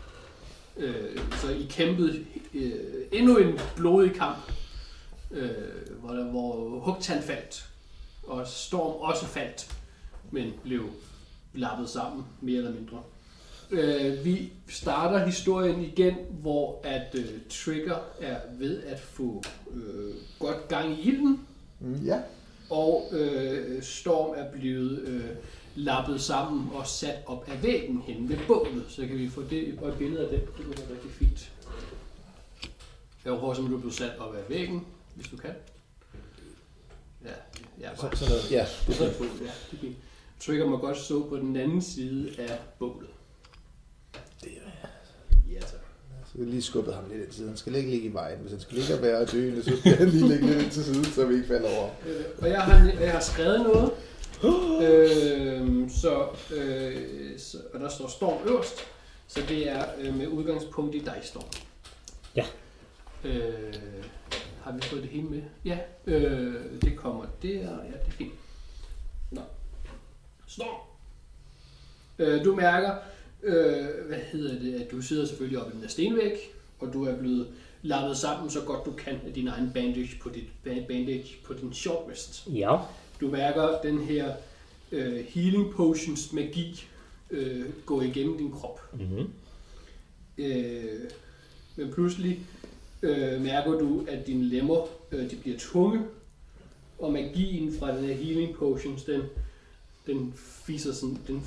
Speaker 2: Øh, så I kæmpede øh, endnu en blodig kamp, øh, hvor, der, hvor Hugtan faldt, og Storm også faldt, men blev lappet sammen, mere eller mindre. Øh, vi starter historien igen, hvor at øh, Trigger er ved at få øh, godt gang i ilden,
Speaker 3: Mm, Ja,
Speaker 2: og øh, Storm er blevet øh, lappet sammen og sat op af væggen hen ved bålet. Så kan vi få det og et billede af det. Det kunne være rigtig fint. Jeg håber simpelthen, du er blevet sat op af væggen, hvis du kan. Ja, ja bare.
Speaker 3: sådan noget. Ja, det
Speaker 2: Det er fint. Ja, det er fint. Trigger må godt stå på den anden side af bålet. Det er Ja, tak.
Speaker 3: Så jeg lige skubbet ham lidt ind til siden. Han skal ikke ligge i vejen. Hvis han skal ligge og være døende, (laughs) så skal han lige ligge lidt ind til siden, så vi ikke falder over.
Speaker 2: Øh, og jeg har, jeg har skrevet noget. Øh, så, øh, så, og der står storm øverst. Så det er øh, med udgangspunkt i dig, Storm.
Speaker 5: Ja.
Speaker 2: Øh, har vi fået det hele med? Ja, øh, det kommer der. Ja, det er fint. Nå. Storm. Øh, du mærker, øh, hvad hedder det, at du sidder selvfølgelig oppe i den der stenvæg, og du er blevet lammet sammen så godt du kan af din egen bandage på, dit, ba- bandage på din short rest.
Speaker 5: Ja.
Speaker 2: Du mærker den her øh, healing potions magi øh, gå igennem din krop.
Speaker 5: Mm-hmm.
Speaker 2: Øh, men pludselig øh, mærker du, at dine lemmer øh, de bliver tunge, og magien fra den her healing potions, den, den fiser sådan, den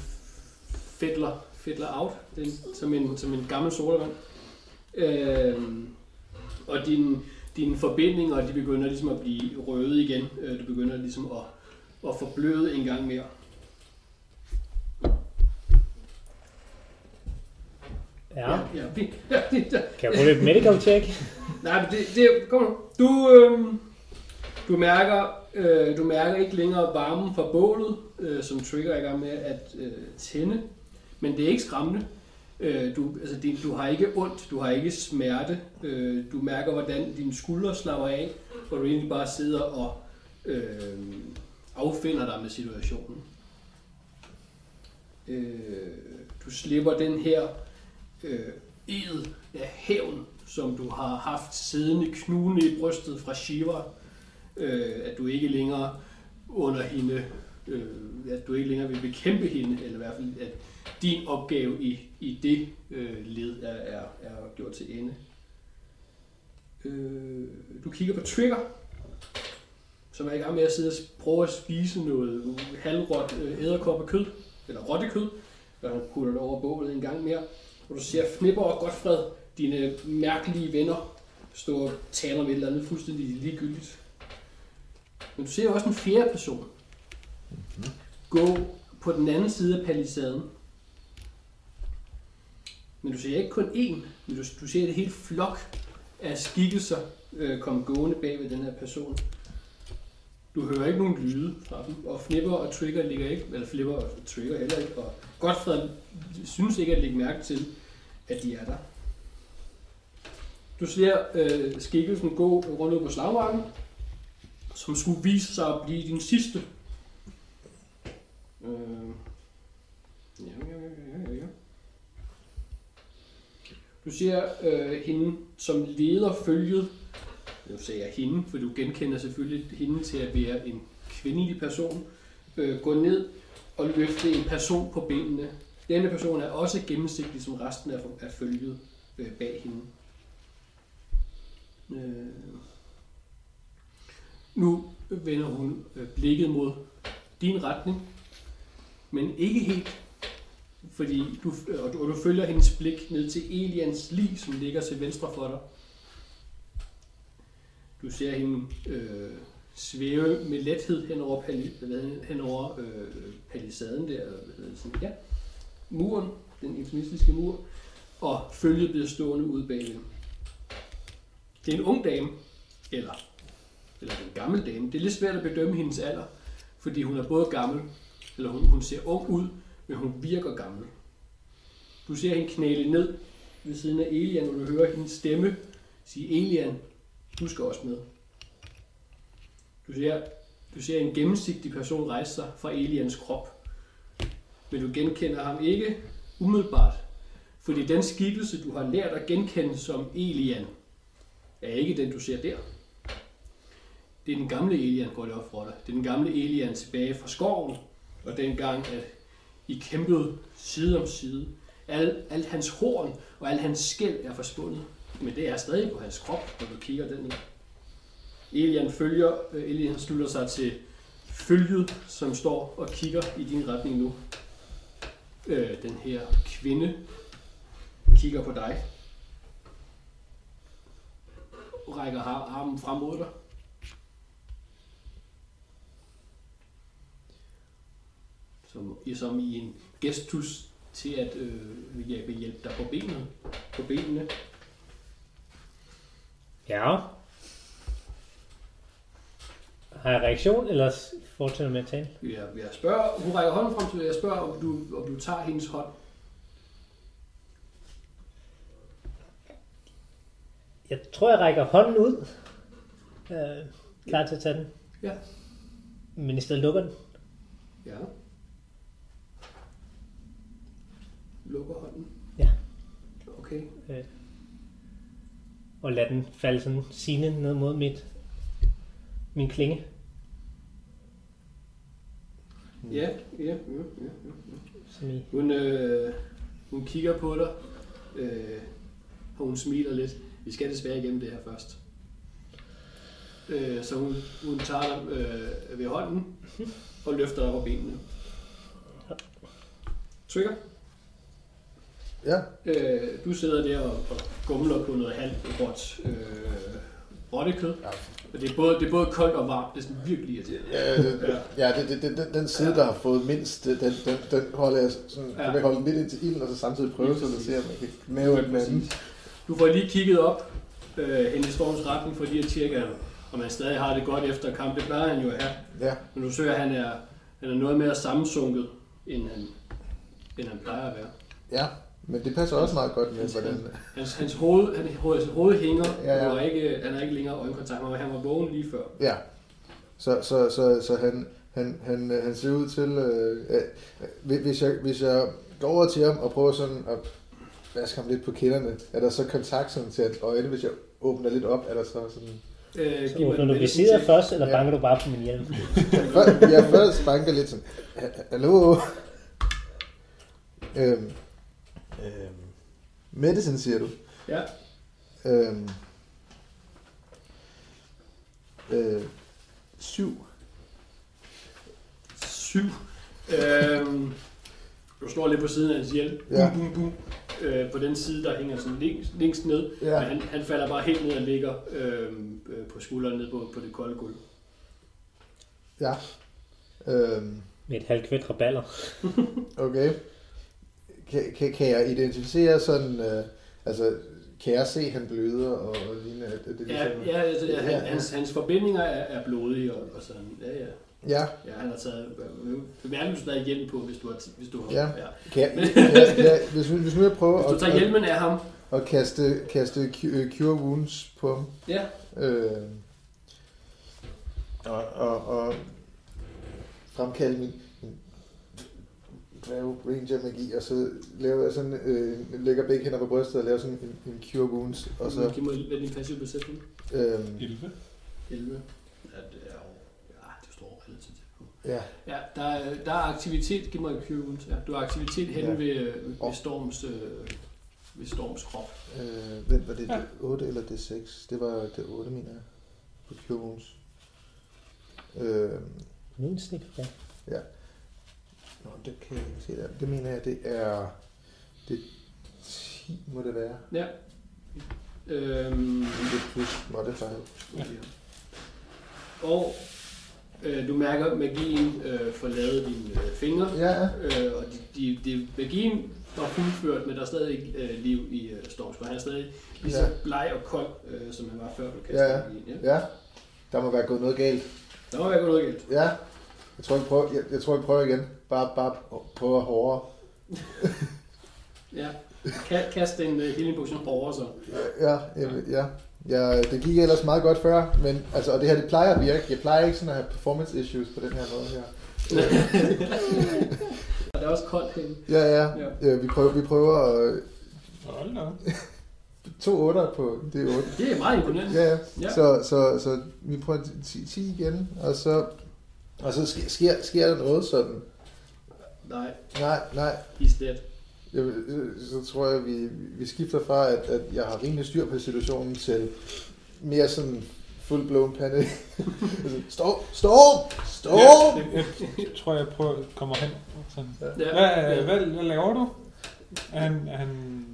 Speaker 2: fedler, fedler out, den, som, en, som en gammel sodavand. Øh, og dine, dine forbindinger, de begynder ligesom at blive røde igen. Øh, du begynder ligesom at, at forbløde en gang mere.
Speaker 5: Ja.
Speaker 2: ja, fint. (laughs) ja, det, ja.
Speaker 5: Kan jeg prøve et medical check?
Speaker 2: Nej, men det, det kom nu. Du, øh, du, mærker, øh, du mærker ikke længere varmen fra bålet, øh, som trigger i gang med at øh, tænde. Men det er ikke skræmmende. Øh, du, altså, det, du har ikke ondt, du har ikke smerte. Øh, du mærker, hvordan dine skuldre slapper af, og du egentlig bare sidder og øh, affinder dig med situationen. Øh, du slipper den her øh, ed af hævn, som du har haft siddende knugende i brystet fra Shiva, øh, at du ikke længere under hende, øh, at du ikke længere vil bekæmpe hende, eller i hvert fald, at din opgave i, i det øh, led er, er, er gjort til ende. Øh, du kigger på Trigger, som er i gang med at sidde og s- prøve at spise noget halvråt øh, æderkoppekød, eller rottekød, og han putter det over bålet en gang mere hvor du ser Flipper og Godfred, dine mærkelige venner, stå og tale om et eller andet fuldstændig ligegyldigt. Men du ser også en fjerde person mm-hmm. gå på den anden side af palisaden. Men du ser ikke kun én, men du, du ser et helt flok af skikkelser øh, komme gående bag ved den her person. Du hører ikke nogen lyde fra dem, og Flipper og Trigger ligger ikke, eller Flipper og Trigger heller ikke, og Godfred synes ikke at lægge mærke til, at de er der. Du ser øh, skikkelsen gå rundt ud på slagmarken, som skulle vise sig at blive din sidste. Øh. Ja, ja, ja, ja, ja. Du ser øh, hende, som leder følget. Nu sagde jeg hende, for du genkender selvfølgelig hende til at være en kvindelig person. Øh, gå ned og løfte en person på benene. Denne person er også gennemsigtig som resten af, af følget øh, bag hende. Øh. Nu vender hun øh, blikket mod din retning, men ikke helt, fordi du, øh, og, du, og du følger hendes blik ned til Elians lig, som ligger til venstre for dig. Du ser hende øh, svæve med lethed hen over, pali, hvad hedder det, hen over øh, palisaden der, eller hvad hedder det, sådan, ja, muren, den intimistiske mur, og følget bliver stående ude bagved. Det er en ung dame, eller, eller en gammel dame. Det er lidt svært at bedømme hendes alder, fordi hun er både gammel, eller hun, hun ser ung ud, men hun virker gammel. Du ser hende knæle ned ved siden af Elian, og du hører hendes stemme sige, Elian, du skal også med. Du ser, du ser en gennemsigtig person rejse sig fra Elians krop. Men du genkender ham ikke umiddelbart, fordi den skikkelse, du har lært at genkende som Elian, er ikke den, du ser der. Det er den gamle Elian, går det op for dig. Det er den gamle Elian tilbage fra skoven, og dengang, at I kæmpede side om side. Al, alt hans horn og alt hans skæld er forsvundet, men det er stadig på hans krop, når du kigger den ned. Elian følger, øh, Elian slutter sig til følget, som står og kigger i din retning nu. Øh, den her kvinde kigger på dig. Rækker har- armen frem mod dig. Som, som i en gestus til at øh, jeg vil hjælpe dig på benene. På benene.
Speaker 5: Ja. Har jeg reaktion, eller fortsætter med at tale?
Speaker 2: Jeg, jeg spørger, hun rækker hånden frem til dig. Jeg spørger, om du, om du tager hendes hånd.
Speaker 5: Jeg tror, jeg rækker hånden ud. Øh, klar til at tage den.
Speaker 2: Ja.
Speaker 5: Men i stedet lukker den.
Speaker 2: Ja. Lukker hånden.
Speaker 5: Ja.
Speaker 2: Okay.
Speaker 5: Øh. og lade den falde sådan sine ned mod mit, min klinge.
Speaker 2: Ja, ja, ja, ja.
Speaker 5: Som i,
Speaker 2: Hun, øh, hun kigger på dig, øh, og hun smiler lidt. Vi skal desværre igennem det her først. Øh, så hun, hun tager dig øh, ved hånden og løfter dig på benene. Trigger,
Speaker 3: Ja,
Speaker 2: øh, du sidder der og, og gumler på noget halvt råt øh, rottekød. Og det er, både, det er både koldt og varmt. Det er sådan virkelig irriterende.
Speaker 3: ja, det- ja det, det, det, den, den side, der har fået mindst, den, den, den holder jeg sådan,
Speaker 2: Ja.
Speaker 3: ja. jeg holde den lidt ind til ilden, og så samtidig prøve, så man ser, om man kan knæve den anden.
Speaker 2: Du får lige kigget op øh, hen i storms retning for lige at tjekke, om han stadig har det godt efter kamp. Det plejer han jo at have.
Speaker 3: Ja,
Speaker 2: Men du ser, at han er, han er noget mere sammensunket, end han, end han plejer at være.
Speaker 3: ja. Men det passer også meget godt med,
Speaker 2: Hans,
Speaker 3: hvordan...
Speaker 2: hans, hans, hans, hoved, han, hans hoved hænger,
Speaker 3: Ja, ja.
Speaker 2: og er ikke, han har ikke længere øjenkontakt, men han var vågen lige før.
Speaker 3: Ja. Så, så, så, så han, han, han, han ser ud til... Øh, øh, hvis, jeg, hvis jeg går over til ham og prøver sådan at vaske ham lidt på kinderne, er der så kontakt sådan til at øjne, hvis jeg åbner lidt op, er der så sådan...
Speaker 2: Øh,
Speaker 5: så
Speaker 2: giv mig
Speaker 5: åbner
Speaker 2: en
Speaker 5: du
Speaker 2: medicin
Speaker 5: visiret
Speaker 2: check.
Speaker 5: først, eller
Speaker 3: Ja.
Speaker 5: banker du bare på min hjelm?
Speaker 3: Før, jeg først banker lidt sådan... "Ha- Hallo? Øhm, øhm, medicine, siger du?
Speaker 2: Ja,
Speaker 3: Øhm, øh, syv.
Speaker 2: syv. Øhm, du slår lidt på siden af hans hjelm.
Speaker 3: Ja.
Speaker 2: Bum, bum, bum. Øh, på den side, der hænger sådan længst, længst ned.
Speaker 3: Ja.
Speaker 2: Og han, han falder bare helt ned og ligger øhm, øh, på skulderen ned på, på det kolde gulv.
Speaker 3: Ja. Øhm,
Speaker 5: Med et halvt kvæt raballer.
Speaker 3: Okay. Kan, kan, kan jeg identificere sådan, øh, altså, kan jeg se, han bløder og, og lignende? Er det
Speaker 2: Ja,
Speaker 3: ligesom,
Speaker 2: ja, altså, ja,
Speaker 3: Ja,
Speaker 2: han,
Speaker 3: ja.
Speaker 2: Hans, hans forbindinger er, er blodige og, og sådan. Ja, ja.
Speaker 3: ja.
Speaker 2: ja han har taget bemærkelsesværdig hjelm på, hvis du har... t- Hvis du har
Speaker 3: Ja.
Speaker 2: ja.
Speaker 3: Kan jeg, kan jeg, kan jeg, hvis, nu- hvis nu jeg prøver
Speaker 2: Hvis du
Speaker 3: at,
Speaker 2: tager
Speaker 3: at,
Speaker 2: hjelmen af ham,
Speaker 3: at kaste, kaste cu- øh, Cure Wounds på ham,
Speaker 2: ja,
Speaker 3: øh, og, og, og fremkalde min, min dværg ranger magi, og så laver jeg sådan, øh, lægger begge hænder på brystet og laver sådan en, en Cure Wounds, og så,
Speaker 2: giv mig lidt din passive besætning.
Speaker 3: øh,
Speaker 4: 11.
Speaker 2: 11. Ja, det er jo... Ja, det står relativt tæt på.
Speaker 3: ja,
Speaker 2: Ja, der er, der er aktivitet. Giv mig en Q-wound. Ja, du har aktivitet henne
Speaker 3: Ja.
Speaker 2: ved, øh, ved,
Speaker 3: Åh.
Speaker 2: Storms, øh, ved Storms krop.
Speaker 3: Øh, hvem var det? Ja. 8 eller det 6? Det var det 8, mener jeg. På Cure Wounds. Øh,
Speaker 5: Nu er en snik ja.
Speaker 3: nå, det kan jeg ikke se der. Det mener jeg, det er... Det er 10, må det være.
Speaker 2: Ja. Øhm,
Speaker 3: Det er plus modifier.
Speaker 2: og øh, du mærker at magien øh, forlade dine øh, fingre.
Speaker 3: Ja, ja.
Speaker 2: Øh, og de, de, de, magien var fuldført, men der er stadig øh, liv i øh, Storms. for Han er stadig lige så
Speaker 3: Ja.
Speaker 2: bleg og kold, øh, som han var før du kastede
Speaker 3: Ja, ja.
Speaker 2: magien. Ja.
Speaker 3: Ja, der må være gået noget galt.
Speaker 2: Der må være gået noget galt.
Speaker 3: Ja, jeg tror, jeg prøver, jeg, jeg, tror, jeg prøver igen. Bare, bare prøver hårdere.
Speaker 2: Ja. Ka- kast en uh, healing potion over
Speaker 3: (laughs)
Speaker 2: så.
Speaker 3: Ja, ja, ja. ja. det gik ellers meget godt før, men altså, og det her, det plejer at virke. Jeg plejer ikke sådan at have performance issues på den her måde her.
Speaker 2: Og der er også koldt henne.
Speaker 3: Ja, ja.
Speaker 2: Ja.
Speaker 3: ja. ja vi prøver, vi prøver øh,
Speaker 4: Hold da. op.
Speaker 3: to otter på det er otte.
Speaker 2: Det er meget imponerende.
Speaker 3: Ja, ja.
Speaker 2: Ja.
Speaker 3: Så, så, så vi prøver 10, 10 igen, og så, og så sker, sker, sker der noget sådan.
Speaker 2: Nej,
Speaker 3: Nej, nej.
Speaker 2: he's dead.
Speaker 3: Jeg, øh, så tror jeg, vi, vi skifter fra, at, at jeg har rimelig styr på situationen, til mere sådan full blown panic. (laughs) Altså, storm, storm, storm!
Speaker 4: Jeg, jeg tror, jeg prøver at komme hen. Sådan.
Speaker 2: Ja.
Speaker 4: Hvad, øh,
Speaker 2: ja.
Speaker 4: hvad, hvad laver du? Er Han, er han...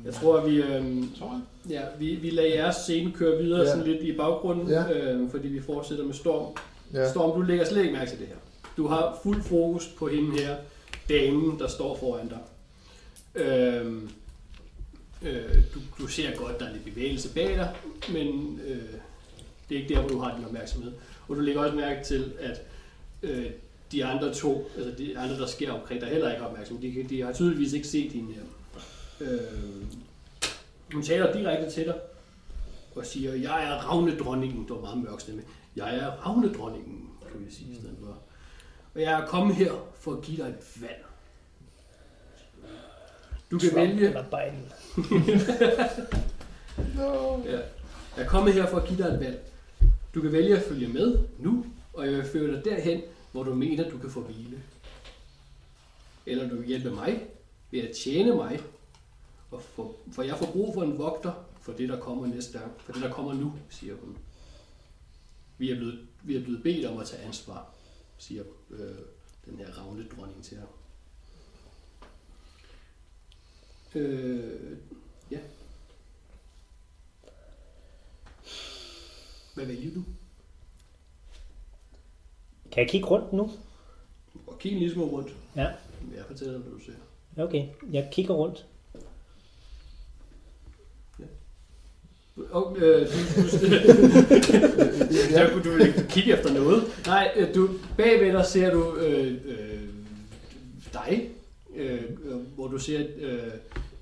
Speaker 2: Jeg tror, at vi, øhm,
Speaker 4: Tror jeg.
Speaker 2: ja, vi, vi lader jeres scene køre videre ja.
Speaker 3: Ja.
Speaker 2: sådan lidt i baggrunden, ja.
Speaker 3: Ja.
Speaker 2: øhm, fordi vi fortsætter med Storm. Ja.
Speaker 3: Ja,
Speaker 2: Storm, du lægger slet ikke mærke til det her. Du har fuld fokus på hende her, damen, der står foran dig. Øhm, øh, du, du ser godt, der er lidt bevægelse bag dig, men øh, det er ikke der, hvor du har din opmærksomhed. Og du lægger også mærke til, at øh, de andre to, altså de andre, der sker omkring dig, heller ikke har opmærksomhed. De, kan- de har tydeligvis ikke set din her. Øh, hun taler direkte til dig og siger, jeg er ravnedronningen, du var meget mørk stemme. Jeg er ravnedronningen, kan vi sige i stedet for. Og jeg er kommet her for at give dig et valg. Du kan
Speaker 5: Trump
Speaker 2: vælge
Speaker 5: Eller Biden.
Speaker 2: Ja. Jeg er kommet her for at give dig et valg. Du kan vælge at følge med nu, og jeg vil føre dig derhen, hvor du mener, du kan få hvile. Eller du kan hjælpe mig ved at tjene mig, og for, for jeg får brug for en vogter for det, der kommer næste gang, for det, der kommer nu, siger hun. Vi er blevet, vi er blevet bedt om at tage ansvar, siger øh, den her ravne dronning til ham. Øh, ja. Hvad vælger du?
Speaker 5: Kan jeg kigge rundt nu?
Speaker 2: Og kig en lille smule rundt.
Speaker 5: Ja,
Speaker 2: Jeg fortæller dig, hvad du ser.
Speaker 5: okay. Jeg kigger rundt.
Speaker 2: Og, øh, du, du, jeg kunne du ville ikke kigge efter noget. Nej, øh, du, bagved dig ser du øh, øh, dig, øh, øh, hvor du ser øh,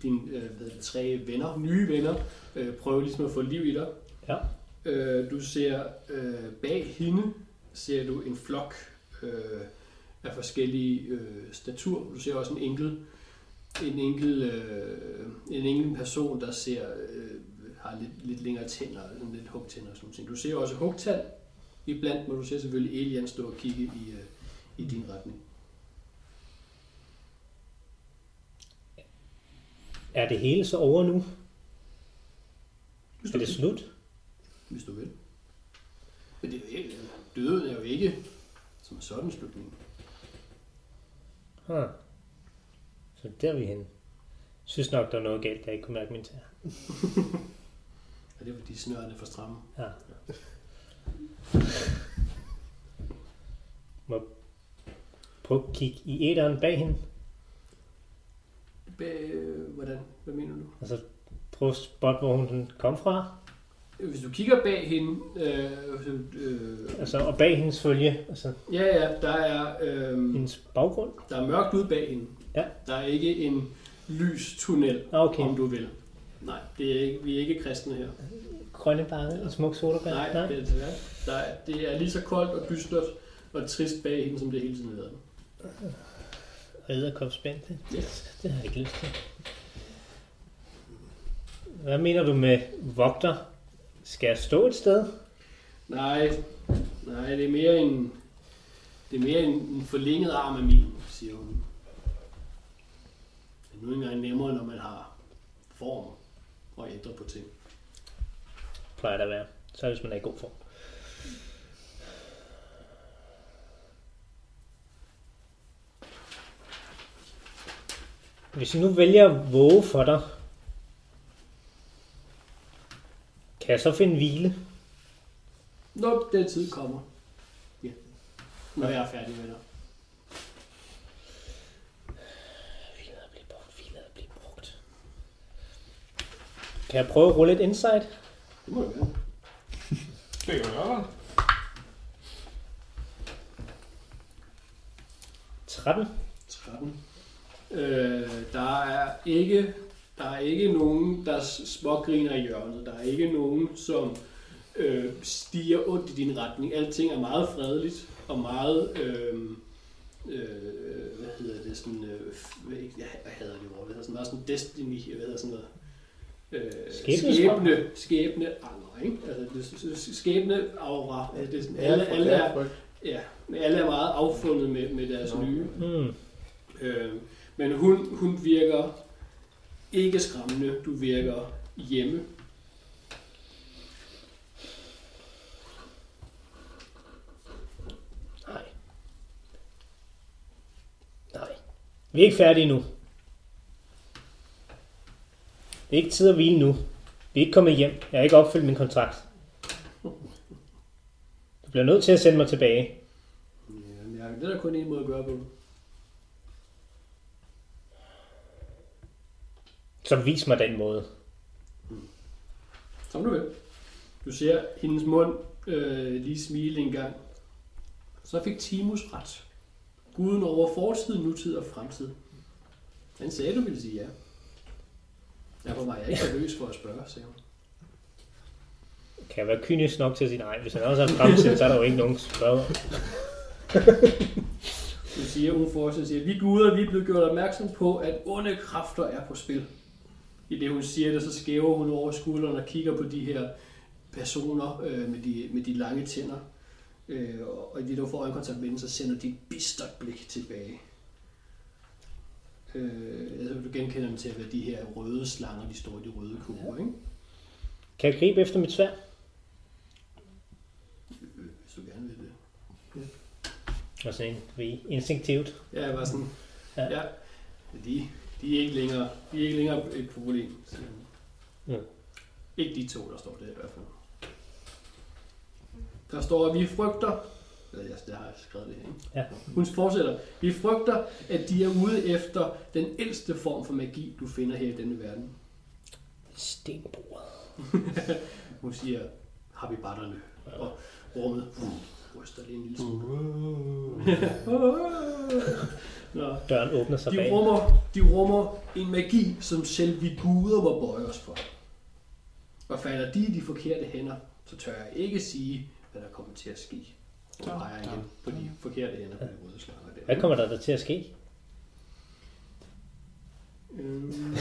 Speaker 2: dine øh, hvad hedder det, tre venner, nye venner, øh, prøve ligesom at få liv i dig.
Speaker 5: Ja.
Speaker 2: Øh, du ser øh, bag hende, ser du en flok øh, af forskellige øh, statuer. Du ser også en enkelt en enkelt, øh, en enkelt person, der ser, øh, har lidt, lidt længere tænder, sådan lidt hugtænder og sådan noget. Du ser også hugtand iblandt, men du ser selvfølgelig Elian stå og kigge i, øh, i din retning.
Speaker 5: Er det hele så over nu?
Speaker 2: Hvis
Speaker 5: Er
Speaker 2: du,
Speaker 5: det
Speaker 2: vil,
Speaker 5: slut?
Speaker 2: hvis du vil. Men det er jo ikke, døden er jo ikke som sådan slutningen.
Speaker 5: Huh. Så der er vi henne. Synes nok, der var noget galt, da jeg ikke kunne mærke min tær.
Speaker 2: Og det er fordi snørene er for stramme.
Speaker 5: Ja. Må prøve at kigge i æderen bag hende,
Speaker 2: Bag, øh, hvordan? Hvad mener du?
Speaker 5: og så prøve at spotte, hvor hun sådan kom fra.
Speaker 2: Hvis du kigger bag hende, øh, så, øh,
Speaker 5: Altså, og bag hendes følge, altså
Speaker 2: ja ja, der er... Øh,
Speaker 5: hendes baggrund.
Speaker 2: Der er mørkt ude bag hende.
Speaker 5: Ja.
Speaker 2: Der er ikke en lys tunnel,
Speaker 5: Ah, Okay,
Speaker 2: om du vil. Nej, det er ikke, vi er ikke kristne her.
Speaker 5: grønne bakke og smuk solbær.
Speaker 2: Nej, Det, er, der er, det er lige så koldt og dystert og trist bag hende, som det hele tiden har været.
Speaker 5: Og æderkopspænd, det,
Speaker 2: Yes.
Speaker 5: det har jeg ikke lyst til. Hvad mener du med vogter? Skal jeg stå et sted?
Speaker 2: Nej, nej, det er mere en, det er mere en, en forlænget arm af min, siger hun. Det er nu engang nemmere, når man har form og ændre på ting.
Speaker 5: plejer det at være. Så er det, hvis man er i god form. Hvis jeg nu vælger at våge for dig, kan jeg så finde hvile?
Speaker 2: Nå, den tid kommer. Ja. Når jeg er færdig med dig.
Speaker 5: Hvilet er blevet brugt, hvilet er blevet brugt. Kan jeg prøve at rulle et insight?
Speaker 2: Det må du gerne.
Speaker 4: Det kan være.
Speaker 2: (laughs)
Speaker 5: 13.
Speaker 2: 13. Øh, der er ikke der er ikke nogen, der s- smågriner i hjørnet. Der er ikke nogen, som øh, stiger ondt i din retning. Alting er meget fredeligt og meget... Øh, øh, hvad hedder det? Sådan, øh, f- hvad- ikke- jeg, jeg hader det ord. Det hedder sådan meget sådan destiny. Hvad hedder sådan noget? Øh,
Speaker 5: Skæbnesvang?
Speaker 2: skæbne, skæbne, anger, ikke? Altså, det, s- s- skæbne aura. Altså, det er sådan, alle, alle, er, ja, men alle er meget affundet med, med deres nye.
Speaker 5: Hmm.
Speaker 2: Øh, men hun, hun virker ikke skræmmende. Du virker hjemme.
Speaker 5: Nej. Nej. Vi er ikke færdige nu. Det er ikke tid at hvile nu. Vi er ikke kommet hjem. Jeg har ikke opfyldt min kontrakt. Du bliver nødt til at sende mig tilbage.
Speaker 2: Ja, men jeg, det er der kun en måde at gøre på.
Speaker 5: Så vis mig den måde.
Speaker 2: Som du vil. Du ser hendes mund øh, lige smile en gang. Så fik Timus ret. Guden over fortid, nutid og fremtid. Han sagde, du ville sige ja. Derfor var jeg ikke nervøs for at spørge, sagde hun.
Speaker 5: Kan jeg være kynisk nok til at sige nej? Hvis han også har fremtid, så er der jo ikke nogen spørger.
Speaker 2: Du siger, hun fortsætter siger, vi guder, vi er blevet gjort opmærksom på, at onde kræfter er på spil. I det hun siger det, så skæver hun over skulderen og kigger på de her personer øh, med, de, med de lange tænder. Øh, og i det, du får øjenkontakt med den, så sender de et bistert blik tilbage. Øh, jeg ved, du genkender dem til at være de her røde slanger, de står i de røde kurver, ikke?
Speaker 5: Kan jeg gribe efter mit svær?
Speaker 2: Øh, hvis du gerne vil det.
Speaker 5: Og sådan en instinktivt.
Speaker 2: Ja, jeg var sådan,
Speaker 5: Ja.
Speaker 2: ja, ja de, de, er ikke længere, de er ikke længere et problem. Så,
Speaker 5: Ja.
Speaker 2: Ikke de to, der står der i hvert fald. Der står, at vi frygter, eller jeg, jeg har skrevet det her, ikke?
Speaker 5: Ja.
Speaker 2: Hun fortsætter, vi frygter, at de er ude efter den ældste form for magi, du finder her i denne verden.
Speaker 5: Stenbordet.
Speaker 2: (laughs) Hun siger, har vi batterne, og rummet uh, ryster lige en lille smule.
Speaker 4: Uh.
Speaker 2: Nå.
Speaker 5: Døren åbner sig
Speaker 2: De
Speaker 5: bag.
Speaker 2: rummer, de rummer en magi, som selv vi guder må bøje os for. Og falder de i de forkerte hænder, så tør jeg ikke sige, hvad der kommer til at ske. Og peger igen på de forkerte hænder på de røde slanger der.
Speaker 5: Hvad kommer der, der til at ske?
Speaker 2: Øhm,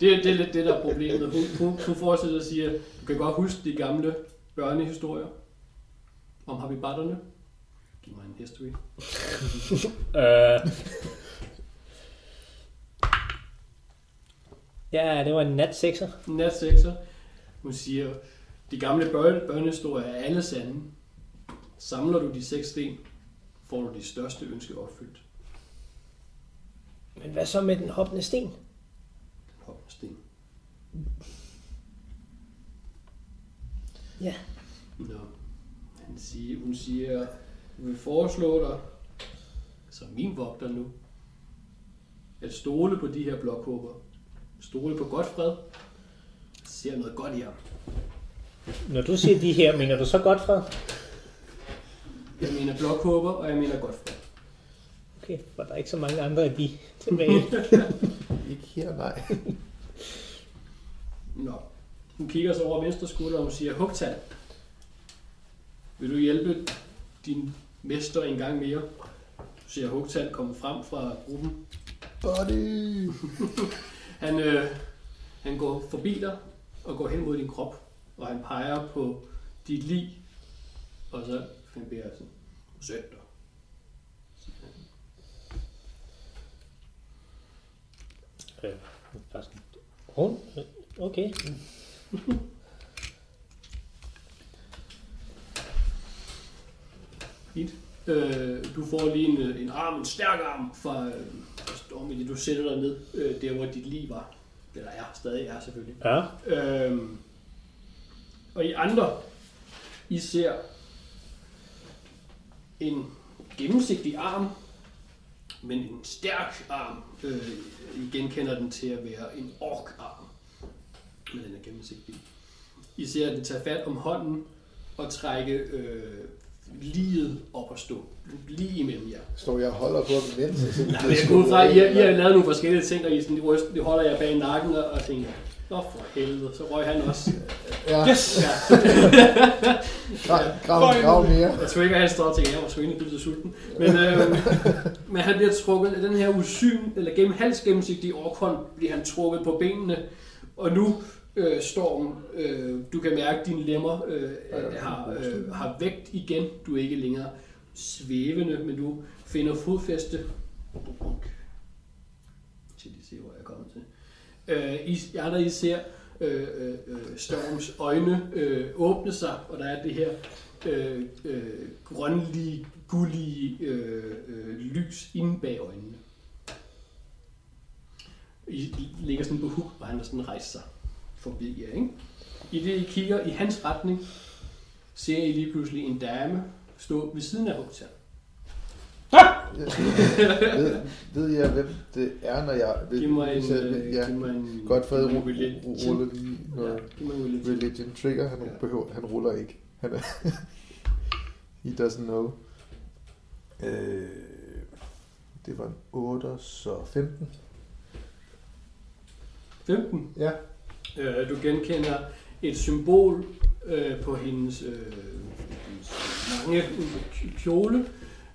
Speaker 2: det, er- det er lidt det, der er problemet. Hun, hun, hun fortsætter at sige, du kan godt huske de gamle børnehistorier om habibatterne. Giv mig en history.
Speaker 5: Øh. Ja, det var en nat sekser.
Speaker 2: natsekser. Hun siger, de gamle børne, børnehistorier er alle sande. Samler du de seks sten, får du de største ønske opfyldt.
Speaker 5: Men hvad så med den hoppende sten?
Speaker 2: Den hoppende sten.
Speaker 5: Ja.
Speaker 2: Nå. Han siger, hun siger, jeg vil foreslå dig, som min vogter nu, at stole på de her blokhugger. Stole på Godfred. Ser noget godt i ham.
Speaker 5: Når du siger de her, mener du så godt fra?
Speaker 2: Jeg mener blokhugger, og jeg mener Godfred.
Speaker 5: Okay, for der er ikke så mange andre af de
Speaker 2: (laughs)
Speaker 5: tilbage.
Speaker 3: Ikke her, nej.
Speaker 2: Nå. Hun kigger så over venstre skulder, og hun siger, Hugtal, vil du hjælpe din mester en gang mere? Du ser Hugtal komme frem fra gruppen.
Speaker 3: Buddy!
Speaker 2: Han, øh, han går forbi dig og går hen mod din krop, og han peger på dit lig, og så altså han beder sådan, sønder.
Speaker 5: Øh, bare sådan, Hun? Øh, Okay.
Speaker 2: Fint. Øh, du får lige en, øh, en arm, en stærk arm fra øh, Stormy, det du sætter dig ned, øh, der hvor dit lig var. Eller er, stadig er selvfølgelig.
Speaker 5: Ja.
Speaker 2: Øhm, og I andre, I ser en gennemsigtig arm, men en stærk arm. Øh, I genkender den til at være en ork-arm, men den er gennemsigtig. I ser den tage fat om hånden og trække øh, liget op og stå. Lige imellem jer.
Speaker 3: Står jeg og holder på dem, mens jeg sådan...
Speaker 2: Nej, men jeg går ud fra, at I, har- I har lavet nogle forskellige ting, og I sådan, ryst, det holder jeg bag nakken og, og tænker, Nå for helvede, så røg han (laughs) også.
Speaker 3: Ja,
Speaker 6: Yes!
Speaker 2: Ja,
Speaker 3: grav, grav, grav mere.
Speaker 2: jeg tror ikke, at han står og tænker, jeg var sgu egentlig blevet så sulten. Men, øh, men han bliver trukket af den her usyn, eller gennem halsgennemsigtige orkhånd, bliver han trukket på benene. Og nu, øh, Storm, øh, du kan mærke, at dine lemmer øh, har, øh, har vægt igen. Du er ikke længere svævende, men du finder fodfæste. Til de ser, hvor jeg er kommet til. Øh, I, I andre, I ser øh, øh, øh, Storms øjne øh, åbne sig, og der er det her øh, øh, grønlige, gullige øh, øh, lys inde bag øjnene. I, I ligger sådan på huk, og han har sådan rejst sig forbi jer, ikke? I det, I kigger i hans retning, ser I lige pludselig en dame stå ved siden af Hugtan.
Speaker 3: Ved, ved jeg, hvem det er, når jeg... Ved,
Speaker 2: Giv mig en...
Speaker 3: selv-
Speaker 2: øh,
Speaker 3: ja.
Speaker 2: giv mig en
Speaker 3: Godt
Speaker 2: giv
Speaker 3: fred,
Speaker 2: mig en
Speaker 3: ru-
Speaker 2: religion.
Speaker 3: ru- ruller lige
Speaker 2: Ja,
Speaker 3: noget
Speaker 2: giv mig en religion.
Speaker 3: religion trigger. Han,
Speaker 2: Ja.
Speaker 3: behøver, han ruller ikke. Han er... (laughs) He doesn't know. Øh, det var en 8, så 15.
Speaker 2: 15.
Speaker 3: Ja.
Speaker 2: Øh, du genkender et symbol øh, på hendes, øh, hendes lange kjole,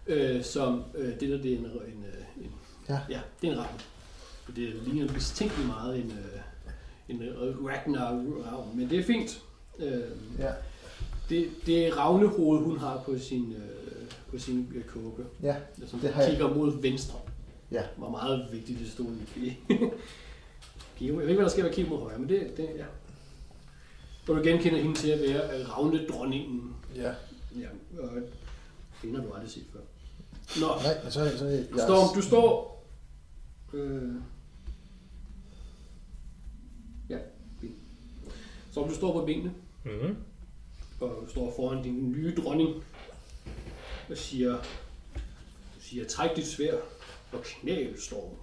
Speaker 2: øh, som øh, det der det er en, en, øh, en
Speaker 3: Ja.
Speaker 2: ja, det er en ramme. Det ligner bestemt meget en, øh, en øh, Ragnar, Ravn, men det er fint. Øh,
Speaker 3: Ja.
Speaker 2: Det, det er ravnehoved, hun har på sin, øh, på sin øh, kåbe,
Speaker 3: Ja.
Speaker 2: som
Speaker 3: Det
Speaker 2: det
Speaker 3: har jeg.
Speaker 2: kigger mod venstre.
Speaker 3: Ja.
Speaker 2: Hvor meget vigtigt det stod i kigge. (laughs) Jeg ved ikke, hvad der sker, når jeg kigger mod højre, men det, det ja. Hvor du genkender hende til at være øh, ravnedronningen.
Speaker 3: Ja.
Speaker 2: Ja, og det har du aldrig set før. Nå,
Speaker 3: Nej, men så, så jeg,
Speaker 2: Storm, du står... Øh, ja, ben. Storm, du står på benene.
Speaker 7: Mm.
Speaker 2: og står foran din nye dronning og siger, siger træk dit svær og knæl stormen.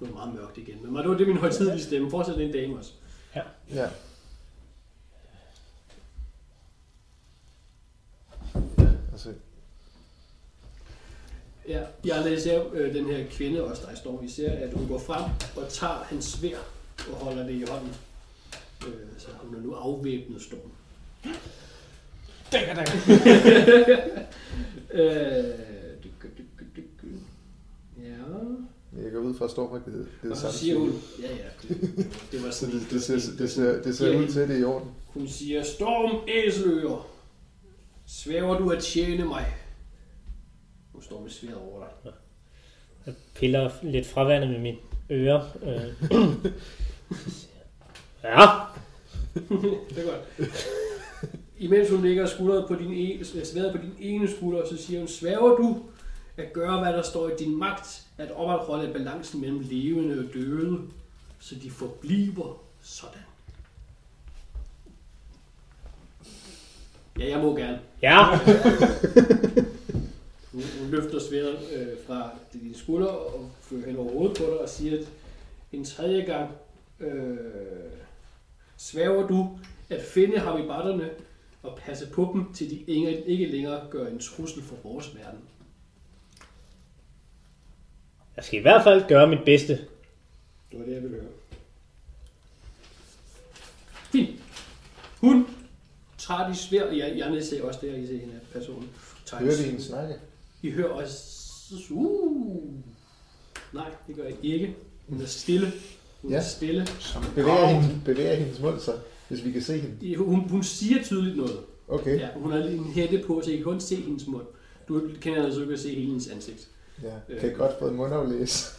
Speaker 2: Nu er meget mørkt igen, men det var det min højtidlige stemme. Fortsæt den dame også.
Speaker 3: Ja. Altså,
Speaker 2: Ja, I andre I ser øh, den her kvinde også, der står. I ser, at hun går frem og tager hans svær og holder det i hånden. Øh, så hun er nu afvæbnet storm.
Speaker 4: Dækker, dækker.
Speaker 2: Øh, dyk, dyk, dyk, dyk. Ja.
Speaker 3: jeg går ud fra, at Storm har givet, givet
Speaker 2: Og så
Speaker 3: samme
Speaker 2: siger hun,
Speaker 3: signal.
Speaker 2: ja ja, det, det var
Speaker 3: Så
Speaker 2: sådan
Speaker 3: det,
Speaker 2: en-
Speaker 3: det, ser, det, ser, det ser
Speaker 2: Ja,
Speaker 3: ud til, at det er i orden.
Speaker 2: Hun siger, Storm Æseløer, svæver du at tjene mig? Hun står med sværet over dig.
Speaker 5: Jeg piller lidt fraværende med mine ører. Øh. (clears throat) ja,
Speaker 2: Det er godt. Imens hun lægger skulderen på din ene, sværet på din ene skulder, så siger hun, svæver du at gøre, hvad der står i din magt, at opretholde balancen mellem levende og døde, så de forbliver sådan. Ja, jeg må gerne.
Speaker 5: ja,
Speaker 2: Hun, hun løfter sværet øh, fra dine skuldre og fører hen over hovedet på dig og siger, at en tredje gang øh, svæver du at finde ham i batterne og passe på dem, til de ikke, ikke længere gør en trussel for vores verden.
Speaker 5: jeg skal i hvert fald gøre mit bedste.
Speaker 2: Det var det, jeg ville høre. Fint. Hun tager de svær... Jeg, jeg ser også det, her, I ser hende af personen. Tager de
Speaker 3: Hører vi
Speaker 2: svær-
Speaker 3: hende snakke?
Speaker 2: I hører også... Uh. Nej, det gør I ikke. Hun er stille. Hun ja.
Speaker 3: Ja.
Speaker 2: er stille.
Speaker 3: Bevæger, hendes, bevæger hendes mund sig, hvis vi kan se hende?
Speaker 2: I- Hun, hun siger tydeligt noget.
Speaker 3: Okay.
Speaker 2: Ja, hun har lige en hætte på, så I kan kun se hendes mund. Du kan altså ikke se hele hendes ansigt.
Speaker 3: Ja. Kan jeg godt få en mundaflæs?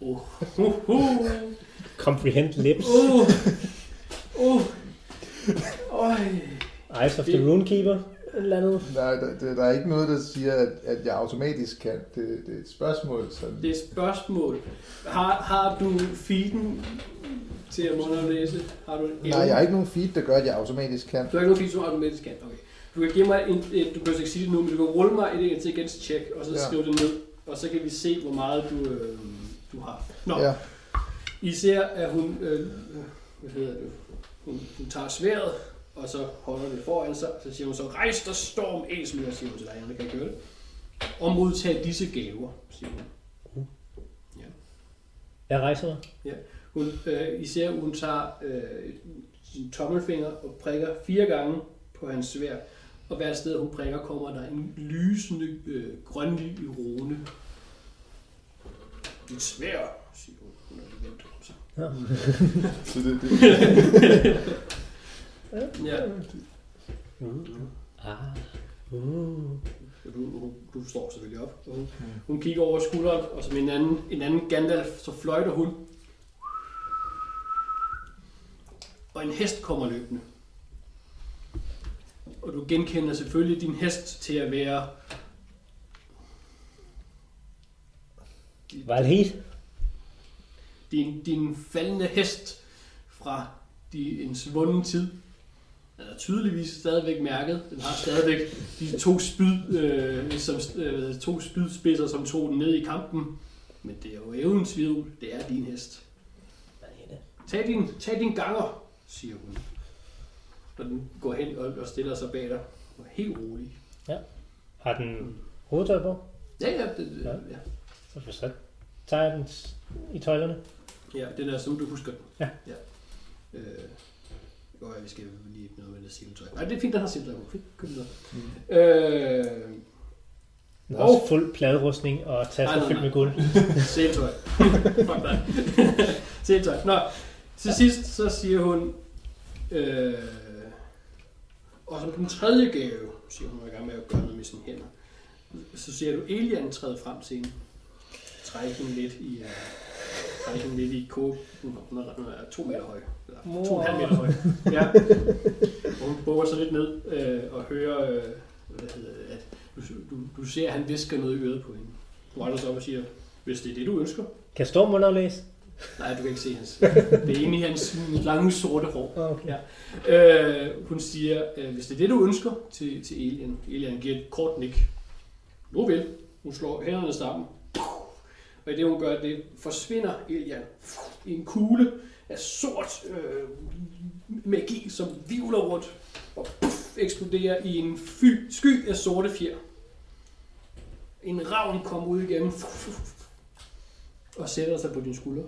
Speaker 2: Oh. Oh. Oh.
Speaker 5: Comprehend lips.
Speaker 2: Oh. Oh. Øj.
Speaker 5: Eyes of the Runekeeper. Eller andet.
Speaker 3: (laughs) Nej, der, der, der er ikke noget, der siger, at, at jeg automatisk kan. Det, det er et spørgsmål. Sådan.
Speaker 2: Det er et spørgsmål. Har, har du feeden til at mundaflæse? Har du en
Speaker 3: Nej, jeg har ikke nogen feed, der gør, at jeg automatisk kan.
Speaker 2: Du har ikke nogen feature automatisk kan. Okay. Du kan give mig en, en du kan ikke sige det nu, men du kan rulle mig et intelligens check, og så
Speaker 3: Ja.
Speaker 2: ja. skrive det ned. Og så kan vi se, hvor meget du, øh, du har. Nå, ja.
Speaker 3: Ja.
Speaker 2: I ser, at hun, øh, øh, hvad hedder det, hun, hun tager sværet, og så holder det foran sig, og så siger hun så, rejs dig storm, æsler, siger hun til dig, jeg kan ikke høre det. Og modtag disse gaver, siger hun.
Speaker 5: Jeg rejser mig.
Speaker 2: Hun, øh, I ser, hun tager øh, sin tommelfinger og prikker fire gange på hans svær. Og hver sted, hun prikker, kommer der en lysende øh, grønlig rone. Dit svær, siger hun. Hun er lige vendt om sig.
Speaker 3: Så det, det,
Speaker 2: Ja,
Speaker 1: Ah,
Speaker 2: du, hun, du står selvfølgelig op. Og hun, hun kigger over skulderen, og som en anden, en anden Gandalf, så fløjter hun. Og en hest kommer løbende. Og du genkender selvfølgelig din hest til at være...
Speaker 5: Wild Heat.
Speaker 2: din, din faldende hest fra de, en svunden tid. Den er tydeligvis stadigvæk mærket. Den har stadigvæk de to, spyd, øh, som, øh, to spydspidser, som tog den ned i kampen. Men det er jo uden tvivl, det er din hest. Tag din, tag din ganger, siger hun. Og den går hen og, og stiller sig bag dig. Og er helt rolig.
Speaker 5: Har den hovedtøj på?
Speaker 2: Ja, ja, det, ja. ja.
Speaker 5: Så- Så tager jeg den s- i tøjlerne.
Speaker 2: Ja, den er som du husker den.
Speaker 5: Ja.
Speaker 2: ja. Øh, jo, ja, vi skal lige noget med det siltøj. Nej, det er fint, den har siltøj på. Fint, køb videre. Mm. Øh, (laughs)
Speaker 5: Den har
Speaker 2: Og-
Speaker 5: også fuld pladerustning og tasker
Speaker 2: Nej, nej,
Speaker 5: fyldt
Speaker 2: nej.
Speaker 5: med guld.
Speaker 2: siltøj. Fuck dig. siltøj. Nå, Til sidst så siger hun, øh, og som den tredje gave, siger hun, hun er i gang med at gøre noget med sine hænder, så ser du Elian træde frem til hende. Træk hende lidt i, øh, træk hende lidt i kåben. Hun er, hun er to meter høj. Eller, to og en halv meter høj. Ja. Og hun bukker sig lidt ned øh, og hører, øh, hvad hedder det, at du, du, du ser, at han visker noget i øret på hende. Du retter sig op og siger, hvis det er det, du ønsker,
Speaker 5: Kan Storm underlæse?
Speaker 2: Nej, du kan ikke se hans. Det er inde i hans lange sorte hår.
Speaker 5: Okay.
Speaker 2: Ja. Øh, hun siger, øh, hvis det er det, du ønsker til, til Elian. Elian giver et kort nik. Nu vil. Hun slår hænderne sammen. Og i det, hun gør det, forsvinder Elian i en kugle af sort øh, magi, som vivler rundt og eksploderer i en fy, sky af sorte fjer. En ravn kommer ud igennem og sætter sig på din skulder.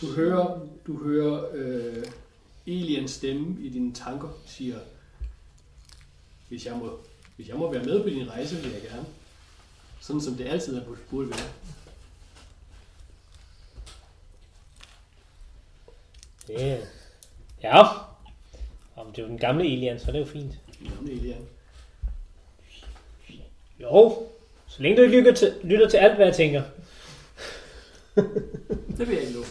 Speaker 2: Du hører, du hører øh, Elians stemme i dine tanker, siger, hvis jeg, må, hvis jeg må være med på din rejse, vil jeg gerne. Sådan som det altid er burde være.
Speaker 5: Yeah. Ja. Om det er jo den gamle Elian, så er det jo fint.
Speaker 2: Jamen, Elian.
Speaker 5: Jo. Så længe du ikke lytter til, lytter til alt, hvad jeg tænker.
Speaker 2: Det vil jeg ikke love.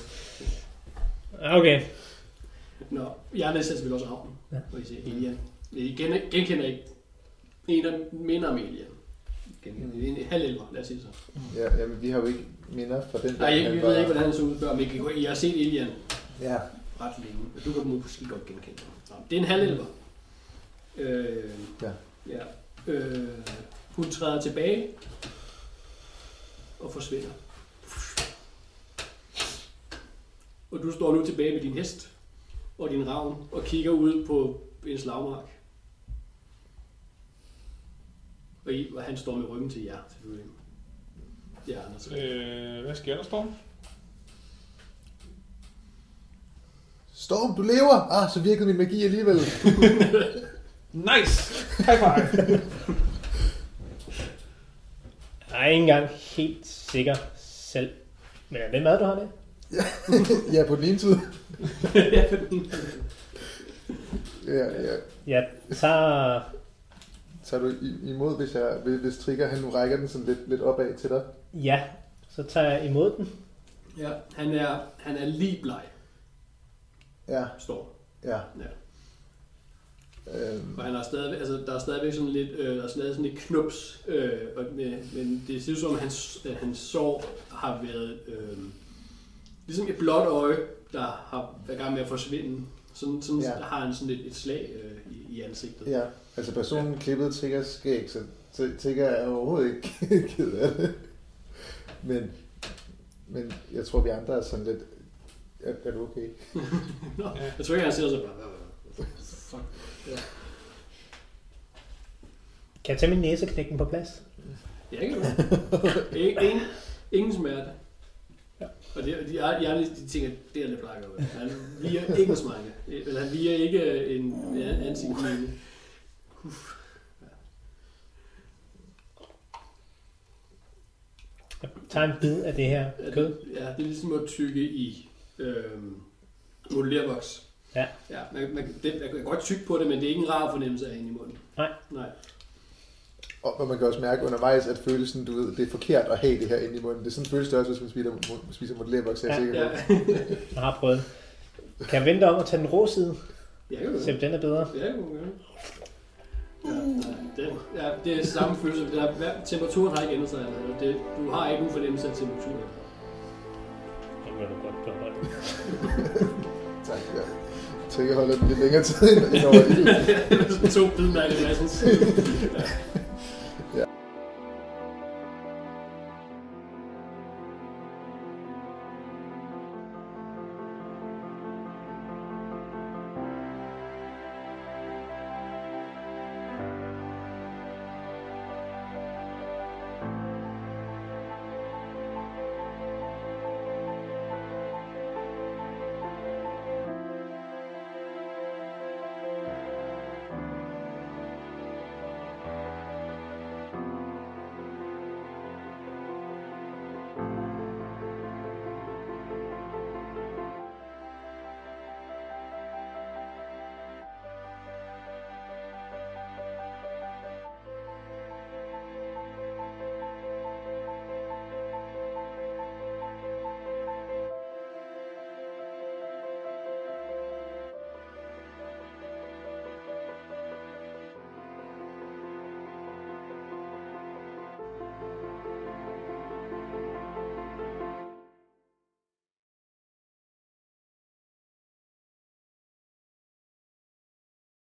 Speaker 5: Ja, Okay.
Speaker 2: Nå, jeg læser selvfølgelig også Ravnen,
Speaker 5: Ja.
Speaker 2: ja. og I ser Elian. I gen, genkender ikke en, der minder om Elian. Genkender- En halv elver, lad os sige det så.
Speaker 3: Ja, jamen, vi har jo ikke minder fra den
Speaker 2: Nej, jeg,
Speaker 3: han
Speaker 2: jeg
Speaker 3: var-
Speaker 2: ved ikke, hvordan han så ud før, men I kan- I har set Elian
Speaker 3: Ja.
Speaker 2: ret længe, og du kan dem måske godt genkende. Nå, det er en halvelver. Øh,
Speaker 3: Ja.
Speaker 2: ja. Øh, hun træder tilbage og forsvinder. Og du står nu tilbage med din hest og din ravn og kigger ud på en slagmark. Og, I, og han står med ryggen til jer, selvfølgelig. Ja, Anders.
Speaker 4: Øh, hvad sker der, Storm?
Speaker 3: Storm, du lever! Ah, så virkede min magi
Speaker 2: (laughs)
Speaker 3: alligevel.
Speaker 4: Nice! High five!
Speaker 5: Jeg er ikke engang helt sikker selv. Men er det mad, du har det?
Speaker 3: ja, på den ene side.
Speaker 2: Ja, fordi-
Speaker 3: Ja, ja.
Speaker 5: Jeg tager...
Speaker 3: Tager du i- imod, hvis, jeg, hvis Trigger han nu rækker den sådan lidt, lidt opad til dig?
Speaker 5: Ja, så tager jeg imod den.
Speaker 2: ja, han er, han er lige bleg,
Speaker 3: Ja,
Speaker 2: står.
Speaker 3: ja.
Speaker 2: Ja.
Speaker 3: Øhm,
Speaker 2: Og han har stadigvæk, altså, der er stadigvæk sådan lidt, øh, der er stadig sådan lidt knups, øh, og med, men det ser ud som, om hans, at hans sår har været øh, ligesom et blåt øje, der har været i gang med at forsvinde. Sådan, sådan
Speaker 3: Ja.
Speaker 2: ja. har han sådan lidt et slag øh, i, i ansigtet.
Speaker 3: ja, altså personen klippede Triggers skæg, så så Trigger er overhovedet ikke (laughs) ked af det. Men, men jeg tror, vi andre er sådan lidt... Er, er du okay?
Speaker 2: Nå, jeg tror ikke, han ser sig bare, "Hvad- fuck.
Speaker 5: Kan jeg tage min næseknækken på plads?
Speaker 2: Ja, ikke noget. Ingen, ingen smerte. Og det, de, de, de, de tænker, det er lidt blakker. Han virer ikke en smerte. Eller han virer ikke øh, en ansigtsmine.
Speaker 5: Jeg tager en bid af det her
Speaker 2: Ja,
Speaker 5: kød.
Speaker 2: det, ja, det er ligesom at tykke i øhm, modellervoks.
Speaker 5: Ja.
Speaker 2: ja man, man, det, man kan godt tykke på det, men det er ikke en rar fornemmelse af ind i munden.
Speaker 5: Nej.
Speaker 2: Nej.
Speaker 3: Og og man kan også mærke undervejs, at følelsen, du ved, det er forkert at have det her inde i munden. Det er sådan en følelse også, hvis man spiser, mod- spiser modellerboks, er jeg
Speaker 5: Ja,
Speaker 3: sikker på.
Speaker 2: Ja,
Speaker 5: Jeg har prøvet den. Kan jeg vente om at tage den rå side?
Speaker 2: ja, jo, jo.
Speaker 5: Se om den er bedre.
Speaker 2: ja, jo, jo. Ja, nej, det, ja, det er samme følelse. Det er, hver- temperaturen har ikke ændret sig. Eller det, du har ikke nogen fornemmelse af temperaturen.
Speaker 5: Den kan du godt beholde.
Speaker 3: Tak, ja. Så jeg holder den lidt længere tid ind, end over i
Speaker 2: Sådan to bidmærker i massen. Ja.